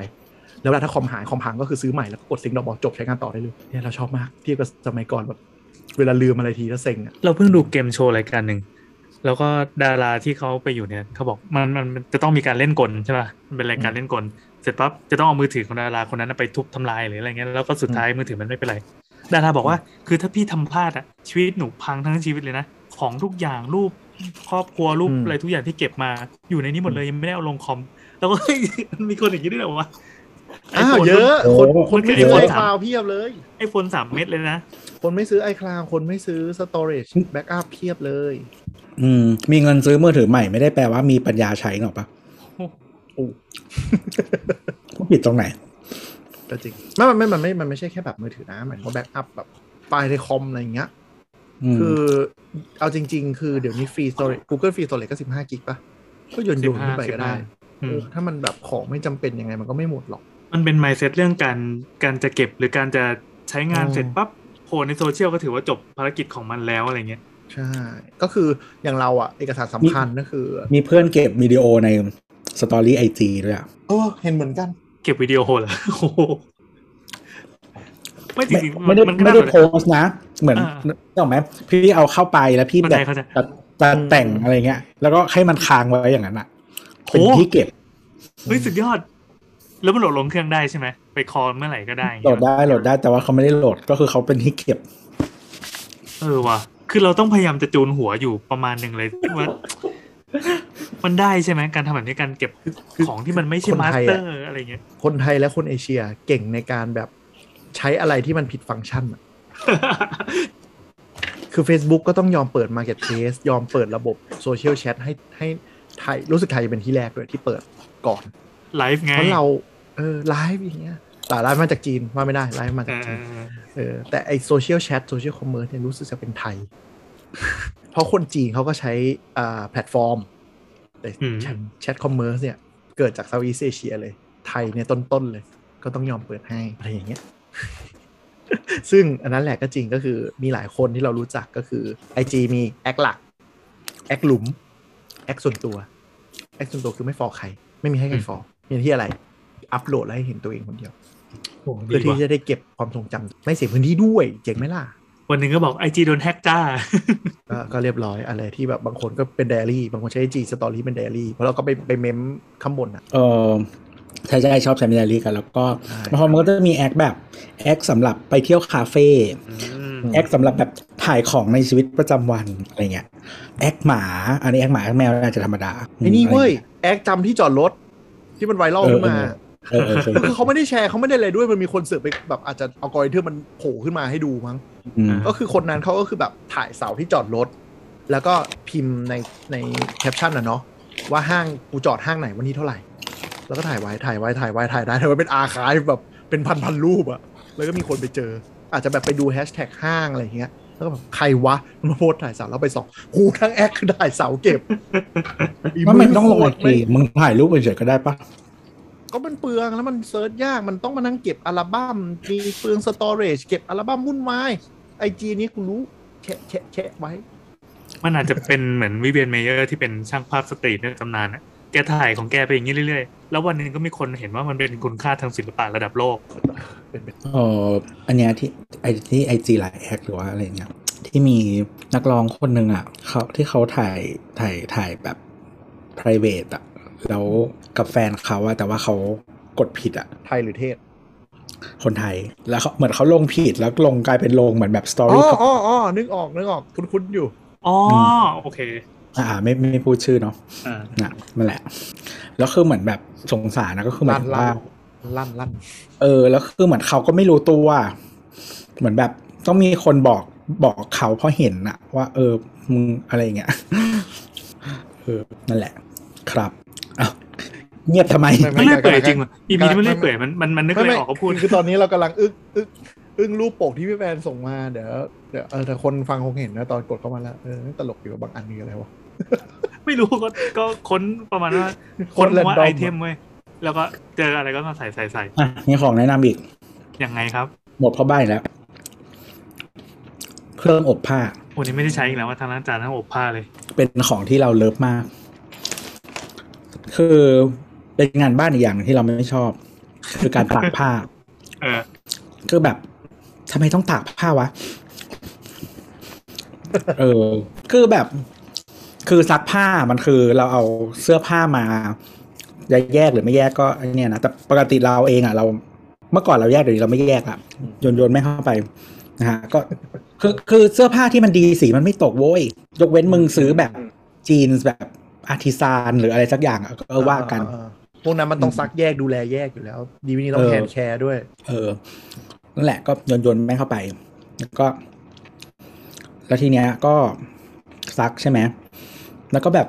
แล้วเวลาถ้าคอมหายคอมพังก็คือซื้อใหม่แล้วก็กดซิงดอกบล็อกจบใช้งานต่อได้เลย เนี่ยเราชอบมากเทียบกับสมัยก่อนแบบ เวลาลืมอะไรทีแล้วเซ็งอ่ะ
เราเพิ่งดูเกมโชว์รายการหนึ่ง แล้วก็ดาราที่เขาไปอยู่เนี่ยเขาบอกมันมันมันจะต้องมีการเล่นกลใช่ป่ะมันเป็นรายการเล่นกล เสร็จปั๊บจะต้องเอามือถือของดาราคนนั้นนะไปทุบทำลายหรืออะไรเงี้ยแล้วก็สุดท้ายมือถือมันไม่เป็นไร ดาราบอกว่า คือถ้าพี่ทำพลาดอ่ะชีวิตหนูพังทั้งชีวิตเลยนะ ของทุกอย่างรูปครอบครัวรูป
อืม
อะไรทุกอย่างที่เก็บมาอยู่ในนี้หมดเลยยังไม่ได้เอาลงคอม แล้วก็ [LAUGHS] มีคนอย่างนี้ด้วยเหรอวะไอ
อ้า
โฟ
วน เยอะ
โอ้
คน
โห
คนไม่
เย
ซื้
อะ
อไอคลาวเพียบเลย
ไอโฟนสามเม็ดเลยนะ
คนไม่ซื้อไอคลาวคนไม่ซื้อสตอเรจแบ็กอัพเพียบเลย
อืมมีเงินซื้อมือถือใหม่ไม่ได้แปลว่ามีปัญญาใช้หรอกปะ
โอ้
ก็ผิดตรงไหน
ก็จริงไม่มันไม่มันไม่มันไม่ใช่แค่แบบมือถือนะหมายถึงว่าแบ็กอัพแบบไฟล์ในคอมอะไรอย่างเงี้ย
อืม
คือเอาจริง ๆ คือเดี๋ยวนี้ฟรีสโตร Google ฟรีสโตร g e ก็สิบห้ากิกปะก็โยนโยนขึ้นไปก็ได้
อืม
เออถ้ามันแบบของไม่จำเป็นยังไงมันก็ไม่หมดหรอก
มันเป็น mindset เรื่องการการจะเก็บหรือการจะใช้งาน
อืม
เสร็จปั๊บโพลในโซเชียลก็ถือว่าจบภารกิจของมันแล้วอะไรเงี้ย
ใช่ ก็คืออย่างเราอะเอกสารสำคัญก็คือ
มีเพื่อนเก็บวิดีโอในสตอรี่ไอจีด้วยอะ
เออเห็นเหมือนกัน
เก็บวิดีโอเหรอ [LAUGHS] โอ้โหไม่จ
ไม่
ริงๆ
ไม่ได้
นก็
ไม่
น่า
ได้
สนใจ
โพสต์นะ เหมือน
อ่า
นึกออกไหมพี่เอาเข้าไปแล้วพี่
เข้า
แบ
ใจ
บ
เข้าใจ
ตัดตัดแต่งอะไรเงี้ย แล้วก็ให้มันค้างไว้อย่างนั้นอะ
โห
เป็นที่เก็บ
เฮ้ยสุดยอด แล้วมันโหลดลงเครื่องได้ใช่ไหมไปคอลเมื่อไหร่ก็ได้อย่าง
โหล
เงี้ย
ดได้โหลดได้แต่ว่าเขาไม่ได้โหลดก็คือเขาเป็นที่เก็บ
เออว่ะคือเราต้องพยายามจะจูนหัวอยู่ประมาณหนึ่งเลย [LAUGHS] ว่ามันได้ใช่ไหมการทำแบบนี้การเก็บของที่มันไม่ใช่
คน
มาส
ไทย
เตอ
อะ
ร์อะไรเงี้ย
คนไทยและคนเอเชียเก่งในการแบบใช้อะไรที่มันผิดฟังก์ชันอะคือ Facebook ก็ต้องยอมเปิด Marketplace ยอมเปิดระบบโซเชียลแชทให้ให้ไทยรู้สึกไทยจะเป็นที่แรกด้วยที่เปิดก่อน
ไลฟ์ไง
เพราะเราเออไลฟ์อย่างเงี้ยแต่ไลฟ์มาจากจีนว่าไม่ได้ไลฟ์มา
เอ
จากจีน
อ
เออแต่ไอโซเชียลแชทโซเชียลคอมเมอร์สเนี่ยรู้สึกจะเป็นไทย [LAUGHS] เพราะคนจีนเขาก็ใช้อ่าแพลตฟอร์ม แต่
อืม
แชทคอมเมอร์สเนี่ย เกิดจากเซาท์อีสเอเชียเลย ไทยเนี่ยต้น ๆ เลย ก็ต้องยอมเปิดให้อะไรอย่างเงี้ย [LAUGHS] ซึ่งอันนั้นแหละก็จริงก็คือมีหลายคนที่เรารู้จักก็คือ IG มีแอคหลัก แอคหลุม แอคส่วนตัว แอคส่วนตัวคือไม่ฟอลใคร ไม่มีให้ใครฟอลมีที่อะไร อัปโหลดแล้วให้เห็นตัวเองคนเดียว
โอ้โหดี
เพื่อที่
ว่ะ
จะได้เก็บความทรงจำไม่เสียพื้นที่ด้วย เจ๋งไหมล่ะ
วันหนึ่งก็บอกไอจีโดนแฮกจ้า
ก็ก็เรียบร้อยอะไรที่แบบบางคนก็เป็นไดอารี่ บางคนใช้จีสตอรี่เป็นไดอารี่เพราะเราก็ไปไปเมมข้างบนอ่ะ
เออใช่ใช่ชอบใช้มินิลีกัน แล้วก็
ใช่
บางคนมันก็จะมีแอคแบบแอคสำหรับไปเที่ยวคาเฟ่แอคสำหรับแบบถ่ายของในชีวิตประจำวันอะไรเงี้ยแอคหมา อันนี้แอคหมาแอคแมวน่าจะธรรมดา
ไอ้นี่
ะร
เว้ย แอคจำที่จอดรถ ที่มันไวรัลขึ้นมา
เออเออเคย
[LAUGHS] คือเขาไม่ได้แชร์เขาไม่ได้อะไรด้วยมันมีคนเสือกไปแบบอาจจะเอากอยเทอร์มันโผล่ขึ้นมาให้ดูมั้ง
อืม
ก็คือคนนั้นเขาก็คือแบบถ่ายเสาที่จอดรถ แล้วก็พิมพ์ในในแคปชั่นอ่ะเนาะว่าห้างกูจอดห้างไหนวันที่เท่าไหร่ แล้วก็ถ่ายไว้ถ่ายไว้ถ่ายไว้ถ่ายได้ถ่ายไว้เป็นอาคายแบบเป็นพันพันรูปอะแล้วก็มีคนไปเจอ อาจจะแบบไปดูแฮชแท็กห้างอะไรอย่างเงี้ยแล้วก็แบบใครวะมันมาโพสต์ถ่ายเสาแล้วไปส่องกูทั้งแอคคือถ่ายเสาเก็บ
ว่ามันต้องลงไอ
ไม่
จีมึงถ่ายรูปเฉยๆก็ได้ปะ
ก็มันเปลืองแล้วมันเซิร์ชยากมันต้องมานั่งเก็บอัลบั้มมีเปลืองสตอเรจเก็บอัลบั้มวุ่นวายไอจีนี้กูรู้แชะแชะแชะไว้
มันอาจจะเป็นเหมือนวิเวียนเมเยอร์ที่เป็นช่างภาพสตรีทในตำนานอะแกถ่ายของแกไปอย่างนี้เรื่อยๆ แล้ววันหนึ่งก็มีคนเห็นว่ามันเป็นคุณค่าทางศิลปะระดับโลก
เอออันเนี้ยที่ไอที่ไอจีหลายแอคหรือว่าอะไรเงี้ยที่มีนักร้องคนหนึ่งอ่ะเขาที่เขาถ่ายถ่ายถ่ายแบบ p r i v a t อ่ะแล้วกับแฟนเขาอะแต่ว่าเขากดผิดอ่ะ
ไทยหรือเทศ
คนไทยแล้วเขาเหมือนเขาลงผิดแล้วลงกลายเป็นลงเหมือนแบบสตอ
อ๋อ
รี่
อ๋ออ๋อนึกออก นึกออก คุ้นๆอยู่
อ๋อ โอเค
อ่าไม่ไม่พูดชื่อเนาะ
อ่า
นะนั่นแหละ แล้วคือเหมือนแบบสงสารนะก็คือเหมื
ลั่
อน น
ลั่
ว่า
นลั่นลั่น
เออแล้วคือเหมือนเขาก็ไม่รู้ตัว เหมือนแบบต้องมีคนบอกบอกเขาเพราะเห็นอะว่า เออมึงอะไรอย่างเงี้ยเออนั่นแหละ ครับอ้าวเงียบทำไม
ไม่เลื่อยเปื่อยจริงว่ะอีพีนี้มันเลื่อยเปื่อยมันมันมันนึกอะไรออกก็พูด
คือตอนนี้เรากำลังอึ้งอึ้งอึ้งรูปปกที่พี่แฟนส่งมาเดี๋ยวเดี๋ยวเออแต่คนฟังคงเห็นนะตอนกดเข้ามาแล้วเออตลกอยู่บางอันมีอะไรวะ
ไม่รู้ก็ก็ค้นประมาณว่า
ค้
ค้
น
น
random
ว่าไอเทมเว้ยแล้วก็เจออะไรก็มาใส่ใส่ใส่
อ่ะมีของแนะนำอีก
ยังไงครับ
หมดเพราะใบแล้ว เครื่องอบผ้า
โอ้นี่ไม่ได้ใช้อีกแล้วว่าทางร้านจานทั้งอบผ้าเลย
เป็นของที่เราเลิฟมาก คือเป็นงานบ้านอีกอย่างหนึ่งที่เราไม่ชอบ คือการตากผ้า
เออ
คือแบบทำไมต้องตากผ้าวะ เออ คือแบบ คือซักผ้ามันคือเราเอาเสื้อผ้ามาจะแยกหรือไม่แยกก็ไอ้เนี่ยนะแต่ปกติเราเองอ่ะ เราเมื่อก่อนเราแยกเดี๋ยวนี้เราไม่แยกอ่ะโยนโยนไม่เข้าไปนะฮะก็คือคือเสื้อผ้าที่มันดีสีมันไม่ตกโว้ยยกเว้นมึงซื้อแบบจีนส์แบบอาร์ติซานหรืออะไรสักอย่างอะก็ว่ากัน
เออเออพวกนั้นมันต้องซักแยกดูแลแยกอยู่แล้ว ดีวินี้ต้อ
เอง อ
แคนแคร์ด้วย
เออ นั่นแหละก็โยนโยนแม่งเข้าไป แล้วก็ แล้วทีเนี้ยก็ซักใช่ไหม แล้วก็แบบ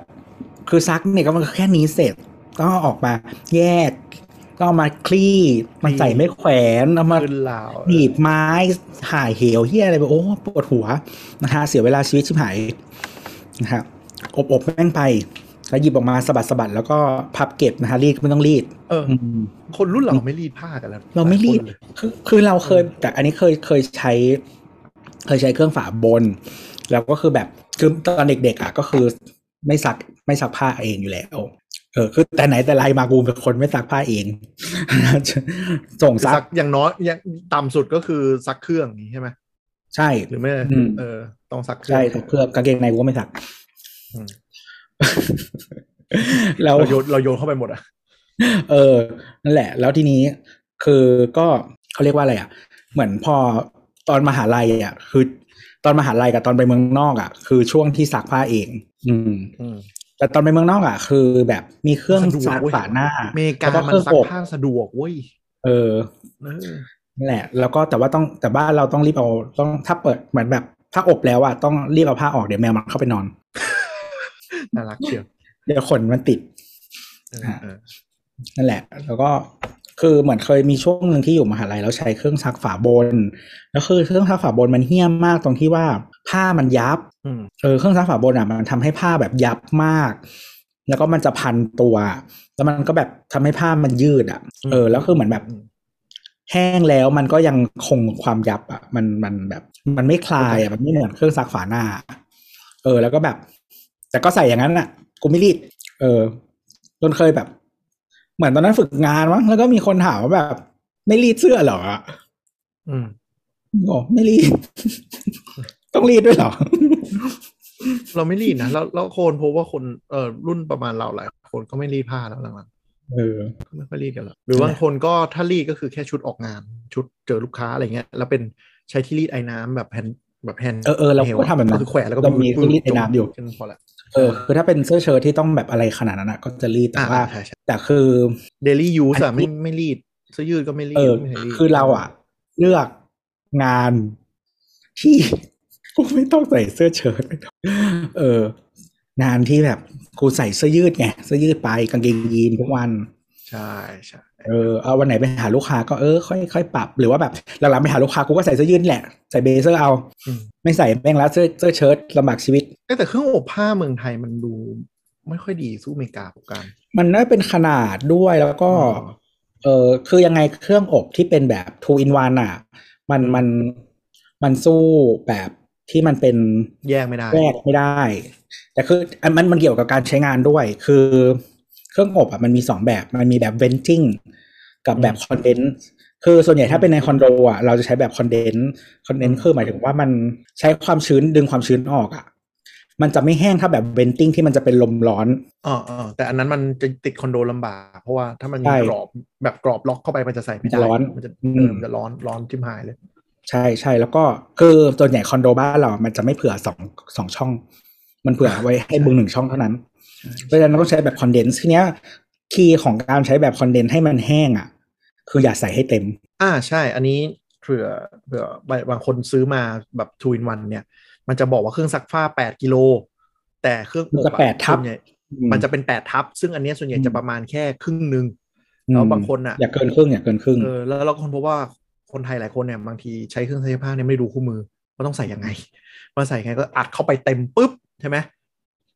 คือซักเนี่ยก็มันก็แค่นี้เสร็จต้องเอาออกมา แยกต้องเอามาคลี่มันใส่ไม่แขวนเอามา
ขึ้นลาว
หนีบไม้ห่ายเหวเฮียอะไรไปโอ้ปวดหัวนะฮะเสียเวลาชีวิตชิบหายนะฮะอบอบแม่งไป แล้วหยิบออกมาสะบัดสะบัดแล้วก็พับเก็บนะฮะรีดไม่ต้องรีด
เออ
อืม
คนรุ่นเราไม่รีดผ้ากันแล้ว
เราไม่รีด
หลยคนเลย
คือคือเราเคยแต่อันนี้เคยเคยใช้ เคยใช้เครื่องฝาบน แล้วก็คือแบบคือตอนเด็กๆอ่ะก็คือไม่ซักไม่ซักผ้าเองอยู่แล้วเออคือแต่ไหนแต่ไรมากูเป็นคนไม่ซักผ้าเอง [LAUGHS] ส่งซั
ซั
ก
กอย่างน้อยอย่างต่ำสุดก็คือซักเครื่องนี้ใช่ไหม
ใช่
หรือไม่
อืม
เออ ต้องซักเครื่
ใช่ซักเครื่องกางเกงในกูก็ไม่ซัก
อืม
แล้ว
เราโยนเราโยนเข้าไปหมดอ่ะ
เออ นั่นแหละ แล้วทีนี้คือก็เขาเรียกว่าอะไรอ่ะ เหมือนพอตอนมหาลัยอ่ะ คือ ตอนมหาลัยกับตอนไปเมืองนอกอ่ะ คือช่วงที่ซักผ้าเอง อืม แต่ตอนไปเมืองนอกอ่ะ คือแบบมีเครื่อง
สะดว
ซัก
เว้ย
ฝาหน้า
อเมริกา
แล้ว
มั
เคน รื่อง
ซัก
อบ
ผ้าสะดวกเว้ย
เออ
เออ
นั่นแหละ แล้วก็แต่ว่าต้องแต่บ้านเราต้องรีบเอาต้องถ้าเปิดเหมือนแบบถ้าอบแล้วอ่ะต้องรีบเอาผ้าออกเดี๋ยวแมวมันเข้าไปนอน
น่ารักเชียว
เดี๋ยวขนมันติด
เออเออ
นั่นแหละ แล้วก็คือเหมือนเคยมีช่วงหนึ่งที่อยู่มหาลัยแล้วใช้เครื่องซักฝาบน แล้วคือเครื่องซักฝาบนมันเหี้ยมมากตรงที่ว่าผ้ามันยับ
อืม
เออเครื่องซักฝาบนอ่ะมันทำให้ผ้าแบบยับมาก แล้วก็มันจะพันตัว แล้วมันก็แบบทำให้ผ้ามันยืดอ่ะ เออ แล้วคือเหมือนแบบแห้งแล้วมันก็ยังคงความยับอ่ะ มันมันแบบ มันไม่คลายอ่ะมันไม่เหมือนเครื่องซักฝาหน้า เออ แล้วก็แบบ แต่ก็ใส่อย่างนั้นอ่ะกูไม่รีด เออจนเคยแบบ เหมือนตอนนั้นฝึกงานมั้งแล้วก็มีคนถามว่าแบบ ไม่รีดเสื้อเหรอ
อืม
บอกไม่รีด [LAUGHS] ต้องรีดด้วยเหรอ
เราไม่รีดนะแล้วแล้วคนพบว่าคนเออรุ่นประมาณเราหลายคนก็ไม่รีดผ้าแล้วหลังๆ
เออ
ไม่ค่อยรีดกันหรอกหรือบางคนก็ถ้ารีดก็คือแค่ชุดออกงาน ชุดเจอลูกค้าอะไรเงี้ย แล้วเป็นใช้ที่รีดไอ้น้ำแบบแผ่นแบบแผ่น
เออเออเราก็ทำแบบนั้น
คือแขวนแล้วก็
เรามีเครื่องรีดไอน้ำอยู่
กันพอละ
เออคือถ้าเป็นเสื้อเชิ้ตที่ต้องแบบอะไรขนาดนั้นอะก็จะรีดแต่
อ่า
ว่า
ใช่ใช่
แต่คือ
เดลี่ยูสอะไม่ไม่รีดเสื้อยืดก็ไม่รี
เอ
ด
อ
ไม่ยด
คือเราอะเลือกงานที่ [LAUGHS] กูไม่ต้องใส่เสื้อเชิ้ตเออ งานที่แบบกูใส่เสื้อยืดไงเสื้อยืดไปกางเกงยีนทุกวัน
ใช่ใช่
เออเอาวันไหนไปหาลูกค้าก็เออค่อยค่อยปรับหรือว่าแบบหลังๆไปหาลูกค้ากูก็ใส่เสื้อยืดแหละใส่เบเซอร์เอา
อืม
ไม่ใส่แม่งแล้วเสื้อเสื้อเชิ้ตลำบากชีวิต
เอ้ยแต่เครื่องอบผ้าเมืองไทยมันดูไม่ค่อยดีสู้อเมริกาปกัน
มันน่าเป็นขนาดด้วยแล้วก็
อ๋อ
เออคือยังไงเครื่องอบที่เป็นแบบ two in one อ่ะ มันมันมันสู้แบบที่มันเป็น
แยกไม่ได้
แยกไม่ได้ แต่คืออันมันมันเกี่ยวกับการใช้งานด้วย คือเครื่องอบอ่ะมันมีสองแบบ มันมีแบบ venting กับแบบ condense คือส่วนใหญ่ถ้าเป็นในคอนโดอ่ะเราจะใช้แบบ condense condense คือหมายถึงว่ามันใช้ความชื้นดึงความชื้นออกอ่ะ มันจะไม่แห้งถ้าแบบ venting ที่มันจะเป็นลมร้อน
อ๋ออ๋อแต่อันนั้นมันจะติดคอนโดลำบากเพราะว่าถ้ามันมี
ใช่
กรอบแบบกรอบล็อกเข้าไปมันจะใส่
มั
ไม่
นจะ
ได้
ร้อน
มันจะ
อืม
เออมันจะร้อนร้อนจิ้มหายเลย
ใช่ใช่แล้วก็คือส่วนใหญ่คอนโดบ้านเรา มันจะไม่เผื่อสองสองช่อง มัน
[LAUGHS]
เผื่อไว้ให้บึงหนึ่งช่องเท่านั้นเพราะฉะนั้นเราต้องใช้แบบคอนเดนซ์ทีเนี้ยคีย์ของการใช้แบบคอนเดนซ์ให้มันแห้งอ่ะ คืออย่าใส่ให้เต็ม
อ่าใช่ อันนี้เผื่อเผื่อบางคนซื้อมาแบบทูอินวันเนี่ย มันจะบอกว่าเครื่องซักผ้าแปดกิโล แต่เครื่อง
มันจะ
อบอ
แปดทับ
ส่วนใหญ่
อื
มันจะเป็นแปดทับ ซึ่งอันเนี้ยส่วนใหญ่
อืม
จะประมาณแค่ครึ่งหนึ่ง แล้วบางคนอะ
อย่าเกินครึ่งอย่าเกินครึ่ง
เออแล้วเราก็คนพบว่าคนไทยหลายคนเนี่ยบางทีใช้เครื่องซักผ้าเนี่ยไม่ดูคู่มือว่าต้องใส่ยังไง [LAUGHS] ว่าใส่ยังไงก็อัดเข้าไปเต็มปุ๊บใช่ไหม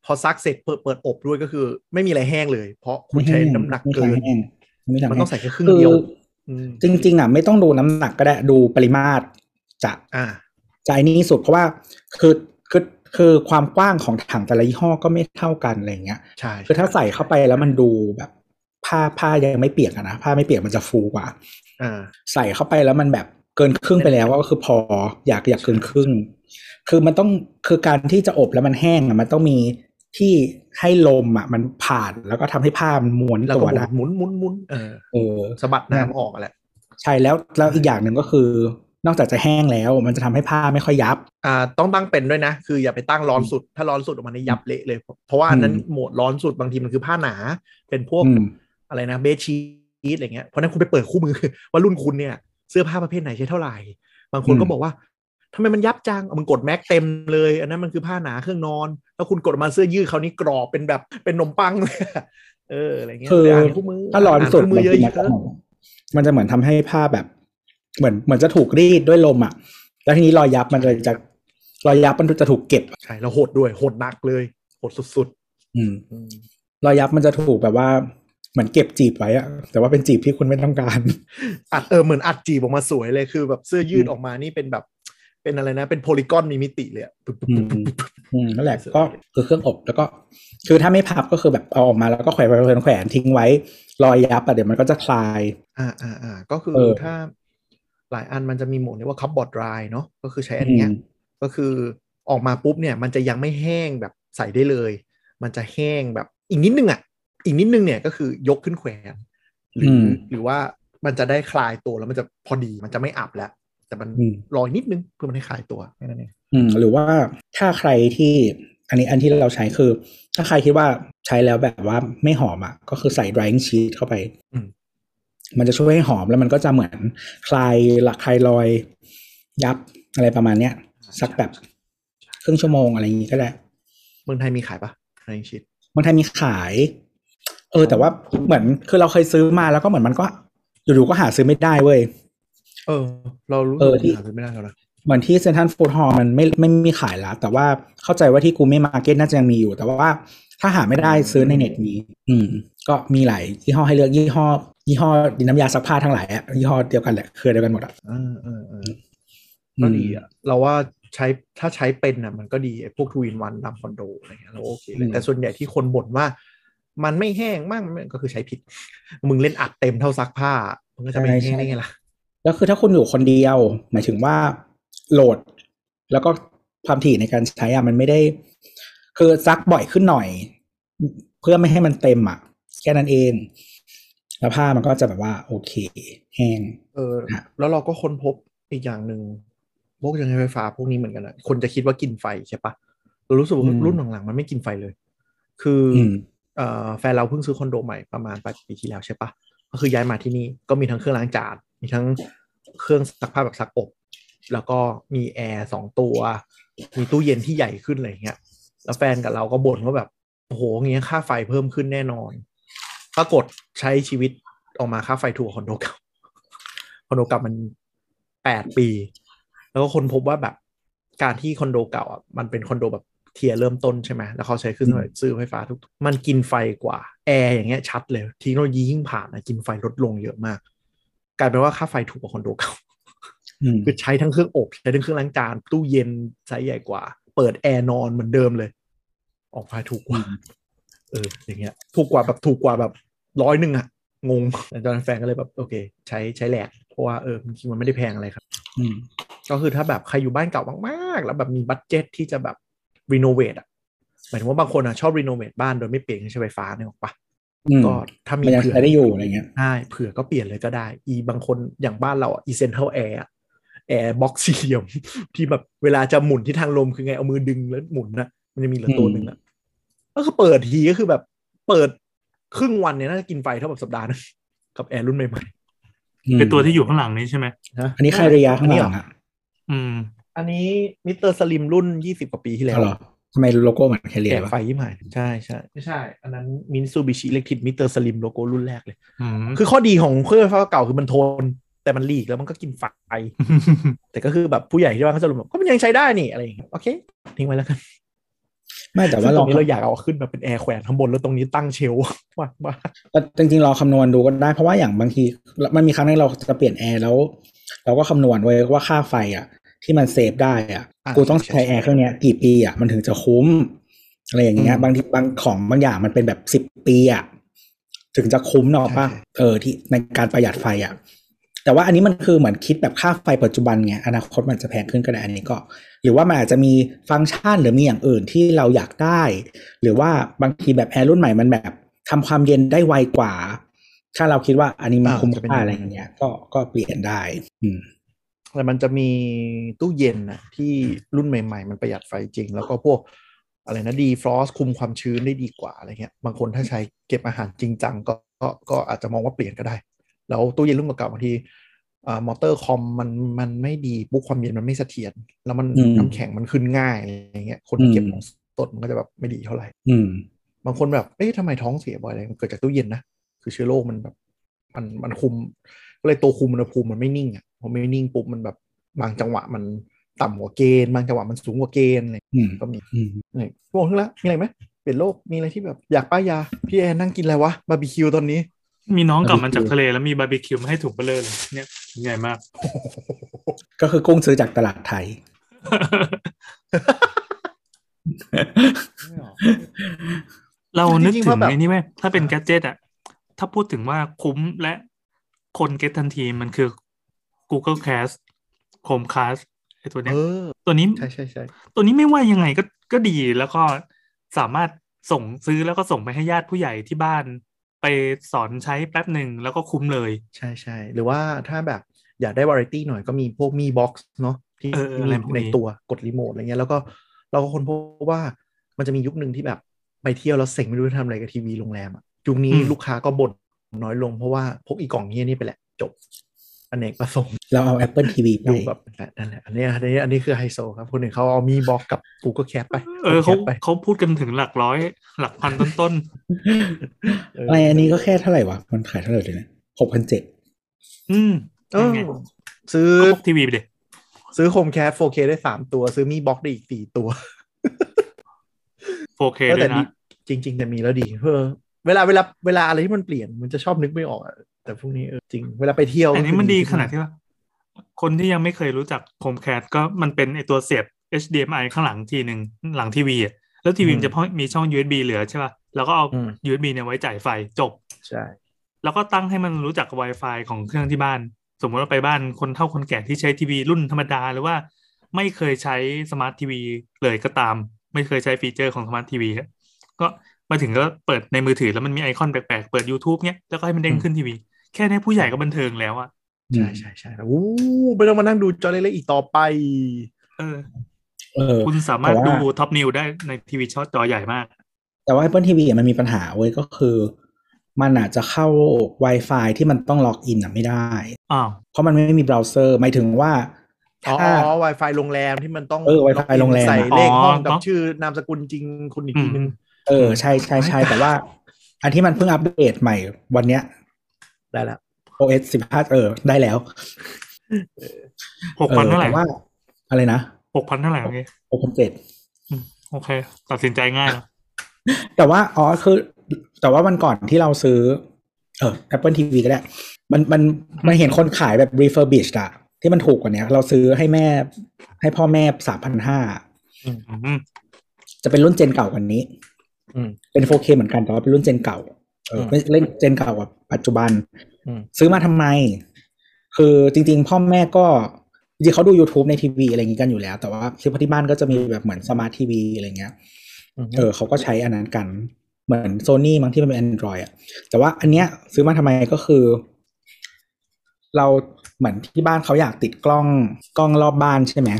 พอซักเสร็จเปิดเปิดอบด้วยก็คือ ไม่มีอะไรแห้งเลย เพราะคุณใช้น้ำหนักเกิน
ไม่ใช่แห้งไม่ใช่
มัน
แห้
ต้องใส่แค่ครึ่งเดียว
คือ
อืม
จริง ๆอ่ะไม่ต้องดูน้ำหนักก็ได้ดูปริมาตรจะ
อ่า
จะไอ้นี่ที่สุดเพราะว่าคือคือคือความกว้างของถังแต่ละยี่ห้อก็ไม่เท่ากันอะไรอย่างเงี้ย
ใช่
คือถ้าใส่เข้าไปแล้วมันดูแบบผ้าผ้ายังไม่เปียกอะนะผ้าไม่เปียกมันจะฟูกว่า
อ่า
ใส่เข้าไปแล้วมันแบบเกินครึ่งไปแล้วก็คือพออยากอยากเกินครึ่ง คือมันต้องคือการที่จะอบแล้วมันแห้งอะมันต้องมีที่ให้ลมอะมันผ่านแล้วก็ทำให้ผ้ามันม้วน
แล้ว
ตั
ก็
วได้
หมุนหมุนหมุนหมุนเออ
เออ
สะบัดน้ำออกแหละ
ใช่แล้วแล้วอีกอย่างหนึ่งก็คือ นอกจากจะแห้งแล้วมันจะทำให้ผ้าไม่ค่อยยับ
อ่า ต้องตั้งเป็นด้วยนะ คืออย่าไปตั้งร้อนสุด ถ้าร้อนสุดออกมาในยยับเละเลย เพราะว่าอันนั้น
อืม
โหมดร้อนสุดบางทีมันคือผ้าหนา เป็นพวก
อืม
อะไรนะเบชีสอะไรเงี้ยเพราะฉะนั้นคุณไปเปิดคู่มือ [LAUGHS] ว่ารุ่นคุณเนี่ย เสื้อผ้าประเภทไหนใช้เท่าไหร่ บางคน
อืม
ก็บอกว่าทำไมมันยับจังเอามันกดแม็กเต็มเลย อันนั้นมันคือผ้าหนาเครื่องนอน แล้วคุณกดออกมาเสื้อยืดเขาวนี้กรอบเป็นแบบเป็นนมปัง [LAUGHS] เลยอะเอออะไรเงี้ย
คือ
ไปานคู่มือ
ถ้าร้อนสุด
านคู่มื
มั
อนเย
จะ
อะ
มันจะมั
ๆ
นจะเหมือนทำให้ผ้าแบบ เหมือนเหมือนจะถูกรีดด้วยลมอ่ะ แล้วทีนี้รอยยับมันเลยจะรอยยับมันจะถูกเก็บ
ใช่แล้วโหดด้วยโหดหนักเลยโหดสุด
อืม
ๆอืม
รอยยับมันจะถูกแบบว่าเหมือนเก็บจีบไว้อะแต่ว่าเป็นจีบที่คุณไม่ต้องการ
อัดเออเหมือนอัดจีบออกมาสวยเลยคือแบบเสื้อยืด
อืม
ออกมานี่เป็นแบบ เป็นอะไรนะ เป็นโพลีกอนมีมิติเลยอะปึ๊บ
อืม
ๆ
อืมนั่นแหละก็คือเครื่องอบแล้วก็ คือถ้าไม่พับก็คือแบบเอาออกมาแล้วก็แขวนแขวนแขวนทิ้งไว้ รอยยับอะเดี๋ยวมันก็จะคลาย
ๆอ่าอ่าอ่าก็คือ
เออ
ถ้าหลายอันมันจะมีโหมดเรียกว่าคับบอร์ดดรายเนาะก็คือใช้อันเนี้ย
อืม
ก็คือออกมาปุ๊บเนี่ย มันจะยังไม่แห้งแบบใส่ได้เลย มันจะแห้งแบบอีกนิดนึงอ่ะ อีกนิดนึงเนี่ยก็คือยกขึ้นแขวนหรือ
ม
อหรือว่ามันจะได้คลายตัวแล้วมันจะพอดีมันจะไม่อับแล้ว แต่มัน
อืม
ลอยนิดนึงเพื่อมันให้คลายตัวแค่นั้นเอง
อืมหรือว่าถ้าใครที่อันนี้อันที่เราใช้คือ ถ้าใครคิดว่าใช้แล้วแบบว่าไม่หอมอ่ะก็คือใส่ drying sheet เข้าไป
อืม
มันจะช่วยให้หอมแล้วมันก็จะเหมือนคลายหลักคลายรอยยับอะไรประมาณเนี้ย สักแบบครึ่งชั่วโมงอะไรอย่างนี้ก็ได้
เมืองไทยมีขายปะในชิด
บางทีมีขาย เออ แต่ว่าเหมือนคือเราเคยซื้อมาแล้วก็เหมือนมันก็อยู่ๆก็หาซื้อไม่ได้เว้ย
เออ เรารู้
เออที่
หาซื้อไม่ได้แล้วนะ
เหมือนที่เซนทันฟูดฮอลมันไม่ไม่มีขายแล้วแต่ว่าเข้าใจว่าที่กูไม่มาร์เก็ตน่าจะยังมีอยู่ แต่ว่าถ้าหาไม่ได้ซื้อในเน็ตมี อืม ก็มีหลายยี่ห้อให้เลือกยี่ห้อ ยี่ห้อดินน้ำยาซักผ้าทั้งหลายอะยี่ห้อเดียวกันแหละเครือเดียวกันหมดอ่ะ
เออเออเออก็ดีอ่ะ เราว่าใช้ถ้าใช้เป็นอ่ะ มันก็ดีไอ้พวกทูอินวันตามคอนโดอะไรเงี้ยเราโอเคเลยแต่ส่วนใหญ่ที่คนบ่นว่า มันไม่แห้งมากมันก็คือใช้ผิด [LAUGHS] มึงเล่นอัดเต็มเท่าซักผ้า มันก็จะไม่แห้งได้ไงล่ะ
แล้วคือถ้าคุณอยู่คนเดียว หมายถึงว่าโหลด แล้วก็ความถี่ในการใช้อะมันไม่ได้ คือซักบ่อยขึ้นหน่อย เพื่อไม่ให้มันเต็มอ่ะ แค่นั้นเอง แล้วผ้ามันก็จะแบบว่า โอเค แห้ง
เออ
ฮะ
แล้วเราก็ค้นพบอีกอย่างหนึ่งพวกยังไงไฟฟ้าพวกนี้เหมือนกันอะคนจะคิดว่ากินไฟใช่ปะเรารู้สึกว่ารุ่นหลังๆมันไม่กินไฟเลย คืออ
อืม
เอ่อแฟนเราเพิ่งซื้อคอนโดใหม่ประมาณปลายปีที่แล้วใช่ปะก็คือย้ายมาที่นี่ก็มีทั้งเครื่องล้างจานมีทั้งเครื่องซักผ้าแบบซักอบ แล้วก็มีแอร์สองตัว มีตู้เย็นที่ใหญ่ขึ้นอะไรอย่างเงี้ยแล้วแฟนกับเราก็บ่นว่าแบบโอ้โหเงี้ยค่าไฟเพิ่มขึ้นแน่นอน ปรากฏใช้ชีวิตออกมาค่าไฟถูกกว่าคอนโดเก่า [LAUGHS] คอนโดเก่ามันแปดปี แล้วก็คนพบว่าแบบการที่คอนโดเก่าอ่ะมันเป็นคอนโดแบบเทียร์เริ่มต้นใช่ไหมแล้วเขาใช้เครื่องซื้อไฟฟ้าทุกๆมันกินไฟกว่า แอร์อย่างเงี้ยชัดเลยเทคโนโลยียิ่งผ่านนะกินไฟลดลงเยอะมาก กลายเป็นว่าค่าไฟถูกกว่าคอนโดเก่า
อืม
คือใช้ทั้งเครื่องอบ ใช้ทั้งเครื่องล้างจานตู้เย็นไซส์ใหญ่กว่า เปิดแอร์นอนเหมือนเดิมเลย ออกไฟถูกกว่า เอออย่างเงี้ย ถูกกว่าแบบถูกกว่าแบบร้อยหนึ่งอะงงแต่ตอนนั้นแฟนก็เลยแบบโอเค ใช้ใช้แหลกเพราะว่าเออจริงๆมันไม่ได้แพงอะไรครับ
อืม
ก็คือถ้าแบบใครอยู่บ้านเก่ามากๆ แล้วแบบมีบัตเจ็ตที่จะแบบรีโนเวทอ่ะหมายถึงว่าบางคนอ่ะชอบรีโนเวทบ้านโดยไม่เปลี่ยนเครื่องใช้ไฟฟ้าเนี่ยหรอกปะ
อืม
ก็ถ้ามี
มันยัง
เผื่อ
ใช้ได้อยู่อะไรเงี้ย
ใช่เผื่อก็เปลี่ยนเลยก็ได้ อีบางคนอย่างบ้านเราอ่ะอีเซนเทลแอร์ [LAUGHS] แอร์บ็อกซี่เหลี่ยม ที่แบบเวลาจะหมุนที่ทางลมคือไงเอามือดึงแล้วหมุนนะ มันจะมีเหลือตัวหนึ่งอะก็คือเปิดทีก็คือแบบเปิดครึ่งวันเนี่ยน่าจะกินไฟเท่ากับสัปดาห์หนึง กับแอร์รุ่นใหม่
เป็นตัวที่อยู่ข้างหลังนี้ใช่ไหม
ๆนะ
อันนี้ใครระยะข้างหลัง
อันนี้เรอ
อ่ะ
อืม
อันนี้มิสเตอร์สลิมรุ่นยี่สิบกว่าปีที่แล้ว
เหรอทำไมโลโก้เหมือนแคเรีย
แจก
วะ
ไฟยี่หมายใช่ใช่ไม่ใช่ อันนั้นมินซูบิชิเล็กทิดมิสเตอร์สลิมโลโก้รุ่นแรกเลย
อื [LAUGHS] ม
คือข้อดีของเครื่องไฟฟ้าเก่าคือมันทน แต่มันหลีกแล้วมันก็กินไฟ แต่ก็คือแบบผู้ใหญ่ที่บ้านเขาจะรู้แบบก็มันยังใช้ได้นี่อะไรอย่างเงี้ยโอเค ทิ้งไว้แล้วกัน
ไม่แต่
แต่
ว่า
ว่าต
เรา
รงนี้เราอยากเอาขึ้นมาเป็นแอร์แขวนข้างบนแล้วตรงนี้ตั้งเชลฟ์ [LAUGHS] ว่างมา
จริงๆเราคำนวณดูก็ได้เพราะว่าอย่างบางที มันมีครั้งหนึงเราจะเปลี่ยนแอร์แล้ว เราก็คำนวณไว้ว่าค่าไฟอ่ะ ที่มันเซฟได้อ่ะ
ะ
กูต้องใช้แอร์เครื่องเนี้ยกี่ปีอ่ะมันถึงจะคุ้มอะไรอย่างเงี้ย
อืม
บางทีบางของบางอย่างมันเป็นแบบสิบปีอ่ะถึงจะคุ้มเนอะป่ะ
ใช่
เออที่ในการประหยัดไฟอ่ะแต่ว่าอันนี้มันคือเหมือนคิดแบบค่าไฟปัจจุบันไงอนาคตมันจะแพงขึ้นก็ได้อันนี้ก็ หรือว่ามันอาจจะมีฟังก์ชันหรือมีอย่างอื่นที่เราอยากได้ หรือว่าบางทีแบบแอร์รุ่นใหม่มันแบบทำความเย็นได้ไวกว่า ถ้าเราคิดว่าอันนี้มัน
อ่า
คุ้ม
จะเป็น
ค่า
อย่าง
อะไรอ
นั้น
ย่างเงี้ย ก็ก็เปลี่ยนได้ อืม
แต่มันจะมีตู้เย็นนะที่รุ่นใหม่ ๆ มันประหยัดไฟจริง แล้วก็พวกอะไรนะดีฟรอสคุมความชื้นได้ดีกว่าอะไรเงี้ยบางคนถ้าใช้เก็บอาหารจริงจังก็ก็ก็อาจจะมองว่าเปลี่ยนก็ได้ แล้วตู้เย็นรุ่นเก่าๆบางทีอ่ามอเตอร์คอมมันมันไม่ดีปุ๊บความเย็นมันไม่เสถียรแล้วมัน
อืม
น้ำแข็งมันขึ้นง่ายอะไรเงี้ยคนที่เก็บ
อืม
ของสดมันก็จะแบบไม่ดีเท่าไหร่
อืม
บางคนแบบ เอ๊ะทำไมท้องเสียบ่อยอะไรมันเกิดจากตู้เย็นนะ คือเชื้อโรคมันแบบ มันมันคุม ก็เลยตัวคุมอุณหภูมิมันไม่นิ่งอ่ะ พอไม่นิ่งปุ๊บมันแบบบางจังหวะมันต่ำกว่าเกณฑ์บางจังหวะมันสูงกว่าเกณฑ์อะไร
อืม
ก็มี
อืม
นี่ชั่วโมงที่แล้วมีอะไรไหมเปลี่ยนโรค มีอะไรที่แบบอยากป้ายยา พี่แอนนั่งกินอะไรวะ บาร์บีคิวตอนนี้
มีน้องกลับมาจาก
Barbecue
ทะเลแล้วมีบาร์บีคิวมาให้ถุงเบลอเลยเนี่ยถุงใหญ่มาก
ก็คือกุ้งซื้อจากตลาดไทย
[LAUGHS] เรานึก
จริงๆ
ถึ
ว่างแบบ
ไอ้นี่ไหมถ้าเป็นแกดเจิตอะถ้าพูดถึงว่าคุ้มและคนเก็ตทันทีมันคือ Google Cast Chromecast ไอตัวเนี้ย
เออ
ตัวนี้
ใช่ใช่ใช่
ตัวนี้ไม่ว่ายังไงก็ก็ดีแล้วก็สามารถส่งซื้อแล้วก็ส่งไปให้ญาติผู้ใหญ่ที่บ้าน ไปสอนใช้แป๊บหนึ่งแล้วก็คุ้มเลย
ใช่ใช่หรือว่าถ้าแบบอยากได้วาไรตี้หน่อยก็มีพวกมีบ็อกซ์เนาะที่
เออเออ
ที่
อะไร
มี
พวกนี้
ในตัวกดรีโมทอะไรเงี้ยแล้วก็เราก็คนพบว่ามันจะมียุคหนึ่งที่แบบไปเที่ยวแล้วเซ็งไม่รู้จะทำอะไรกับทีวีโรงแรมอะยุคนี้
อืม
ลูกค้าก็บ่นน้อยลงเพราะว่าพกอีกล่องเงี้ยนี่ไปแหละ จบอเนกประสงค์
เราเอา Apple TV ไป
ดูแบบนั่นแหละอันนี้อันนี้อันนี้คือไฮโซครับคนหนึ่งเขาเอามีบ็อกกับ Google Cat ไป
เออเขา
กดแคปไป
เขาพูดกันถึงหลักร้อย หลักพันต้น
เ
อะไรอันนี้ก็แค่เท่าไหร่วะ มันขายเท่าไหร่เลยนะหกพันเจ็ด
ๆอืม
เออ
ไง
ซื้อ
ก็พกทีวีไปเด็
ซื้อโฮมแคส 4K ได้ 3 ตัว ซื้อมีบ็อกได้อีก 4 ตัว
4K
เออ
ด้ว
แต่
ย
ดี
นะ
จริง ๆ แต่มีแล้วดีเออเวลาเวลาเวลาอะไรที่มันเปลี่ยนมันจะชอบนึกไม่ออกอะแต่พวกนี้เออจริง เวลาไปเที่ยว
แต่นี้มันดีขนาด
ที่
ที่ว่า คนที่ยังไม่เคยรู้จักโ m มแค t ก็มันเป็นไอตัวเสียบ HDMI ข้างหลังทีหนึ่งหลังทีวีอะแล้วทีวีมันจะพอมีช่อง USB เหลือใช่ป่ะ แล้วก็เอา
อืม
USB เนี่ยไว้จ่ายไฟจบ
ใช่
แล้วก็ตั้งให้มันรู้จัก Wi-Fi ของเครื่องที่บ้าน สมมติว่าไปบ้านคนเฒ่าคนแก่ที่ใช้ทีวีรุ่นธรรมดา หรือว่าไม่เคยใช้สมาร์ททีวีเลยก็ตาม ไม่เคยใช้ฟีเจอร์ของสมาร์ททีวีอะก็มาถึงก็เปิดในมือถือแล้วมันมีไอคอนแปลกๆ เปิด YouTube เนี้ยแล้วก็ให้มันเด้งขึ้นทีวี แค่เนี้ยผู้ใหญ่ก็บันเทิงแล้วอะ
ใช่ใช่ใช่แล้วอู้ไม่ต้องมานั่งดูจอเล็กๆอีกต่อไป
เออ
เออ
คุณสามารถ
แต่ว่า
ดูท็อปนิวได้ในทีวีช่อจอใหญ่มาก
แต่ว่า Apple TV อ่ะมันมีปัญหาเว้ยก็คือ มันอาจจะเข้า Wi-Fi ที่มันต้องล็อกอินอ่ะไม่ได้
อ้าว
เพราะมันไม่มีเบราว์เซอร์ หมายถึงว่า
อ๋อ
ถ้า
อ๋อ Wi-Fi โรงแรมที่มันต้อง
เออ Wi-Fi โรงแรมอะ
ใส่เลขห้องกั
อ๋
บ
อ
ชื่อนามสกุลจริงคุณอีกทีนึง
เออใช่ใช่ใช่แต่ว่า อันที่มันเพิ่งอัปเดตใหม่วันเนี้ย
ได้แล้ว
OS 15เออ ได้แล้ว
หกพันเท่าไหร่
แต่ว่าอะไรนะ
หกพันเท่าไหร่เมื่อกี้
หกพันเจ็ด
โอเค ตัดสินใจง่ายนะ
แต่ว่าอ๋อคือ แต่ว่าวันก่อนที่เราซื้อ เออ Apple TV ก็ได้ มันมันมันเห็นคนขายแบบ refurbished อะที่มันถูกกว่าเนี้ย เราซื้อให้แม่ ให้พ่อแม่สามพันห้า
อืม
จะเป็นรุ่นเจนเก่ากว่านี้
อืม
เป็น 4K เหมือนกันแต่ว่าเป็นรุ่นเจนเก่าเออเป็นเล่นเจนเก่ากว่าปัจจุบัน
อืม
ซื้อมาทำไม คือจริง ๆ พ่อแม่ก็จริงๆเขาดู YouTube ในทีวีอะไรอย่างนี้กันอยู่แล้ว แต่ว่าคือพอที่บ้านก็จะมีแบบเหมือนสมาร์ททีวีอะไรเงี้ย
อืม
เออเขาก็ใช้อันนั้นกัน เหมือนโซนี่มั้งที่มันเป็น Android อ่ะ แต่ว่าอันเนี้ยซื้อมาทำไมก็คือ เราเหมือนที่บ้านเขาอยากติดกล้องกล้องรอบบ้านใช่ไหม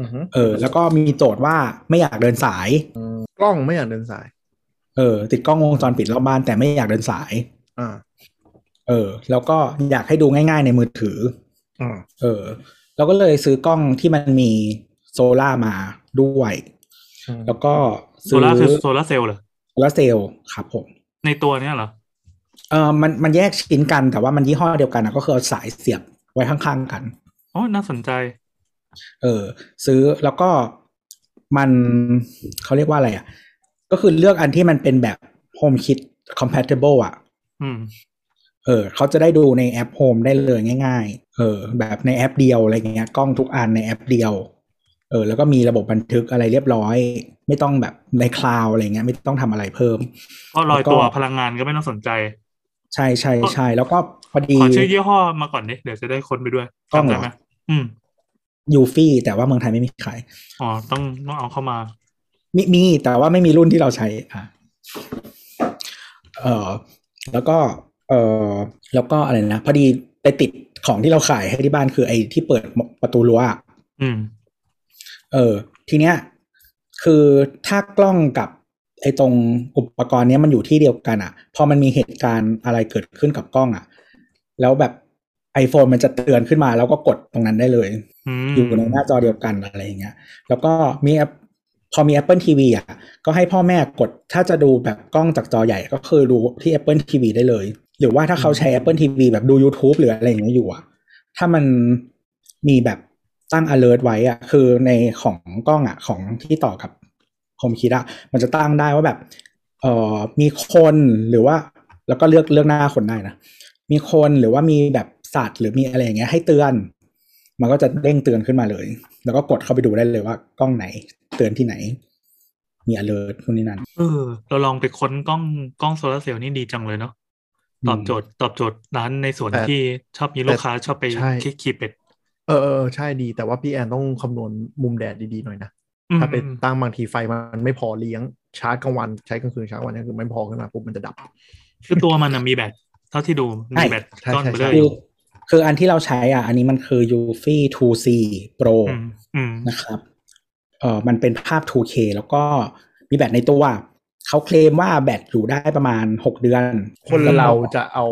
อือฮึ
เออ แล้วก็มีโจทย์ว่าไม่อยากเดินสาย
กล้องไม่อยากเดินสาย
เออ ติดกล้องวงจรปิดรอบบ้านแต่ไม่อยากเดินสาย
อ่า
เออ แล้วก็อยากให้ดูง่าย ๆ ในมือถือ
อืม
เออ เราก็เลยซื้อกล้องที่มันมีโซล่าร์มาด้วย แล้วก็
โซ
ซื้อ
ล่าคือโซล่าเซลล์เหรอ
โซล่าร์เซลล์ครับผม
ในตัวเนี้ยเหรอ
เออมันมันแยกชิ้นกันแต่ว่ามันยี่ห้อเดียวกันนะก็คือเอาสายเสียบไว้ข้างๆกัน
อ๋อน่าสนใจ
เออ ซื้อแล้วก็มันเขาเรียกว่าอะไรอ่ะ ก็คือเลือกอันที่มันเป็นแบบ Home Kit compatible อ่ะ
อืม
เออเขาจะได้ดูในแอปโฮมได้เลยง่ายๆ เออ แบบในแอปเดียวอะไรเงี้ยกล้องทุกอันในแอปเดียว เออ แล้วก็มีระบบบันทึกอะไรเรียบร้อย ไม่ต้องแบบในคลาวอะไรเงี้ย ไม่ต้องทำอะไรเพิ่ม
ก็ลอย
แล้วก็
ตัวพลังงานก็ไม่ต้องสนใจ
ใช่ใช่ใช่แล้วก็พอดี
ขอชื่อยี่ห้อมาก่อนดิเดี๋ยวจะได้ค้นไปด้วย
กล้อง
จำ
เหร
ได้
อ
ไหมอืม
ยูฟี่แต่ว่าเมืองไทยไม่มีขาย
อ๋อต้องต้องเอาเข้ามา
มีมีแต่ว่าไม่มีรุ่นที่เราใช้อ่ะเออแล้วก็เออแล้วก็อะไรนะพอดีไปติดของที่เราขายให้ที่บ้านคือไอ้ที่เปิดประตูรั้วอะ
อืม
เออทีเนี้ยคือถ้ากล้องกับไอ้ตรงอุปกรณ์เนี้ยมันอยู่ที่เดียวกันอะ่ะ พอมันมีเหตุการณ์อะไรเกิดขึ้นกับกล้องอะ่ะ แล้วแบบ iPhone มันจะเตือนขึ้นมาแล้วก็กดตรงนั้นได้เลย
อืม
อยู่ในหน้าจอเดียวกันอะไรอย่างเงี้ย แล้วก็มีแอปพอมี Apple TV อ่ะ ก็ให้พ่อแม่กดถ้าจะดูแบบกล้องจากจอใหญ่ก็คือดูที่ Apple TV ได้เลย หรือว่าถ้าเขาใช้ Apple TV แบบดู YouTube หรืออะไรอย่างเงี้ยอยู่อ่ะ ถ้ามันมีแบบตั้ง alert ไว้อ่ะ คือในของกล้องอ่ะ ของที่ต่อกับ Home Kit อ่ะ มันจะตั้งได้ว่าแบบเอ่อมีคนหรือว่า แล้วก็เลือกเลือกหน้าคนได้นะ มีคนหรือว่ามีแบบสัตว์หรือมีอะไรอย่างเงี้ยให้เตือน มันก็จะเด้งเตือนขึ้นมาเลย แล้วก็กดเข้าไปดูได้เลยว่ากล้องไหน เตือนที่ไหน มี alert พวกนี้นั่น
เออ เราลองไปค้นกล้องกล้องโซลาร์เซลล์นี่ดีจังเลยเนาะ
อืม
ตอบโจทย์ตอบโจทย์ร้านในส่วน
แต่
ที่ชอบมีลูกค้าชอบไป
ใช่
คลิกคีย์เป็ด
เออเออใช่ดี แต่ว่าพี่แอนต้องคำนวณมุมแดดดีๆหน่อยนะ
อืม
ถ้าไปตั้งบางทีไฟมันไม่พอเลี้ยงชาร์จกลางวันใช้กลางคืนชาร์จกลางวันเนี่ยคือไม่พอขึ้นมาปุ๊บมันจะดับ
คือตัวมันนะมีแบตเท่าที่ดูมีแบต
ใช่
ก้อน
ใช่
ไป
ใช่
คื
เลอร์อย
อ
ยู่
คืออันที่เราใช้อ่ะ อันนี้มันคือ Eufy 2C Pro
อืมอืม
นะครับ เออมันเป็นภาพ 2K แล้วก็มีแบตในตัว เขาเคลมว่าแบตอยู่ได้ประมาณ 6 เดือน
คน
แล้วก็
เราจะเอา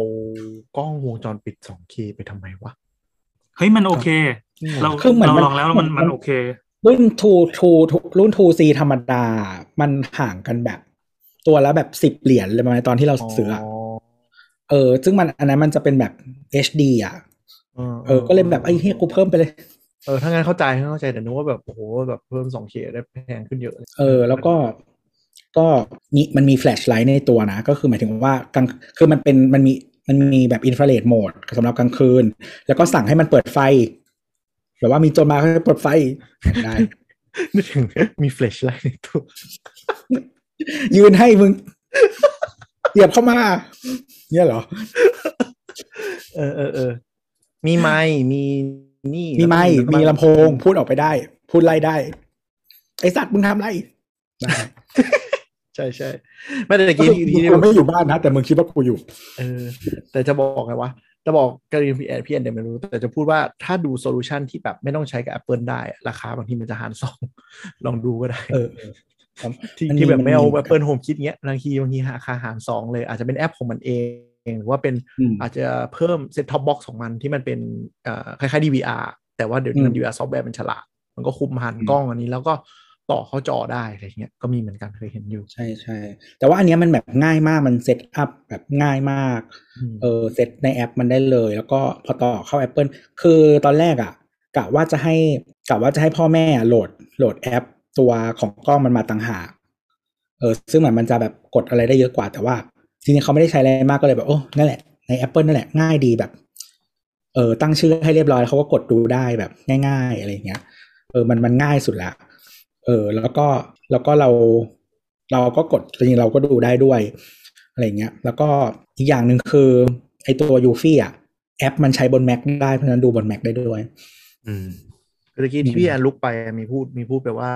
กล้องวงจรปิด 2K ไปทำไมวะ
เฮ้ยมันโอเค เรา
คือเหมือน
เรา
มัน
ลองแล้วมันมันโอเค
รุ่น 2 2รุ่น 2C ธรรมดา มันห่างกันแบบ ตัวละแบบ 10 เหรียญเลยประมาณตอนที่เราซื้ออะ เออ ซึ่งมันอันนั้นมันจะเป็นแบบ HD อ่ะ เออ ก็เลยแบบไอ้เฮ้ยกูเพิ่มไปเลย
เออถ้างั้นเข้าใจเข้าใจแต่นึกว่าแบบโอ้โหแบบเพิ่ม 2K ได้แพงขึ้นเยอะเลย
เออ แล้วก็ ก็มีมันมีแฟลชไลท์ในตัวนะ ก็คือหมายถึงว่ากลาง คือมันเป็น มันมี มันมีแบบอินฟราเรดโหมดสำหรับกลางคืน แล้วก็สั่งให้มันเปิดไฟ แบบว่ามีโจรมาเขาจะเปิดไฟ [LAUGHS] ได้
นึกถึง [LAUGHS] มีเฟลชไลท์ในตัว
ยืนให้มึง [LAUGHS] เหยียบเข้ามา เนี่ยเหรอ
เออเออเออมีไมค์มีนี่
มีไม้มีลำโพง พูดออกไปได้ พูดไล่ได้ ไอสัตว์มึงทำไรได้
ใช่ใช่ไม่แต่ตะ
ก็
กี้
คือ
ที่ที่
กูไม่อยู่บ้านนะ แต่มึงคิดว่ากูอยู่
เออแต่จะบอกไงวะจะบอกกรณีพีแอนพีแอนเดี๋ยวไม่รู้ แต่จะพูดว่าถ้าดูโซลูชันที่แบบไม่ต้องใช้กับ Apple ได้อะราคาบางทีมันจะหารสอง [LAUGHS] ลองดูก็ได้ [LAUGHS]
เออ
ที่
มันมี
ที่แบบไม่เอา
มันมี
Apple Home คิดเงี้ยบางทีบางทีราคาหารสองเลย อาจจะเป็นแอปของมันเองหรือว่าเป็น
อืม
อาจจะเพิ่มเซ็ตท็อปบ็อกซ์ของมันที่มันเป็นเอ่อคล้ายๆ DVR แต่ว่าเดี๋ยวนี้มัน
อืม
DVR ซอฟต์แวร์มันฉลาด มันก็คุมหัน
อืม
กล้องอันนี้แล้วก็ต่อเข้าจอได้อะไรเงี้ยก็มีเหมือนกันเคยเห็นอยู่
ใช่ใช่แต่ว่าอันเนี้ยมันแบบง่ายมากมันเซตอัพแบบง่ายมาก
อืม
เออเซตในแอปมันได้เลย แล้วก็พอต่อเข้า Apple คือตอนแรกอะ่ะกะว่าจะให้กะว่าจะให้พ่อแม่โหลดโหลดแอปตัวของกล้องมันมาต่างหากเออซึ่งเหมือนมันจะแบบกดอะไรได้เยอะกว่าแต่ว่า ทีนี้เขาไม่ได้ใช้อะไรมากก็เลยแบบโอ้นั่นแหละใน Apple นั่นแหละง่ายดีแบบเออตั้งชื่อให้เรียบร้อยแล้วเขาก็กดดูได้แบบง่าย ๆ อะไรอย่างเงี้ย เออ มัน มันง่ายสุดละ เออ แล้วก็ แล้วก็เรา เราก็กด จริงๆ เราก็ดูได้ด้วย อะไรอย่างเงี้ย แล้วก็อีกอย่างหนึ่งคือ ไอตัวยูฟี่อ่ะ แอปมันใช้บน Mac ได้ เพราะฉะนั้นดูบน Mac ได้ด้วย
อืม
ตะกี้
อื
ที่
ม
พี่แอนลุกไปมีพูดมีพูดไปว่า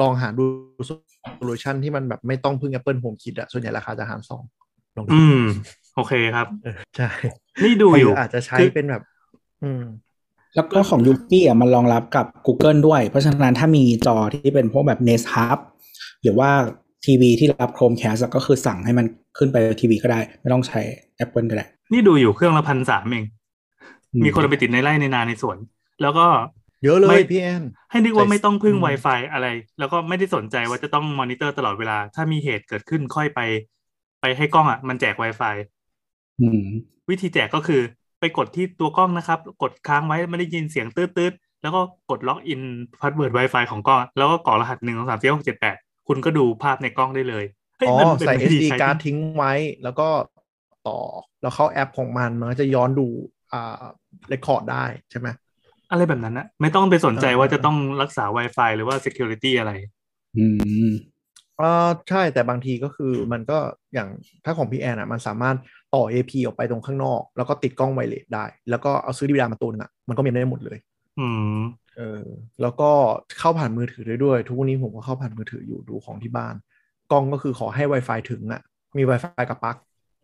ลองหาดูโซลูชันที่มันแบบไม่ต้องพึ่ง Apple Home Kit อะส่วนใหญ่ราคาจะหารสองลองดู
อืม โอเคครับ
เออใช่
นี่ดู
ห
อ
รื
ยู่
ออาจจะใช้
คือ
เป็นแบบ อืม
แล้วก็ของยูกี้อ่ะมันรองรับกับ Google ด้วย เพราะฉะนั้นถ้ามีจอที่เป็นพวกแบบ Nest Hub หรือว่าทีวีที่รับ Chromecast อะก็คือสั่งให้มันขึ้นไปทีวีก็ได้ ไม่ต้องใช้ Apple ก็ได้
นี่ดูอยู่เครื่องละพันสามเอง
อืม
มีคนเอาไปติดในไร่ในนาในสวน แล้วก็
เยอะเล
ไม่
ยพี่แอน
ให้นึกว่า
ใช่
ไม่ต้องพึ่ง Wi-Fi อะไร แล้วก็ไม่ได้สนใจว่าจะต้องมอนิเตอร์ตลอดเวลา ถ้ามีเหตุเกิดขึ้นค่อยไป ไปให้กล้องอ่ะ มันแจก Wi-Fi
อืม
วิธีแจกก็คือไปกดที่ตัวกล้องนะครับ กดค้างไว้ไม่ได้ยินเสียงตืดตืดๆแล้วก็กดล็อกอินพาสเวิร์ด Wi-Fi ของกล้อง แล้วก็กรอกรหัสหนึ่งสองสามสี่หกเจ็ดแปดคุณก็ดูภาพในกล้องได้เลยเฮ้ย
อ๋อ
มันเป็น
ใส่
วิธี
SD
ใช้
card ทิ้งไว้แล้วก็ต่อ แล้วเข้าแอปของมันมันก็จะย้อนดูอ่าเรคคอร์ดได้ใช่ไหม
อะไรแบบนั้นนะไม่ต้องไปสนใจว่า
เออ
จะต้องรักษา Wi-Fi หรือว่า Security อะไร
อืม
อ่าใช่แต่บางทีก็คือมันก็อย่างถ้าของพี่แอนอ่ะมันสามารถต่อ AP ออกไปตรงข้างนอก แล้วก็ติดกล้องไวเลสได้ แล้วก็เอาซื้อดีวดามาตุนอ่ะมันก็มีได้หมดเลย
อืม
เออแล้วก็เข้าผ่านมือถือได้ด้วย ทุกวันนี้ผมก็เข้าผ่านมือถืออยู่ดูของที่บ้าน กล้องก็คือขอให้ Wi-Fi ถึงอ่ะ มี Wi-Fi กับปลั๊ก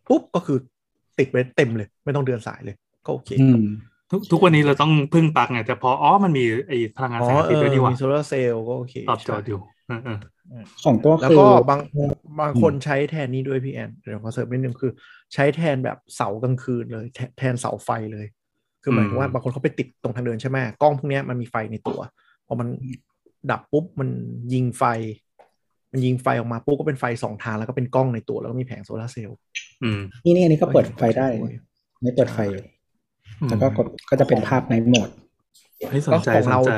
ปุ๊บก็คือติดไว้เต็มเลย ไม่ต้องเดินสายเลยก็โอเค
อืม
ทุกทุกวันนี้เราต้องพึ่งปลั๊กไงแต่พออ๋อมันมีไอ้พลังงาน
อ๋อ
แสงอา
เอ
ทิตย์ด้ว
อ
ยนี่หว่า
มีโซลาร์เซลล์ก็โอเค
ตอบโจทย์อยู่เออเออ
ของตัว
แล้ว
คือ
ก็บางบางคนใช้แทนนี้ด้วยพี่แอน เดี๋ยวขอเสริมนิดนึงคือ ใช้แทนแบบเสากลางคืนเลยแทแทนเสาไฟเลย คือหมายถึงว่าบางคนเขาไปติดตรงทางเดินใช่ไหมกล้องพวกเนี้ยมันมีไฟในตัวพอมันดับปุ๊บมันยิงไฟ มันยิงไฟออกมาปุ๊บก็เป็นไฟสองทางแล้วก็เป็นกล้องในตัวแล้วก็มีแผงโซลาร์เซลล์
อืม
นี่นี่อันนี้ก็เปิดไฟได้ไม่เปิดไฟอยู่แล้วก็กดก็จะเป็นภาพในโหมด
ให้ยสนใจ
ก็ของ
สน
เรา
ใจ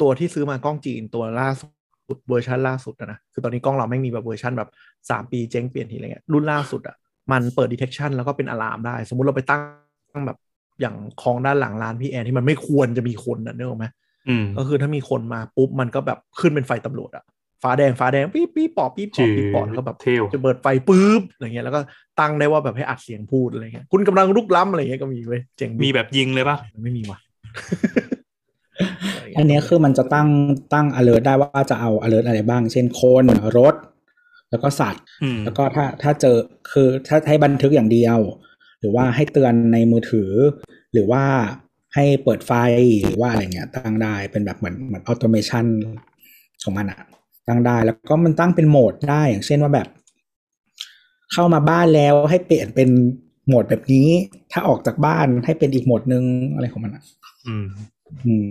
ตัวที่ซื้อมากล้องจีนตัวล่าสุดเวอร์ชันล่าสุดอะนะคือตอนนี้กล้องเราไม่มีแบบเวอร์ชันแบบสามปีเจ๊งเปลี่ยนทีอะไรเงี้ยรุ่นล่าสุดอะมันเปิด detection แล้วก็เป็นอะลามได้ สมมุติเราไปตั้งแบบอย่างคลองด้านหลังร้านพี่แอนที่มันไม่ควรจะมีคนนะเนกอะไหม
อืม
ก็คือถ้ามีคนมาปุ๊บมันก็แบบขึ้นเป็นไฟตำรวจอะฟ้าแดงฟ้าแดงปี๊ปี๊ปอบปี๊ปอบปี๊ปอบแล้วก็แบบ
เทว
จะเปิดไฟปุ๊บอะไรเงี้ยแล้วก็ตั้งได้ว่าแบบให้อัดเสียงพูดอะไรเงี้ยคุณกำลังลุกล้ำอะไรเงี้ยก็มีเว้ยเจ๋งดี
มีแบบยิงเลยป่ะ
ไม่มีว่ะ
[LAUGHS] อันเนี้ยคือมันจะตั้งตั้ง alert ได้ว่าจะเอา alert อะไรบ้าง เช่นคนรถ แล้วก็สัตว์
อืม
แล้วก็ถ้าถ้าเจอคือถ้าให้บันทึกอย่างเดียว หรือว่าให้เตือนในมือถือ หรือว่าให้เปิดไฟหรือว่าอะไรเงี้ยตั้งได้เป็นแบบเหมือนเหมือน automation ของมันอะตั้งได้แล้วก็มันตั้งเป็นโหมดได้อย่างเช่นว่าแบบ เข้ามาบ้านแล้วให้เปลี่ยนเป็นโหมดแบบนี้ ถ้าออกจากบ้านให้เป็นอีกโหมดนึงอะไรของมันอะ
อืม
อืม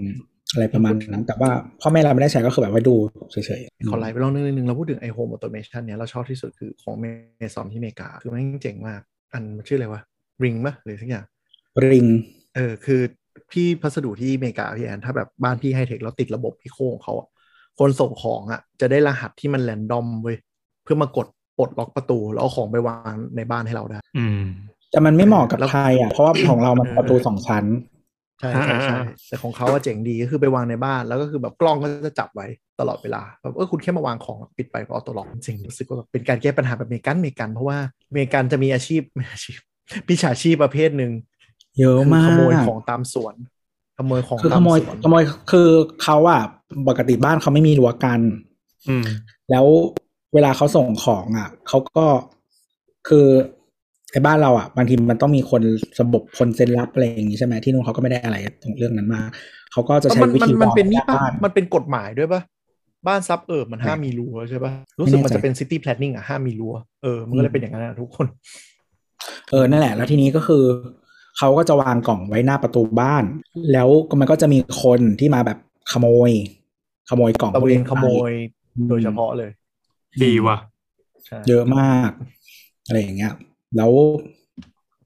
อะไรประมาณนั้น แต่ว่าพ่อแม่เราไม่ได้ใช้ก็คือแบบไว้ดูเฉยๆ
ขอไลน์ไปลองนึงนึงเราพูดถึงไอโฮมออโตเมชันเนี่ยเราชอบที่สุดคือของเมซอนที่อเมริกา คือแม่งเจ๋งมาก อันมันชื่ออะไรวะริงปะหรือสักอย่าง
ริง
เออคือพี่พัสดุที่อเมริกาพี่แอนถ้าแบบบ้านพี่ไฮเทคแล้วติดระบบอีโคของเขาอะคนส่งของอะจะได้รหัสที่มันแรนดอมเว้ยเพื่อมากดปลดล็อกประตู แล้วเอาของไปวางในบ้านให้เราได้
อืม
แต่มันไม่เหมาะกับ
แล้ว
ไทยอ่ะ เพราะว่าของเรามันประตูสองชั้น
ใช่ใช่ใช่
อ่า
แต่ของเขาอะเจ๋งดีก็คือไปวางในบ้านแล้วก็คือแบบกล้องก็จะจับไว้ตลอดเวลาแบบเออคุณแค่มาวางของแล้วปิดไปก็ออโต้ล็อกจริงๆรู้สึกว่าแบบเป็นการแก้ปัญหาแบบอเมริกันอเมริกัน เพราะว่าอเมริกันจะมีอาชีพ [LAUGHS] ไม่อาชีพมีฉาชีพประเภทหนึ่ง
เยอะ
คือ
มา
ข
ก
โมยของตามสวนขโมยของ
คือข
ตาม
โมย
สวน
ขโมยคือเขาอ่ะปกติบ้านเขาไม่มีรั้วกัน
อืม
แล้วเวลาเขาส่งของอ่ะเขาก็คือไอ้บ้านเราอ่ะ บางทีมันต้องมีคนระบบคนเซ็นรับอะไรอย่างงี้ใช่ไหมที่นู่นเขาก็ไม่ได้อะไรตรงเรื่องนั้นมากเขาก็จะใช้
มัน
วิ
มัน
ธี
มัน
วาง
เป็นนี่ปะ
บ้าน
มันเป็นกฎหมายด้วยปะบ้านซับเออมันห้ามมีรั้วใช่ปะรู้สึกมัน
ไม่แน่ใจ
จะเป็นซิตี้แพลนนิ่งอะห้ามมีรั้วเออมันก็เลยเป็นอย่างนั้นอะทุกคน
เออ นั่นแหละ แล้วทีนี้ก็คือเขาก็จะวางกล่องไว้หน้าประตูบ้าน แล้วมันก็จะมีคนที่มาแบบขโมย ขโมยกล่อง
ตะเวนขโมยโดยเฉ
อื
พาะเลย
ม
ดีว่ะ
ใช่
เยอะมาก อะไรอย่างเงี้ย แล้ว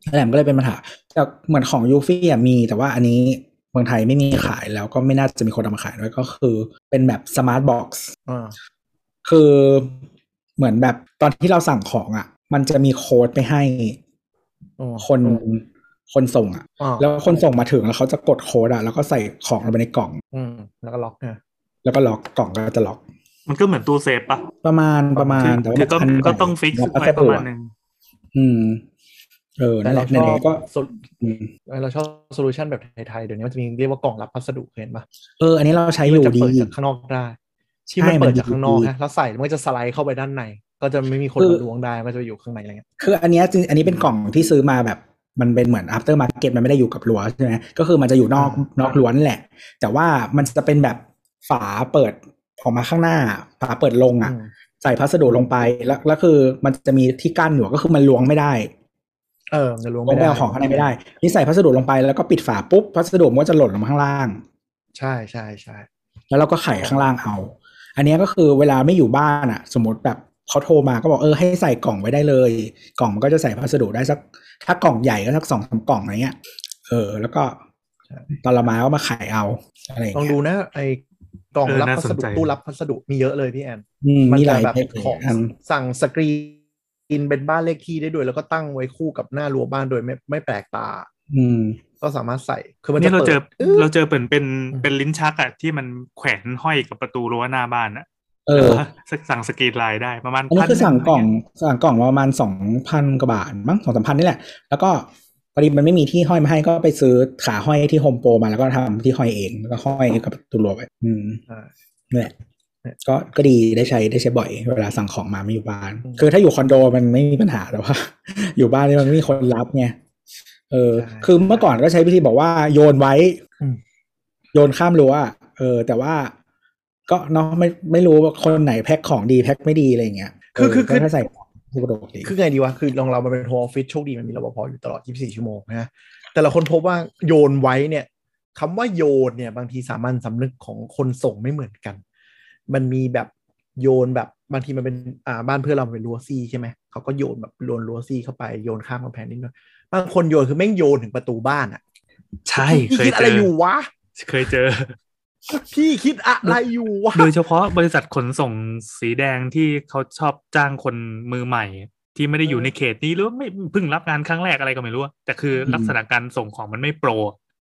นั่นแหละมันก็เลยเป็นปัญหา แต่เหมือนของยูฟี่อะมี แต่ว่าอันนี้เมืองไทยไม่มีขายแล้วก็ไม่น่าจะมีคนเอามาขายด้วยก็คือ เป็นแบบสมาร์ทบ็อกซ์
อ่า
คือเหมือนแบบตอนที่เราสั่งของอะ่ะ มันจะมีโค้ดไปให้
อ๋อ
คนคนส่งอ่ะ
อ่า
แล้วคนส่งมาถึงแล้วเขาจะกดโค้ดอะแล้วก็ใส่ของลงไปในกล่อง
อืมแล้วก็ล็อกนะ
แล้วก็ล็อกกล่องก็จะล็อก
มันก็เหมือนตู้เซฟป่ะ
ประมาณประมาณ
คือ
แต่ว่า
คือก็
มันพัน
ก็ต้องฟิก
แล้วก็
ไว้
แค่
ประมาณ
วก
หนึ่ง
อืม เออนั่นแหละ
ช
นั่น
อบ
ก็
โซล
อืม
เราชอบโซลูชันแบบไทยๆ เดี๋ยวนี้มันจะมีเรียกว่ากล่องรับพัสดุเห็นปะ
เออ อันนี้เราใช้
ที่
อ
มัน
ยู่
จะ
ดี
เปิดจากข้างนอกได้ที่
ใช่
มั
มั
นเปิ
น
ดจากข้างนอก
ดี
นะแล้วใส่มันก็จะสไลด์เข้าไปด้านใน ก็จะไม่มีคน
คือ
มาล้วงได้มันก็จะไปอยู่ข้างในอะไรเงี้ย
คืออันเนี้ยจริงอันนี้เป็นกล่องที่ซื้อมาแบบ มันเป็นเหมือน after market มันไม่ได้อยู่กับรั้วใช่ไหมก็คือมันจะอยู่นอก
อ่าน
นอกรั้วนั่นแหละ แต่ว่ามันจะเป็นแบบฝาเปิดออกมาข้างหน้า ฝาเปิดลงอ่ะ
อืม
ใส่พัสดุลงไปแล้วแล้วคือมันจะมีที่กั้นอยู่ก็คือมันล้วงไม่ได้
เออมันจะล้วง
ล้วง
ไม่
ไป
ได้
เอาของข้างในไม่ได้ นี่ใส่พัสดุลงไปแล้วก็ปิดฝาปุ๊บพัสดุมันก็จะหล่นลงมาข้างล่าง
ใช่ใช่ใช่
แล้วเราก็ไขข้างล่างเอา อันเนี้ยก็คือเวลาไม่อยู่บ้านอะสมมติแบบเขาโทรมาก็บอกเออให้ใส่กล่องไว้ได้เลย กล่องมันก็จะใส่พัสดุได้สัก ถ้ากล่องใหญ่ก็สักสองสามกล่องอะไรเงี้ย เออ แล้วก็ตอนเรามาก็มาไขเอาอะไร
ลอง
เงี้
ดู
ย
นะไอ้กล่อง
เออ
รับ
น่า
พั
ส
ส
น
ดุ
ใจ
ตู้รับพัสดุมีเยอะเลยพี่แอน
อืม
มัน
มีห
จะ
ลาย
แบบ
เทปเล
ของ
ยอัน
สั่งสกรีนเป็นบ้านเลขที่ได้ด้วย แล้วก็ตั้งไว้คู่กับหน้ารั้วบ้านโดยไม่ไม่แปลกตา
อืม
ก็สามารถใส่คือมัน
เนี่ย
จะ
เราเจอ
ปิดอื้อ
เราเจอเป็นเป็น
อืม
เป็นลิ้นชักอะที่มันแขวนห้อยกับประตูรั้วหน้าบ้านอะ
เออ
สั่งสกรีนลายได้ประมาณ
อันนี้คือสั่งกล่อง
พันหนึ่
สั่งกล่องมาประมาณสองพันกว่าบาทมั้งสองสามพันนี่แหละ แล้วก็พอดีมันไม่มีที่ห้อยมาให้ก็ไปซื้อขาห้อยที่โฮมโปรมาแล้วก็ทำที่ห้อยเองแล้วก็ห้อยกับประตัวรัวไปอืม
อ่า
นี่นแหละก็ก็ดีได้ใช้ได้ใช้บ่อย เวลาสั่งของมาไม่อยู่บ้าน
อืม
คือถ้าอยู่คอนโดมันไม่มีปัญหาแต่ว่า [LAUGHS] อยู่บ้านนี่มันไม่มีคนรับไงเออ
ใช่
คือเมื่อก่อนก็ใช้วิธีบอกว่าโยนไว้
อืม
โยนข้ามรั้วอะเออ แต่ว่า ก็เนาะไม่ไม่รู้ว่าคนไหนแพ็คของดีแพ็คไม่ดีอะไรอย่างเงี้ย
คือคือคือ
เก็ถ้าใส่ของที่กระโดดดี
คือไงดีวะคือลองเรามันเป็นโฮมออฟฟิศโชคดีมันมีรปภอยู่ตลอด 24 ชั่วโมงนะแต่ละคนพบว่าโยนไว้เนี่ยคำว่าโยนเนี่ย บางทีสามัญสำนึกของคนส่งไม่เหมือนกัน มันมีแบบโยนแบบบางทีมันเป็นอ่าบ้านเพื่อนเรามันเป็นรั้วซี่ใช่ไหมเขาก็โยนแบบโยนรั้วซี่เข้าไปโยนข้ามกำแพงนิดหน่อยบางคนโยนคือแม่งโยนถึงประตูบ้านอะ
งใช่
พี่
เคย
คิด
เจ
อะไร
อ
อยู่วะ
เคยเจอ [LAUGHS]
พี่คิดอะไรอยู่วะ
โดยเฉพาะบริษัทขนส่งสีแดงที่เขาชอบจ้างคนมือใหม่ ที่ไม่ได้อยู่ในเขตนี้หรือว่าไม่เพิ่งรับงานครั้งแรกอะไรก็ไม่รู้อะแต่คือลักษณะการส่งของมันไม่โปร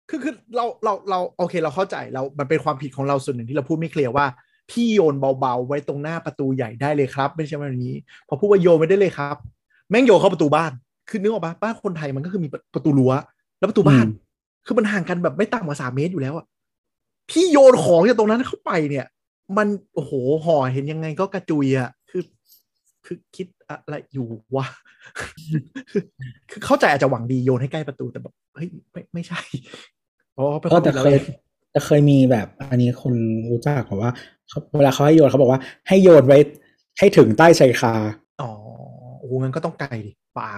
คือคือเราเราเราโอเคเราเข้าใจเรา มันเป็นความผิดของเราส่วนหนึ่งที่เราพูดไม่เคลียร์ว่า พี่โยนเบาๆ ไว้ตรงหน้าประตูใหญ่ได้เลยครับ ไม่ใช่แบบนี้ พอพูดว่าโยนไม่ได้เลยครับ แม่งโยนเข้าประตูบ้าน คือนึกออกปะบ้านคนไทยมันก็คือมีประตูรั้วแล้วประตูบ้าน คือมันห่างกันแบบไม่ต่ำกว่าสามเมตรอยู่แล้วอะพี่โยนของจากตรงนั้นเข้าไปเนี่ย มันโอ้โหห่อเห็นยังไงก็กระจุยอะคือคือคิดอะไรอยู่วะ คือ [LAUGHS] คือเข้าใจอาจจะหวังดีโยนให้ใกล้ประตูแต่แบบเฮ้ยไม่ไม่ใช่อ๋อเป็น
เออ
วาม
แต่
ผิดรา
เคยแต่เคยมีแบบ อันนี้คนรู้จักบอกว่าเขาเวลาเขาให้โยนเขาบอกว่า ให้โยนไว้ให้ถึงใต้ชายคา
อ๋อโอ้โหงั้นก็ต้องไกลดิป่า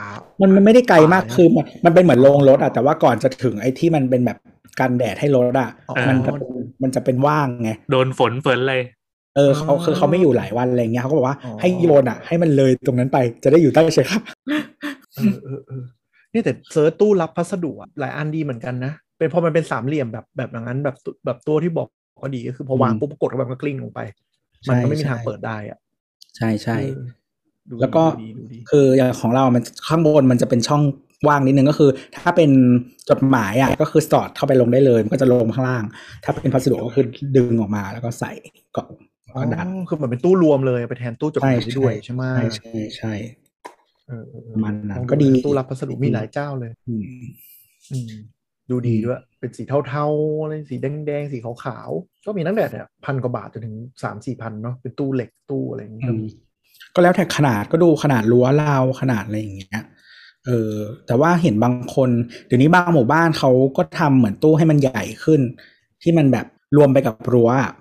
มันมันไม่ได้ไกลมาก
ป่านะ
คือมันมันเป็นเหมือนโรงรถอะแต่ว่าก่อนจะถึงไอ้ที่มันเป็นแบบกันแดดให้รถอะ
อ๋อ
มันจะเป็นมันจะเป็นว่างไง
โดนฝนฝนเลย
เออเขา
อ๋อ
คือเขาไม่อยู่หลายวันอะไรเงี้ยเขาก็บอกว่า
อ๋อ
ให้โยนอะให้มันเลยตรงนั้นไปจะได้อยู่ใต้ชายคา
เออเออเออนี่แต่เซิร์ชตู้รับพัสดุอะหลายอันดีเหมือนกันนะเป็นพอมันเป็นสามเหลี่ยมแบบแบบอย่างนั้นแบบตู้แบบตัวที่บอกก็ดีก็คือพอวางปุ๊บกดเข้าไปมันก็กลิ้งลงไป มันก็ไม่มีทางเปิดได้อะ
ใช่ใช่
เออดู
แล้วก็
ดีดูดี
คืออย่างของเรามันข้างบนมันจะเป็นช่องว่างนิดนึงก็คือ ถ้าเป็นจดหมายอะก็คือสอดเข้าไปลงได้เลย มันก็จะลงข้างล่าง ถ้าเป็นพัสดุก็คือดึงออกมาแล้วก็ใส่กล่องแล้ว
อ๋อ
ก็ดัน
คือเหมือนเป็นตู้รวมเลยไปแทนตู้จดหมายได้ด้วยใช่ไหม
ใช่ใช่ใช่
เออเออเออ
มันนะ
ลอง
ก็ดี
ตู้รับพัสดุมีหลายเจ้าเลย
อืม
อืมดูดี
อืม
ด้วย เป็นสีเทาๆอะไรสีแดงๆ สีขาวๆ ก็มีตั้งแต่เนี่ยพันกว่าบาทจนถึงสามสี่พันเนาะเป็นตู้เหล็กตู้อะไรอย่างเงี้ยก็มี
ก็แล้วแต่ขนาดก็ดูขนาดรั้วราวขนาดอะไรอย่างเงี้ย เออ แต่ว่าเห็นบางคนเดี๋ยวนี้บางหมู่บ้านเขาก็ทำเหมือนตู้ให้มันใหญ่ขึ้น ที่มันแบบรวมไปกับรั้วอะ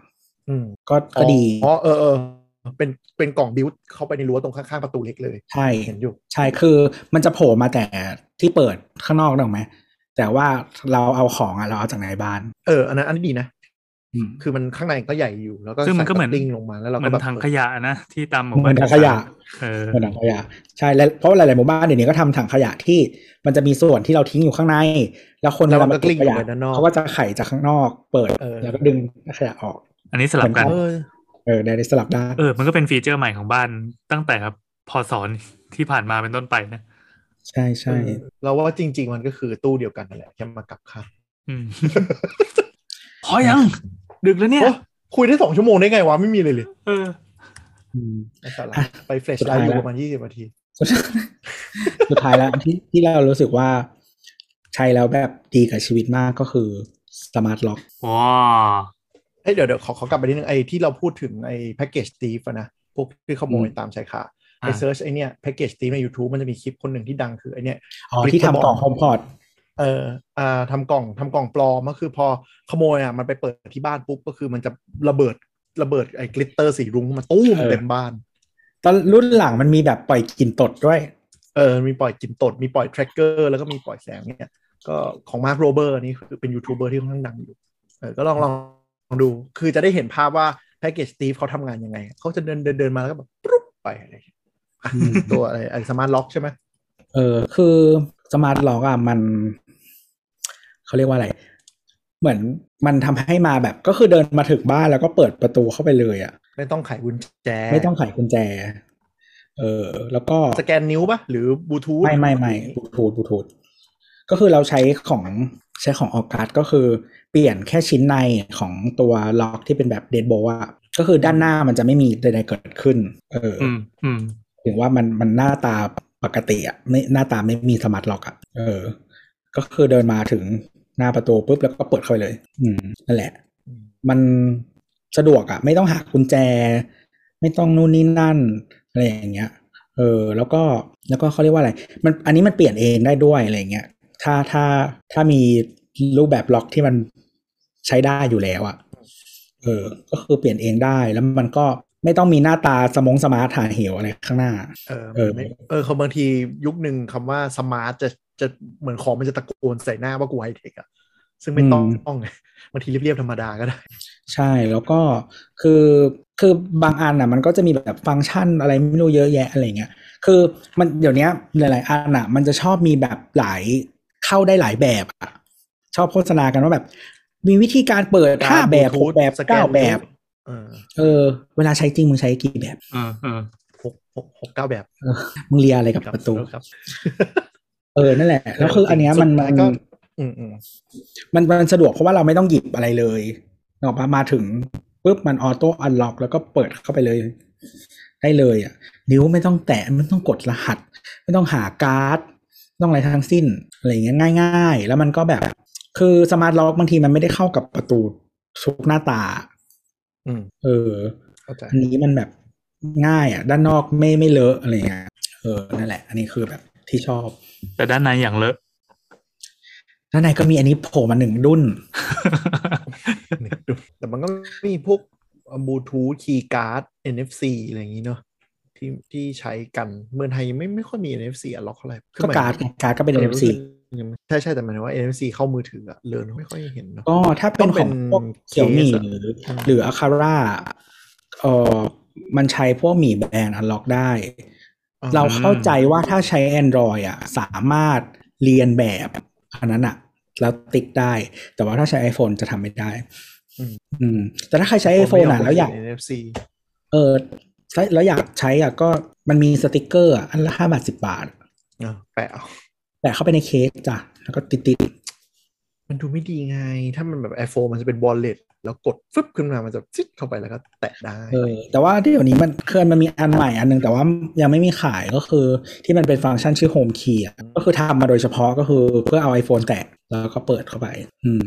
อืม
ก็ก็ดี
อ๋อเออเออเป็นเป็นกล่องบิวต์เข้าไปในรั้วตรงข้างๆ ประตูเหล็กเลย
ใช่
เห็นอยู่
ใช่คือมันจะโผล่มาแต่ที่เปิดข้างนอกหรอกไหมแต่ว่าเราเอาของอะเราเอาจากในบ้าน
เอออันนั้นอันนี้ดีนะ
อืม
คือมันข้างในก็ใหญ่อยู่ แล้วก็
ซึ่งมันก็เหมือน
ใส่ลิงลงมาแล้วเรา
เหมื
ก็
อน
แบบ
ถังขยะนะที่ตามหมู่
เหมือนถังขยะ
เออ
เหมือนถังขยะใช่และเพราะว่าหลายๆหมู่บ้านเดี๋ยวนี้ก็ทำถังขยะที่มันจะมีส่วนที่เราทิ้งอยู่ข้างใน แล้วคน
แล้ว
เวลา
มั
น มา
ก็ก
เก็บ
ลิ้ง
ข
ลง
ยะ
ไปด้านนอก
เขาก็จะไขจากข้างนอกเปิด
เออ
แล้วก็ดึงขยะออก
อันนี้สลับกัน
เออ
เออได้ได้สลับด้าน
เออ มันก็เป็นฟีเจอร์ใหม่ของบ้านตั้งแต่ครับพอสอนที่ผ่านมาเป็นต้นไปนะ
ใช่ใช่
เออเราว่าจริง ๆ มันก็คือตู้เดียวกันนั่นแหละแค่มากลับค่าง
อืมพอยัง ดึกแล้วเนี่ย
โอ้คุยได้สองชั่วโมงได้ไงวะ ไม่มีเลยเลย
เออ
อืม [LAUGHS]
ไอ้สาระ
อ่ะ
ไปเฟรช
สุด
ไล
ท้าย
ท์อยู่
แล้ว
ประมาณยี่สิบนาที
สุดสุดท้ายแล้วที่ที่เรารู้สึกว่า ใช้แล้วแบบดีกับชีวิตมากก็คือสมาร์ทล็อก
ว้าว
เอ้ยเดี๋ยวเดี๋ยวขอขอกลับไปนิดนึงไอ้ที่เราพูดถึงไอ้แพ็กเกจตีฟนะ พวกที่ขโมย
อืม
ตามชายคา ไปเซิร์ชไอเนี้ยแพ็กเกจตีใน YouTube มันจะมีคลิปคนหนึ่งที่ดังคือไอเนี้ย
อ๋อที่ทำกล่องโฮมพอด
เอออ่าทำกล่องทำกล่องปลอมก็คือพอขโมยอ่ะมันไปเปิดที่บ้านปุ๊บก็คือมันจะระเบิดระเบิดไอ้กลิตเตอร์สีรุ้งมาตู้ม
เออ
เต็มบ้าน
ตอนรุ่นหลังมันมีแบบปล่อยกลิ่นตดด้วย
เออ มีปล่อยกลินตด มีปล่อยแทร็กเกอร์แล้วก็มีปล่อยแสงเนี่ย ก็ของมาร์คโรเบอร์นี่คือเป็นยูทูบเบอร์ที่ค่อนข้างดังอยู่ เออ ก็ลองลองลองดู คือจะได้เห็นภาพว่าแพ็กเกจสตีฟเขาทำงานยังไง เขาจะเดินเดินเดินมาแล้วก็แบบปุ๊บไปอะไรอย่างเงี้ยอ่ะ
อืม
ตัวอะไรไอ้สมาร์ทล็อกใช่ไหม
เออคือสมาร์ทล็อกอะมันเขาเรียกว่าอะไร เหมือนมันทำให้มาแบบก็คือเดินมาถึงบ้านแล้วก็เปิดประตูเข้าไปเลยอะ
ไม่ต้องไขกุญแจ
ไม่ต้องไขกุญแจ เออ แล้วก็
สแกนนิ้วปะหรือบลูทูธ
ไม่ไม่ไม่บลูทูธบลูทูธก็คือเราใช้ของใช้ของออกัสก็คือเปลี่ยนแค่ชิ้นในของตัวล็อกที่เป็นแบบเดดโบอะก็คือด้านหน้ามันจะไม่มีใดๆเกิดขึ้น เอออ
อืมอืม
ถึงว่ามันมันหน้าตาปกติอะไม่หน้าตาไม่มีสมาร์ทล็อกอะเออ ก็คือเดินมาถึงหน้าประตูปุ๊บแล้วก็เปิดเข้าไปเลย อืมนั่นแหละ มันสะดวกอะไม่ต้องหากุญแจ ไม่ต้องนู่นนี่นั่นอะไรอย่างเงี้ย เออ แล้วก็แล้วก็เขาเรียกว่าอะไร มันอันนี้มันเปลี่ยนเองได้ด้วยอะไรอย่างเงี้ยถ้าถ้าถ้ามีรูปแบบล็อกที่มันใช้ได้อยู่แล้วอะเออ ก็คือเปลี่ยนเองได้แล้วมันก็ไม่ต้องมีหน้าตาสมองสมาร์ทหาเหวอะไรข้างหน้า
เออ
เออ
ไม่เออเขาบางทียุคหนึ่งคำว่าสมาร์ทจะจะเหมือนของมันจะตะโกนใส่หน้าว่ากูไฮเทคอะซึ่งไม่ต้องต้องไงบางทีเรียบๆธรรมดาก็ได้
ใช่แล้วก็คือคือบางอันอ่ะ มันก็จะมีแบบฟังก์ชันอะไรไม่รู้เยอะแยะอะไรเงี้ยคือมันเดี๋ยวเนี้ยหลาย ๆ อันอ่ะ มันจะชอบมีแบบหลายเข้าได้หลายแบบอ่ะชอบโฆษณากันว่าแบบ มีวิธีการเปิดห้าแบบหกแบบเก้าแบบ
เออ
เออ เวลาใช้จริงมึงใช้กี่แบบ
เออเออ
หกหกหกเก้าแบบ
มึงเลียอะไรกับ
คบ
ประตู
ครับ
เออนั่นแหละแล้วคืออันเนี้ยมัน
สุด
มั
ท้าน ก็อืมอืม
มันมันสะดวกเพราะว่าเราไม่ต้องหยิบอะไรเลยนกออกปะมาถึงปุ๊บมันออโต้อันล็อกแล้วก็เปิดเข้าไปเลย ได้เลยอ่ะ นิ้วไม่ต้องแตะไม่ต้องกดรหัส ไม่ต้องหาการ์ดไม่ต้องอะไรทั้งสิ้นอะไรอย่างเงี้ยง่าย ๆ แล้วมันก็แบบ คือสมาร์ทล็อกบางทีมันไม่ได้เข้ากับประตูทุกหน้าตา
อืม
เออ
เข้า
[LAUGHS]
ใจ
อันนี้มันแบบง่ายอ่ะ ด้านนอกไม่ไม่เลอะอะไรเงี้ยเออนั่นแหละ อันนี้คือแบบที่ชอบ
แต่ด้านในอย่างเลอะ [LAUGHS]
ด้านในก็มีอันนี้โผล่มาหนึ่งรุ่น
แต่มันก็มีพวกบลูทูธคีย์การ์ด NFC อะไรอย่างนี้เนาะที่ที่ใช้กันเมืองไทยยังไม่ไม่ค่อยมี NFC อะล็อกเท่าไหร่คือ
ก็
หมย
การ์ดไงการ์ดก็เป็น NFC
ใช่ใช่แต่หมายถึงว่า NFC เข้ามือถืออะเลินไม่ค่อยเห็นเนาะ
ก็ถ้าเป็นของพวกเสี่ยวหมี่หรือ
อืม
หรืออาคาร่าเออมันใช้พวกหมี่แบรนด์อันล็อกได้ เราเข้าใจว่าถ้าใช้ Android อ่ะ สามารถเรียนแบบอันนั้นอ่ะ แล้วติดได้ แต่ว่าถ้าใช้ iPhone จะทำไม่ได้ อืม แต่ถ้าใครใช้ iPhone อ่ะแล้วอยาก
เ NFC
เออใช้แล้วอยากใช้อ่ะก็มันมีสติกเกอร์อะอันละห้าบาทสิบบาท
เนาะแปะเอา
แต่เข้าไปในเคสจ้ะ แล้วก็ติดติด
มันดูไม่ดีไง ถ้ามันแบบ iPhone มันจะเป็น wallet แล้วกดฟึบขึ้นมา มันจะจิ๊ดเข้าไปแล้วก็แตะได้
ๆเออ แต่ว่าเดี๋ยวนี้มันเคยมันมีอันใหม่อันหนึง แต่ว่ายังไม่มีขายก็คือที่มันเป็นฟังก์ชันชื่อ Home Key อ่ะก็คือทำมาโดยเฉพาะก็คือเพื่อเอา iPhone แตะแล้วก็เปิดเข้าไป อืม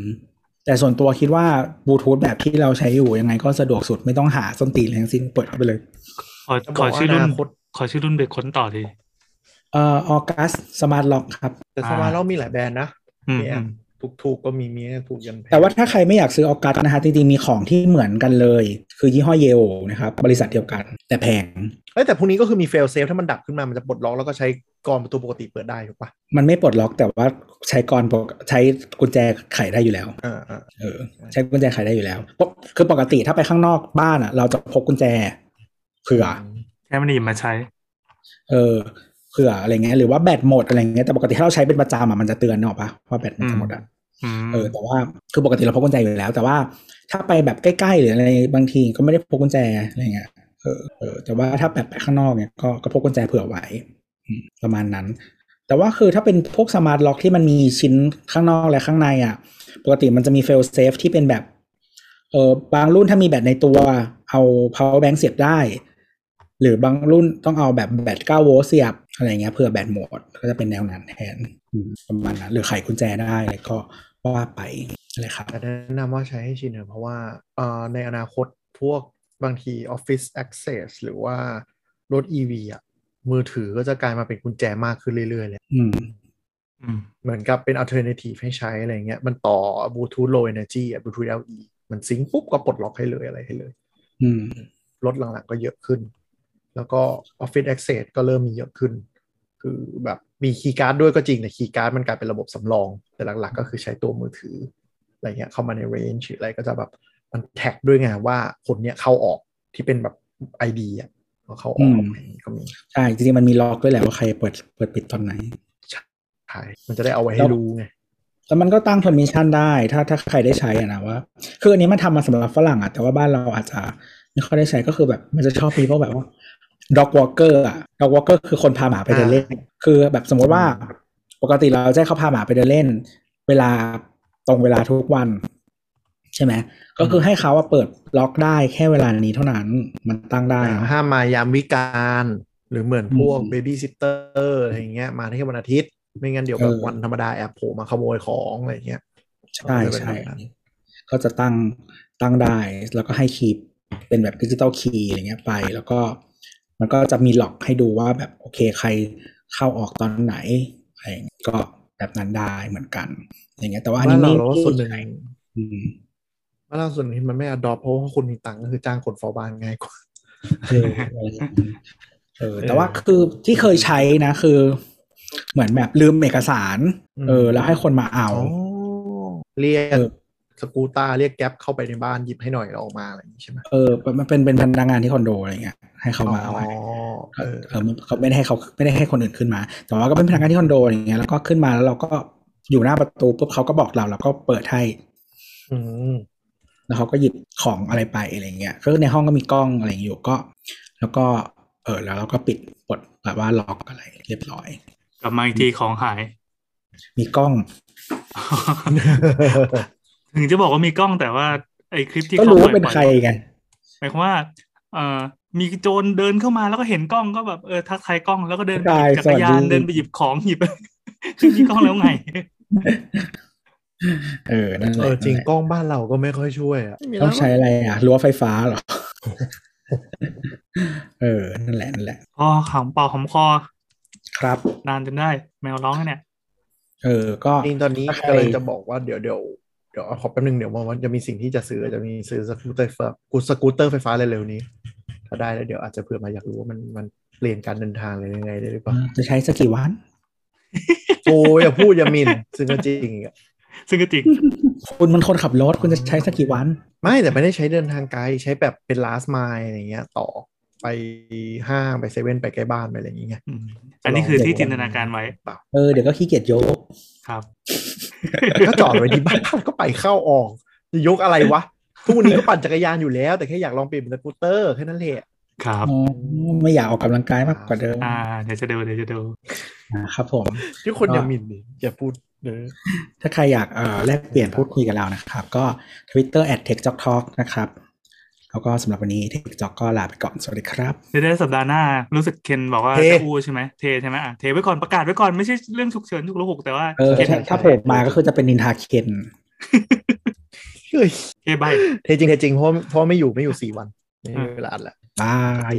แต่ส่วนตัวคิดว่าบลูทูธแบบที่เราใช้อยู่ยังไงก็สะดวกสุดไม่ต้องหาส้นตีนอะไรทั้งสิ้นเปิดเข้าไปเลย
ขอ
จะบ
ข
อก
อ
ว่า
ชื่อรุ่น
อนาคต
ขอชื่อรุ่นไปค้นต่อที
เอ่อออกัสสมาร์ทล็อกครับ
แต่สมาร์ทเรามีหลายแบรนด์นะ
อืม
มี
อืม
ถูกถูกๆก็มีมีถูกยันพง
แต่ว่าถ้าใครไม่อยากซื้อออกัสนะฮะจริงๆมีของที่เหมือนกันเลย คือยี่ห้อเยลนะครับ บริษัทเดียวกัน แต่แพง
เอ้ยแต่พวกนี้ก็คือมี fail safe ถ้ามันดับขึ้นมา มันจะปลดล็อกแล้วก็ใช้กรอนประตูปกติเปิดได้ถูกปะ
มันไม่ปลดล็อกแต่ว่าใช้กรปกใช้กุญแจไขได้อยู่แล้ว
อ่าอ่า
เออใช้กุญแจไขได้อยู่แล้วปกคือปกติถ้าไปข้างนอกบ้านอ่ะ เราจะพกกุญแจเผื่อ
แค่ไม่ได้หยิบมาใช้
เออเผื่ออะไรเงี้ยหรือว่าแบตหมดอะไรเงี้ยแต่ปกติถ้าเราใช้เป็นประจำอ่ะมันจะเตือนเนกอะปะว่าแบตมันจะหมดอ่ะ
อืม
เออแต่ว่าคือปกติเราพกกุญแจอยู่แล้ว แต่ว่าถ้าไปแบบใกล้ๆหรืออะไรบางทีก็ไม่ได้พกกุญแจอะไรเงี้ยเออเออแต่ว่าถ้าแบบไปข้างนอกเนี่ยก็ก็พกกุญแจเผื่อไว้อืมประมาณนั้น แต่ว่าคือถ้าเป็นพวกสมาร์ทล็อกที่มันมีชิ้นข้างนอกและข้างในอ่ะ ปกติมันจะมี fail safe ที่เป็นแบบเออบางรุ่นถ้ามีแบตในตัว เอา power bank เสียบได้ หรือบางรุ่นต้องเอาแบบแบต9โวลต์เสียบอะไรเงี้ยเผื่อแบตหมดก็จะเป็นแนวนั้นแทนอืมประมาณนั้นหรือไขกุญแจได้แล้วก็ว่าไปอะไรครับ
แต่แนะนำว่าใช้ให้ชินเถอะเพราะว่าเอ่อในอนาคตพวกบางที Office Access หรือว่ารถ EV อ่ะ มือถือก็จะกลายมาเป็นกุญแจมากขึ้นเรื่อยๆเลย
อืม
อืม
เหมือนกับเป็นอัลเทอร์เนทีฟให้ใช้อะไรเงี้ย มันต่อบลูทูธ low energy อ่ะบลูทูธ LE มันซิงค์ปุ๊บก็ปลดล็อกให้เลยอะไรให้เลย
อืม
รถหลังๆก็เยอะขึ้น แล้วก็ Office Access ก็เริ่มมีเยอะขึ้น คือแบบมีคีย์การ์ดด้วยก็จริงแต่คีย์การ์ดมันกลายเป็นระบบสำรอง แต่หลักๆ ก็คือใช้ตัวมือถืออะไรเงี้ยเข้ามาใน range หรืออะไรก็จะแบบมันแท็กด้วยไงว่าคนเนี้ยเข้าออกที่เป็นแบบ ID อ่ะว่าเข้าออก
อืม
อะไรอย่างงี้ก็มี
ใช่จริงๆมันมีล็อกด้วยแหละว่าใครเปิดเปิดปิดตอนไหน
ใช่มันจะได้เอาไว้ให้รู้ไง
แล้วมันก็ตั้ง permission ได้ถ้าถ้าใครได้ใช้อะนะว่า คืออันนี้มันทำมาสำหรับฝรั่งอะแต่ว่าบ้านเราอาจจะไม่ค่อยได้ใช้ก็คือแบบ มันจะชอบมีพวกแบบว่า dog walker อะ dog walker คือคนพาหมาไปเดินเล่น คือแบบสมมติว่า ปกติเราจะให้เขาพาหมาไปเดินเล่น เวลาตรงเวลาทุกวัน ใช่ไหมก็คือให้เขาว่าเปิดล็อกได้แค่เวลานี้เท่านั้นมันตั้งได้เนอะ
ห้ามมายามวิการ หรือเหมือนพวก
อืม
เบบี้ซิ t เตอร์อะไรอย่างเงี้ยมาแค่วันอาทิตย์ ไม่งั้นเดี๋ยวแบบ
เออ
วันธรรมดาแอบโผล่มาขโมยของอะไรอย่างเงี้ย
ใช่ใช่
ก็จะเป็นแบบนั้น
ก็จะตั้งตั้งได้ แล้วก็ให้คีย์เป็นแบบดิจิตอลคีย์อะไรเงี้ยไป แล้วก็มันก็จะมีล็อกให้ดูว่าแบบโอเคใครเข้าออกตอนไหนอะไรอย่างเงี้ยก็แบบนั้นได้เหมือนกัน อย่างเงี้ยแต่ว่าอันนี้
บ้าน
ไม่
เราเราว่าส่วนหนึ่ง
ไม่ใช่อืม
บ้านเราส่วนหนึ่งที่มันไม่อดอปเพราะว่าคนมีตังค์ก็คือจ้างคนเฝ้าบ้านง่ายกว่า
เอออะไรอย่างเงี้ยเออแต่ว่าคือที่เคยใช้นะคือ เหมือนแบบลืมเอกสาร
อืม
เออ แล้วให้คนมาเอา
เรียก
เออ
สกูต้าเรียกแก๊ปเข้าไปในบ้านหยิบให้หน่อยแล้วออกมาอะไรอย่างงี้ใช่ไหม
เออมันเป็นเป็นพนักงานที่คอนโดอะไรเงี้ยให้เขามาเอา
อ๋อ
ให้
เออ
เออมันเขาไม่ได้ให้เขาไม่ได้ให้คนอื่นขึ้นมา แต่ว่าก็เป็นพนักงานที่คอนโดอย่างเงี้ยแล้วก็ขึ้นมาแล้วเราก็อยู่หน้าประตูปุ๊บเขาก็บอกเราแล้วก็เปิดให้
อืม
แล้วเขาก็หยิบของอะไรไปอะไรเงี้ยคือในห้องก็มีกล้องอะไรอยู่ก็ แล้วก็เออแล้วเราก็ปิดปลดแบบว่าล็อกอะไรเรียบร้อย
กลับมาอีกทีของหาย [LAUGHS]
มีกล้อง
ถึงจะบอกว่ามีกล้องแต่ว่าไอ้คลิปที่
ก็
เขา
รู้
ปล่
ว่า
อย
เป็นใครไง
หมายความว่าเอ่อมีโจรเดินเข้ามาแล้วก็เห็นกล้องก็แบบเออทักทายกล้องแล้วก็เดินไปหยิบจักรยานเดินไปหยิบของหยิบ [LAUGHS] คือมีกล้องแล้วไง
เออนั่นแห
เอ
ละ
อจริง
นั่นแหละ
กล้องบ้านเราก็ไม่ค่อยช่วยอ่ะ
ต้องใช้อะไรอ่ะรั้วไฟฟ้าเหรอ [LAUGHS] เออนั่นแหละนั่นแหละ
พอหอมปากหอมคอ
ครับ
นานจนได้ แมวร้องแล้วเนี่ย
เออ ก็
จริงตอนนี้
ถ้าใคร
กำลังจะบอกว่าเดี๋ยวเดี๋ยวเดี๋ยวขอแป๊บนึงเดี๋ยวมันจะมีสิ่งที่จะซื้อจะมีซื้อสกูตเตอร์ไฟฟ้ากูสกูตเตอร์ไฟฟ้าเร็วๆนี้ ถ้าได้แล้วเดี๋ยวอาจจะเผื่อมาอยากรู้ว่ามันมันเปลี่ยนการเดินทางเลยยังไงได้หรือเปล่า
จะใช้สักกี่วัน
โอ้ยอย่าพูดอย่าหมินซึ่งก็จริงอีกอะ
ซึ่งก็จริ [LAUGHS] ง
คุณมันคนขับรถคุณจะใช้สักกี่วัน
ไม่แต่ไม่ได้ใช้เดินทางไกลใช้แบบเป็น last mile อะไรเงี้ย ต่อไปห้างไปเซเว่นไปใกล้บ้านไปอะไรอย่างเงี้ย
อืมอันนี้คือที่จินตนาการไว้
เปล่า
เออเดี๋ยวก็ขี้เกียจยก
ครับ
ก็จอดไว้ที่บ้าน [LAUGHS] ก็ไปเข้าออกจะยกอะไรวะทุกวันนี้ก็ปั่นจักรยานอยู่แล้ว แต่แค่อยากลองเปลี่ยนเป็นสกูตเตอร์แค่นั้นแหละ
ครับ
อ๋อ ไม่อยากออกกำลังกายมากกว่าเดิม
อ่าเดี๋ยวจะดูเดี๋ยวจะดู
นะครับผม
ทุกคน
ก็
อย่าหมิ่นดิอย่าพูดเด้อ
ถ้าใครอยากเอ่อแลกเปลี่ยนพูดคุยกับเรานะครับ ก็ Twitter @techjoktalk นะครับ แล้วก็สำหรับวันนี้ TechJok ก็ลาไปก่อน สวัสดีครับ
เดี๋ยวได้สัปดาห์หน้า รู้สึกเคนบอกว่าจะอู้ใช่ไหมเทใช่ไหมอ่ะเทไว้ก่อนประกาศไว้ก่อนไม่ใช่เรื่องฉุกเฉินฉุกละหุกแต่ว่า
เออ
เคน
ถ้าถ้าโผล่มาก็คือจะเป็นนินทาเคน
เฮ้ย
เทใบ
เทจริงเทจริงเพราะเพราะไม่อยู่ไม่อยู่สี่วันไม่มีเวลาอัดละ
บาย